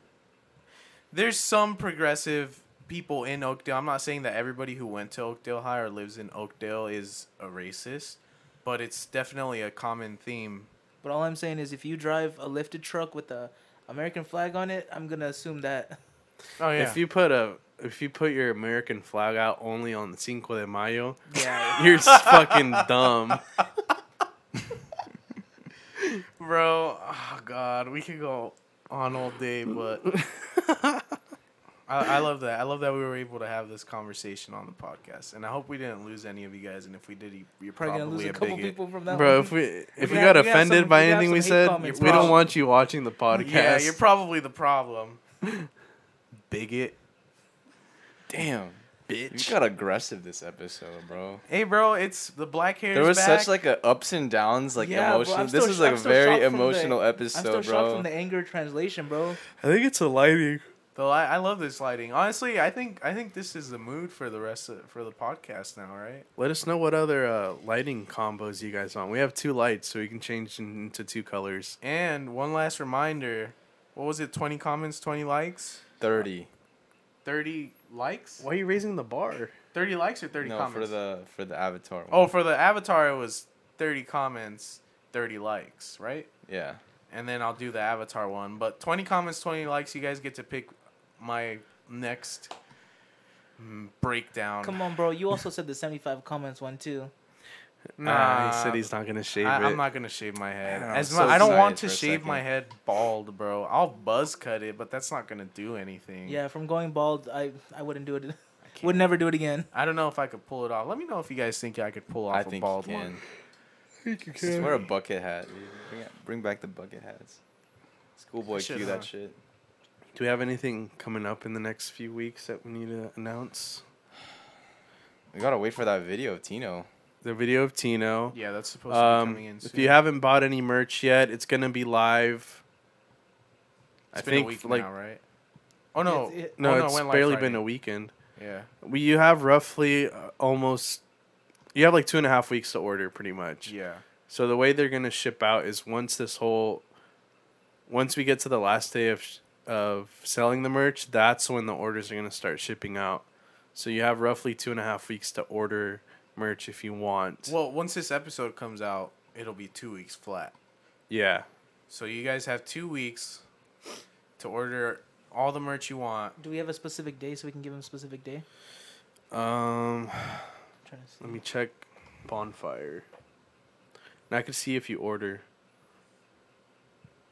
[SPEAKER 5] there's some progressive people in oakdale i'm not saying that everybody who went to oakdale high or lives in oakdale is a racist but it's definitely a common theme
[SPEAKER 2] But all I'm saying is, if you drive a lifted truck with a American flag on it, I'm gonna assume that.
[SPEAKER 5] oh yeah
[SPEAKER 3] If you put a if you put your American flag out only on Cinco de Mayo,
[SPEAKER 2] Yeah.
[SPEAKER 3] you're s- fucking dumb.
[SPEAKER 5] bro oh god we could go on all day but I, I love that i love that we were able to have this conversation on the podcast and i hope we didn't lose any of you guys and if we did you- you're
[SPEAKER 2] Probably
[SPEAKER 5] probably,
[SPEAKER 2] gonna lose a,
[SPEAKER 5] a,
[SPEAKER 2] couple
[SPEAKER 5] bigot.
[SPEAKER 2] people from that.
[SPEAKER 3] Bro,
[SPEAKER 2] one.
[SPEAKER 3] if we if
[SPEAKER 2] We
[SPEAKER 3] we
[SPEAKER 2] have-
[SPEAKER 3] got
[SPEAKER 2] we have
[SPEAKER 3] offended
[SPEAKER 2] some-
[SPEAKER 3] by
[SPEAKER 2] we have
[SPEAKER 3] anything we
[SPEAKER 2] some hate
[SPEAKER 3] said,
[SPEAKER 2] comments,
[SPEAKER 3] we don't
[SPEAKER 5] probably.
[SPEAKER 3] want you watching the podcast.
[SPEAKER 5] Yeah, you're probably the problem.
[SPEAKER 3] bigot.
[SPEAKER 4] Damn, bitch. You got aggressive this episode, bro.
[SPEAKER 5] Hey, bro, it's the black hair.
[SPEAKER 4] There was
[SPEAKER 5] is back.
[SPEAKER 4] such like a ups and downs, like
[SPEAKER 2] Yeah, bro,
[SPEAKER 4] emotion.
[SPEAKER 2] I'm
[SPEAKER 4] this
[SPEAKER 2] still
[SPEAKER 4] is
[SPEAKER 2] sh-
[SPEAKER 4] like
[SPEAKER 2] I'm
[SPEAKER 4] a
[SPEAKER 2] still
[SPEAKER 4] very
[SPEAKER 2] shocked from the-
[SPEAKER 4] emotional
[SPEAKER 2] I'm still
[SPEAKER 4] episode,
[SPEAKER 2] shocked
[SPEAKER 4] bro.
[SPEAKER 2] from the anger translation, bro.
[SPEAKER 3] I think it's a lighting.
[SPEAKER 5] the li- I love this lighting. Honestly, I think I think this is the mood for the rest of for the podcast now, right?
[SPEAKER 3] Let us know what other uh, lighting combos you guys want. We have two lights, so we can change in- into two colors.
[SPEAKER 5] And one last reminder, what was it? Twenty comments, twenty likes.
[SPEAKER 4] Thirty.
[SPEAKER 5] thirty likes.
[SPEAKER 3] Why are you raising the bar?
[SPEAKER 5] Thirty likes or thirty
[SPEAKER 4] no,
[SPEAKER 5] comments?
[SPEAKER 4] for the for the avatar.
[SPEAKER 5] oh, for the avatar it was thirty comments, thirty likes, right?
[SPEAKER 4] yeah.
[SPEAKER 5] And then I'll do the avatar one. But twenty comments, twenty likes. You guys get to pick my next mm, breakdown.
[SPEAKER 2] Come on, bro. You also said the 75 comments one too.
[SPEAKER 3] Nah, he
[SPEAKER 5] Nah,
[SPEAKER 3] said he's not gonna shave
[SPEAKER 5] I,
[SPEAKER 3] it.
[SPEAKER 5] I'm not gonna shave my head.
[SPEAKER 4] know,
[SPEAKER 5] As
[SPEAKER 4] I'm
[SPEAKER 5] mu-
[SPEAKER 4] so
[SPEAKER 5] I don't want to
[SPEAKER 4] excited for a
[SPEAKER 5] shave my
[SPEAKER 4] second.
[SPEAKER 5] head bald, bro. I'll buzz cut it, but that's not gonna do anything.
[SPEAKER 2] Yeah, from going bald, I I wouldn't do it.
[SPEAKER 5] Mm. can't.
[SPEAKER 2] Would never do it again.
[SPEAKER 5] I don't know if I could pull it off. Let me know if you guys think I could pull off
[SPEAKER 4] I
[SPEAKER 5] a
[SPEAKER 4] think
[SPEAKER 5] bald
[SPEAKER 4] you can.
[SPEAKER 5] one.
[SPEAKER 4] Just wear a bucket hat. Dude. Bring, out- bring back the bucket hats. Schoolboy
[SPEAKER 5] Shit,
[SPEAKER 4] Q
[SPEAKER 5] huh?
[SPEAKER 4] that shit.
[SPEAKER 3] Do we have anything coming up in the next few weeks that we need to announce?
[SPEAKER 4] We gotta wait for that video of Tino.
[SPEAKER 3] The video of Tino.
[SPEAKER 5] Yeah, that's supposed to be
[SPEAKER 3] Um,
[SPEAKER 5] coming in soon.
[SPEAKER 3] if you haven't bought any merch yet, it's gonna be live.
[SPEAKER 5] It's
[SPEAKER 3] I
[SPEAKER 5] been
[SPEAKER 3] think
[SPEAKER 5] a week
[SPEAKER 3] like
[SPEAKER 5] now, right? Oh no,
[SPEAKER 2] It's- it-
[SPEAKER 3] no,
[SPEAKER 5] oh,
[SPEAKER 3] it's
[SPEAKER 5] it went live
[SPEAKER 3] barely
[SPEAKER 5] Friday.
[SPEAKER 3] been a weekend.
[SPEAKER 5] Yeah,
[SPEAKER 3] We you have roughly uh, almost you have like two and a half weeks to order, pretty much.
[SPEAKER 5] yeah.
[SPEAKER 3] So the way they're gonna ship out is once this whole, once we get to the last day of sh- of selling the merch, that's when the orders are gonna start shipping out. So you have roughly two and a half weeks to order merch if you want.
[SPEAKER 5] Well, once this episode comes out, it'll be two weeks flat.
[SPEAKER 3] yeah,
[SPEAKER 5] So you guys have two weeks to order all the merch you want.
[SPEAKER 2] Do we have a specific day so we can give him a specific day?
[SPEAKER 3] Um,
[SPEAKER 2] I'm trying to see.
[SPEAKER 3] let me check bonfire. And I could see if you order.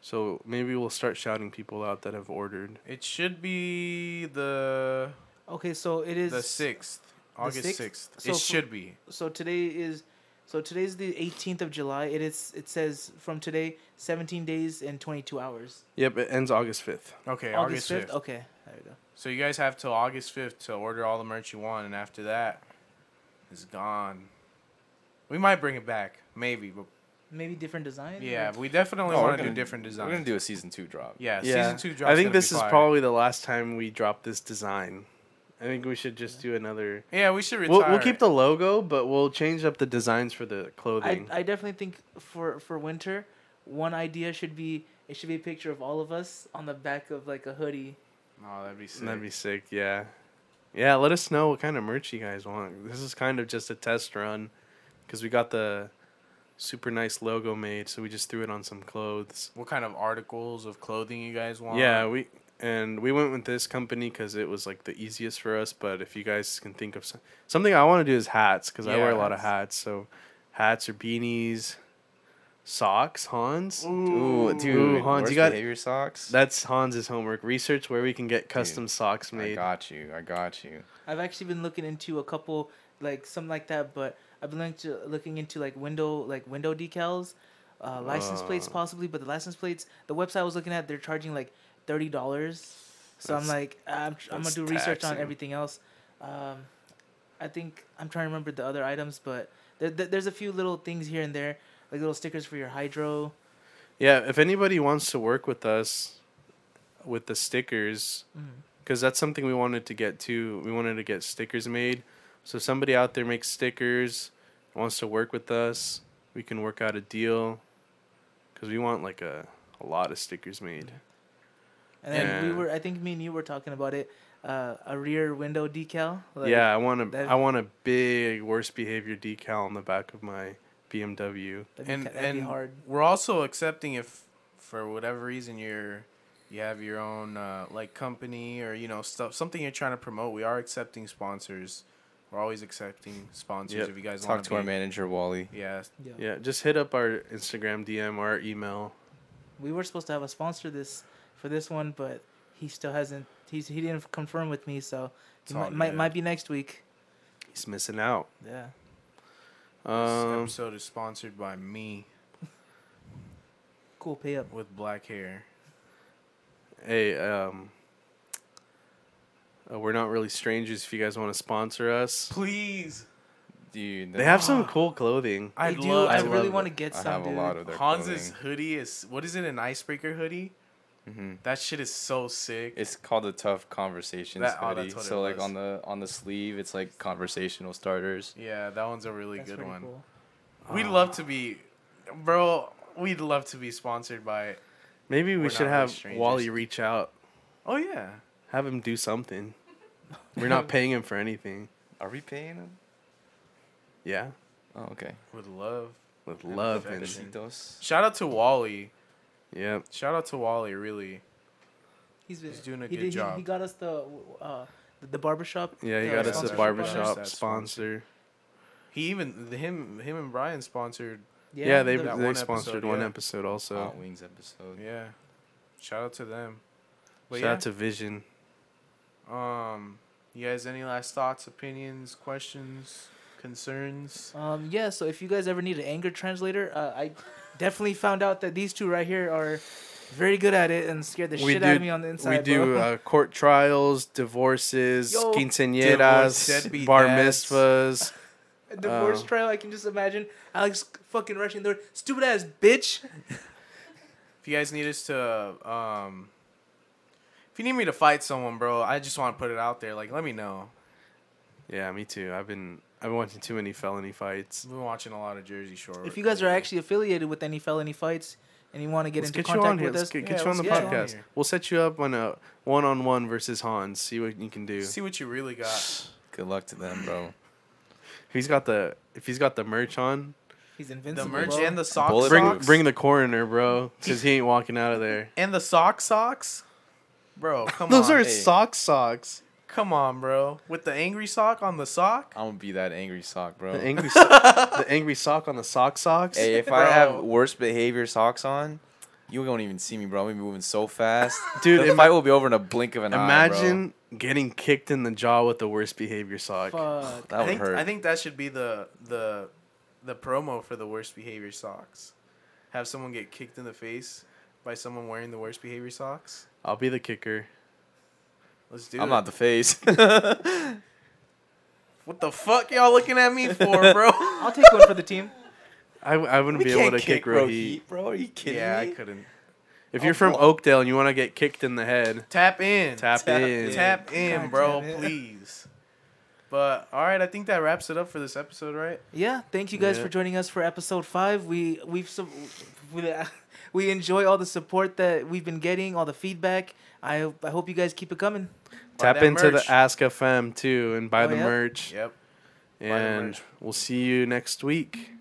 [SPEAKER 3] So maybe we'll start shouting people out that have ordered.
[SPEAKER 5] It should be the
[SPEAKER 2] Okay, so it is
[SPEAKER 5] the sixth, August sixth.
[SPEAKER 2] 6th?
[SPEAKER 5] it
[SPEAKER 2] So for-
[SPEAKER 5] should be.
[SPEAKER 2] So today is so today's the 18th of July. It is it says from today 17 days and 22 hours.
[SPEAKER 3] Yep, it ends August fifth.
[SPEAKER 5] Okay,
[SPEAKER 2] August,
[SPEAKER 5] August fifth.
[SPEAKER 2] 5th. Okay, there we go.
[SPEAKER 5] So you guys have till August fifth to order all the merch you want, and after that, it's gone. We might bring it back, maybe, but
[SPEAKER 2] Maybe different design.
[SPEAKER 5] yeah,
[SPEAKER 2] Like,
[SPEAKER 5] we definitely
[SPEAKER 4] Oh, we're
[SPEAKER 5] want to
[SPEAKER 4] gonna-
[SPEAKER 5] do different designs.
[SPEAKER 4] We're gonna do a season two drop.
[SPEAKER 5] yeah, season two. Drops
[SPEAKER 3] I think
[SPEAKER 5] gonna
[SPEAKER 3] this
[SPEAKER 5] be
[SPEAKER 3] is
[SPEAKER 5] fire.
[SPEAKER 3] probably the last time we drop this design. I think we should just do another.
[SPEAKER 5] yeah. We should retire.
[SPEAKER 3] We'll, we'll keep the logo, but we'll change up the designs for the
[SPEAKER 2] I,
[SPEAKER 3] clothing.
[SPEAKER 2] I definitely think for for winter, one idea should be it should be a picture of all of us on the back of like a hoodie.
[SPEAKER 5] Oh, that'd be sick.
[SPEAKER 3] That'd be sick. Yeah, yeah. Let us know what kind of merch you guys want. This is kind of just a test run, because we got the super nice logo made, so we just threw it on some clothes.
[SPEAKER 5] what kind of articles of clothing you guys want?
[SPEAKER 3] Yeah, we and we went with this company because it was like the easiest for us. But if you guys can think of some, something, I want to do is hats because I wear a lot of
[SPEAKER 5] Yes.
[SPEAKER 3] hats. So hats or beanies, socks. Hans,
[SPEAKER 4] Ooh, dude.
[SPEAKER 3] Ooh, Hans,
[SPEAKER 4] worst
[SPEAKER 3] you got-
[SPEAKER 4] behavior socks.
[SPEAKER 3] that's Hans's homework. Research where we can get custom socks
[SPEAKER 4] I
[SPEAKER 3] made.
[SPEAKER 4] got you. I got you.
[SPEAKER 2] I've actually been looking into a couple like something like that, but I've been looking, to, looking into like window like window decals, uh, license plates
[SPEAKER 3] Uh.
[SPEAKER 2] possibly, but the license plates the website I was looking at they're charging like thirty dollars. So I'm
[SPEAKER 3] That's-
[SPEAKER 2] like I'm, tr- I'm gonna
[SPEAKER 3] that's
[SPEAKER 2] do research on
[SPEAKER 3] taxing.
[SPEAKER 2] everything else. Um, I think I'm trying to remember the other items, but there, there, there's a few little things here and there, like little stickers for your hydro.
[SPEAKER 3] Yeah, if anybody wants to work with us with the stickers,
[SPEAKER 2] Mm-hmm.
[SPEAKER 3] because that's something we wanted to get too. We wanted to get stickers made. So if somebody out there makes stickers, wants to work with us, we can work out a deal. Because we want like a, a lot of stickers made.
[SPEAKER 2] And then we
[SPEAKER 3] Yeah.
[SPEAKER 2] were I think me and you were talking about it, uh, a rear window decal. like-
[SPEAKER 3] yeah, I want a
[SPEAKER 2] that-
[SPEAKER 3] I want a big worst behavior decal on the back of my BMW.
[SPEAKER 2] that'd be
[SPEAKER 5] and
[SPEAKER 2] ca- that'd be
[SPEAKER 5] and
[SPEAKER 2] hard.
[SPEAKER 5] we're also accepting if for whatever reason you're you have your own uh, like company or you know stuff something you're trying to promote. We are accepting sponsors. We're always accepting sponsors
[SPEAKER 3] Yep.
[SPEAKER 5] if you guys
[SPEAKER 4] Talk
[SPEAKER 5] want
[SPEAKER 4] to our
[SPEAKER 5] be.
[SPEAKER 4] manager Wally.
[SPEAKER 5] Yeah,
[SPEAKER 3] Yeah, just hit up our Instagram DM or our email.
[SPEAKER 2] we were supposed to have a sponsor this for this one, but he still hasn't. He's he didn't confirm with me, so
[SPEAKER 5] It's
[SPEAKER 2] it
[SPEAKER 5] all
[SPEAKER 2] might, might
[SPEAKER 5] good.
[SPEAKER 2] might be next week.
[SPEAKER 3] He's missing out.
[SPEAKER 2] Yeah.
[SPEAKER 5] this
[SPEAKER 3] Um,
[SPEAKER 5] episode is sponsored by me
[SPEAKER 2] Cool pay up.
[SPEAKER 5] with black hair.
[SPEAKER 3] hey, um, uh, we're not really strangers. If you guys want to sponsor us,
[SPEAKER 5] Please,
[SPEAKER 4] Dude,
[SPEAKER 3] they have some cool clothing.
[SPEAKER 5] I
[SPEAKER 2] They do.
[SPEAKER 5] love.
[SPEAKER 2] I,
[SPEAKER 5] I
[SPEAKER 2] really
[SPEAKER 4] love
[SPEAKER 2] want to
[SPEAKER 4] it.
[SPEAKER 2] get
[SPEAKER 4] I
[SPEAKER 2] some,
[SPEAKER 4] have
[SPEAKER 2] dude.
[SPEAKER 4] a lot of their
[SPEAKER 5] Hans's
[SPEAKER 4] clothing.
[SPEAKER 5] hoodie is what is it? An icebreaker hoodie?
[SPEAKER 4] Mhm.
[SPEAKER 5] That shit is so sick.
[SPEAKER 4] It's called the Tough Conversations
[SPEAKER 5] That- oh,
[SPEAKER 4] hoodie.
[SPEAKER 5] that's what it
[SPEAKER 4] so like
[SPEAKER 5] was.
[SPEAKER 4] on the on the sleeve, it's like conversational starters.
[SPEAKER 5] yeah, that one's a really
[SPEAKER 2] That's
[SPEAKER 5] good
[SPEAKER 2] pretty
[SPEAKER 5] one.
[SPEAKER 2] cool.
[SPEAKER 5] We'd
[SPEAKER 2] Um,
[SPEAKER 5] love to be, bro. We'd love to be sponsored by.
[SPEAKER 3] Maybe we
[SPEAKER 5] We're
[SPEAKER 3] should
[SPEAKER 5] not really
[SPEAKER 3] have
[SPEAKER 5] strangers.
[SPEAKER 3] Wally reach out,
[SPEAKER 5] Oh yeah,
[SPEAKER 3] have him do something. We're not paying him for anything.
[SPEAKER 4] Are we paying him?
[SPEAKER 3] Yeah,
[SPEAKER 4] Oh, okay.
[SPEAKER 5] With love.
[SPEAKER 3] with love and
[SPEAKER 5] affection.
[SPEAKER 4] Besitos.
[SPEAKER 5] Shout out to Wally.
[SPEAKER 3] yeah.
[SPEAKER 5] Shout out to Wally, really.
[SPEAKER 2] He's been
[SPEAKER 5] He's doing a
[SPEAKER 2] he
[SPEAKER 5] good
[SPEAKER 2] did, he-
[SPEAKER 5] job.
[SPEAKER 2] He, got us the uh, the, the barbershop.
[SPEAKER 3] Yeah, he
[SPEAKER 5] Yeah,
[SPEAKER 3] got us
[SPEAKER 5] sponsor.
[SPEAKER 3] a
[SPEAKER 5] Sponsor.
[SPEAKER 3] barbershop sponsor.
[SPEAKER 5] He even him him and Brian sponsored.
[SPEAKER 3] Yeah, they
[SPEAKER 2] the-
[SPEAKER 5] That
[SPEAKER 3] they
[SPEAKER 5] one
[SPEAKER 3] sponsored
[SPEAKER 5] episode,
[SPEAKER 3] one
[SPEAKER 5] yeah.
[SPEAKER 3] episode also.
[SPEAKER 4] Hot Wings episode.
[SPEAKER 5] Yeah. Shout out to them. But
[SPEAKER 3] Shout out to Vision.
[SPEAKER 5] yeah. um you guys any last thoughts, opinions, questions, concerns?
[SPEAKER 2] Um, yeah, so if you guys ever need an anger translator, uh, I definitely found out that these two right here are very good at it and scared the
[SPEAKER 3] we
[SPEAKER 2] shit
[SPEAKER 3] do
[SPEAKER 2] out of me on the inside.
[SPEAKER 3] we do
[SPEAKER 2] bro.
[SPEAKER 3] uh, court trials, divorces,
[SPEAKER 2] Yo.
[SPEAKER 5] Divorce,
[SPEAKER 3] quinceañeras,
[SPEAKER 5] deadbeat
[SPEAKER 3] bar
[SPEAKER 5] dads.
[SPEAKER 3] mitzvahs.
[SPEAKER 2] A divorce
[SPEAKER 3] uh,
[SPEAKER 2] trial. I can just imagine Alex fucking rushing the door. Stupid ass bitch.
[SPEAKER 5] If you guys need us to um if you need me to fight someone, bro, I just want to put it out there. Like, let me know.
[SPEAKER 3] Yeah, me too. I've been I've been watching too many felony fights.
[SPEAKER 5] We've been watching a lot of Jersey Shore.
[SPEAKER 2] If you guys are
[SPEAKER 5] lately.
[SPEAKER 2] actually affiliated with any felony fights and you want to get
[SPEAKER 3] Let's
[SPEAKER 2] into
[SPEAKER 3] get you on
[SPEAKER 2] contact
[SPEAKER 3] here.
[SPEAKER 2] with
[SPEAKER 3] Let's
[SPEAKER 2] us,
[SPEAKER 3] get,
[SPEAKER 5] Yeah,
[SPEAKER 3] get you on the
[SPEAKER 5] let's get you on
[SPEAKER 3] podcast.
[SPEAKER 5] here.
[SPEAKER 3] we'll set you up on a one on one versus Hans. See what you can do.
[SPEAKER 5] see what you really got.
[SPEAKER 4] Good luck to them, bro.
[SPEAKER 3] If he's got the if he's got the merch on,
[SPEAKER 2] he's
[SPEAKER 5] The
[SPEAKER 2] invincible.
[SPEAKER 5] merch
[SPEAKER 2] bro.
[SPEAKER 5] and the sock
[SPEAKER 4] Bulletproof.
[SPEAKER 3] bring
[SPEAKER 5] socks.
[SPEAKER 3] bring the coroner, bro, because he ain't walking out of there.
[SPEAKER 5] and the sock socks? Bro, come
[SPEAKER 3] Those
[SPEAKER 5] on.
[SPEAKER 3] are
[SPEAKER 4] hey.
[SPEAKER 3] sock socks.
[SPEAKER 5] Come on, bro. With the angry sock on the sock?
[SPEAKER 4] I'm gonna be that angry sock, bro.
[SPEAKER 3] The angry so- the angry sock on the sock socks.
[SPEAKER 4] Oh. Hey, if I have
[SPEAKER 5] Bro.
[SPEAKER 4] worst behavior socks on, you won't even see me, bro. I'm gonna be moving so fast,
[SPEAKER 3] Dude,
[SPEAKER 4] The
[SPEAKER 3] ima-
[SPEAKER 4] fight will be over in a blink of an eye, bro.
[SPEAKER 3] Imagine getting kicked in the jaw with the worst behavior sock.
[SPEAKER 2] Fuck.
[SPEAKER 4] That
[SPEAKER 5] I
[SPEAKER 4] would
[SPEAKER 5] think
[SPEAKER 4] hurt.
[SPEAKER 5] I think that should be the the the promo for the worst behavior socks. Have someone get kicked in the face by someone wearing the worst behavior socks.
[SPEAKER 3] I'll be the kicker.
[SPEAKER 5] Let's do it.
[SPEAKER 4] I'm not the face.
[SPEAKER 5] what the fuck y'all looking at me for, bro?
[SPEAKER 2] I'll take one for the team.
[SPEAKER 3] I, I wouldn't be able to kick, Rohit.
[SPEAKER 4] bro. Are you kidding
[SPEAKER 5] yeah, I
[SPEAKER 4] me?
[SPEAKER 5] couldn't.
[SPEAKER 3] If you're from Oakdale and you want to get kicked in the head,
[SPEAKER 5] Tap in.
[SPEAKER 3] tap,
[SPEAKER 4] Tap
[SPEAKER 3] in.
[SPEAKER 4] in.
[SPEAKER 5] Tap in,
[SPEAKER 2] God
[SPEAKER 5] bro,
[SPEAKER 2] damn it.
[SPEAKER 5] please. But all right, I think that wraps it up for this episode, right?
[SPEAKER 2] Yeah, thank you guys
[SPEAKER 3] Yeah.
[SPEAKER 2] for joining us for episode five. We we've su- we- we enjoy all the support that we've been getting, all the feedback. I I hope you guys keep it coming.
[SPEAKER 3] Tap
[SPEAKER 5] that
[SPEAKER 3] into
[SPEAKER 5] merch.
[SPEAKER 3] the Ask FM too and buy
[SPEAKER 2] Oh,
[SPEAKER 3] the
[SPEAKER 2] yeah?
[SPEAKER 3] merch.
[SPEAKER 5] Yep. the
[SPEAKER 3] And
[SPEAKER 5] merch.
[SPEAKER 3] we'll see you next week.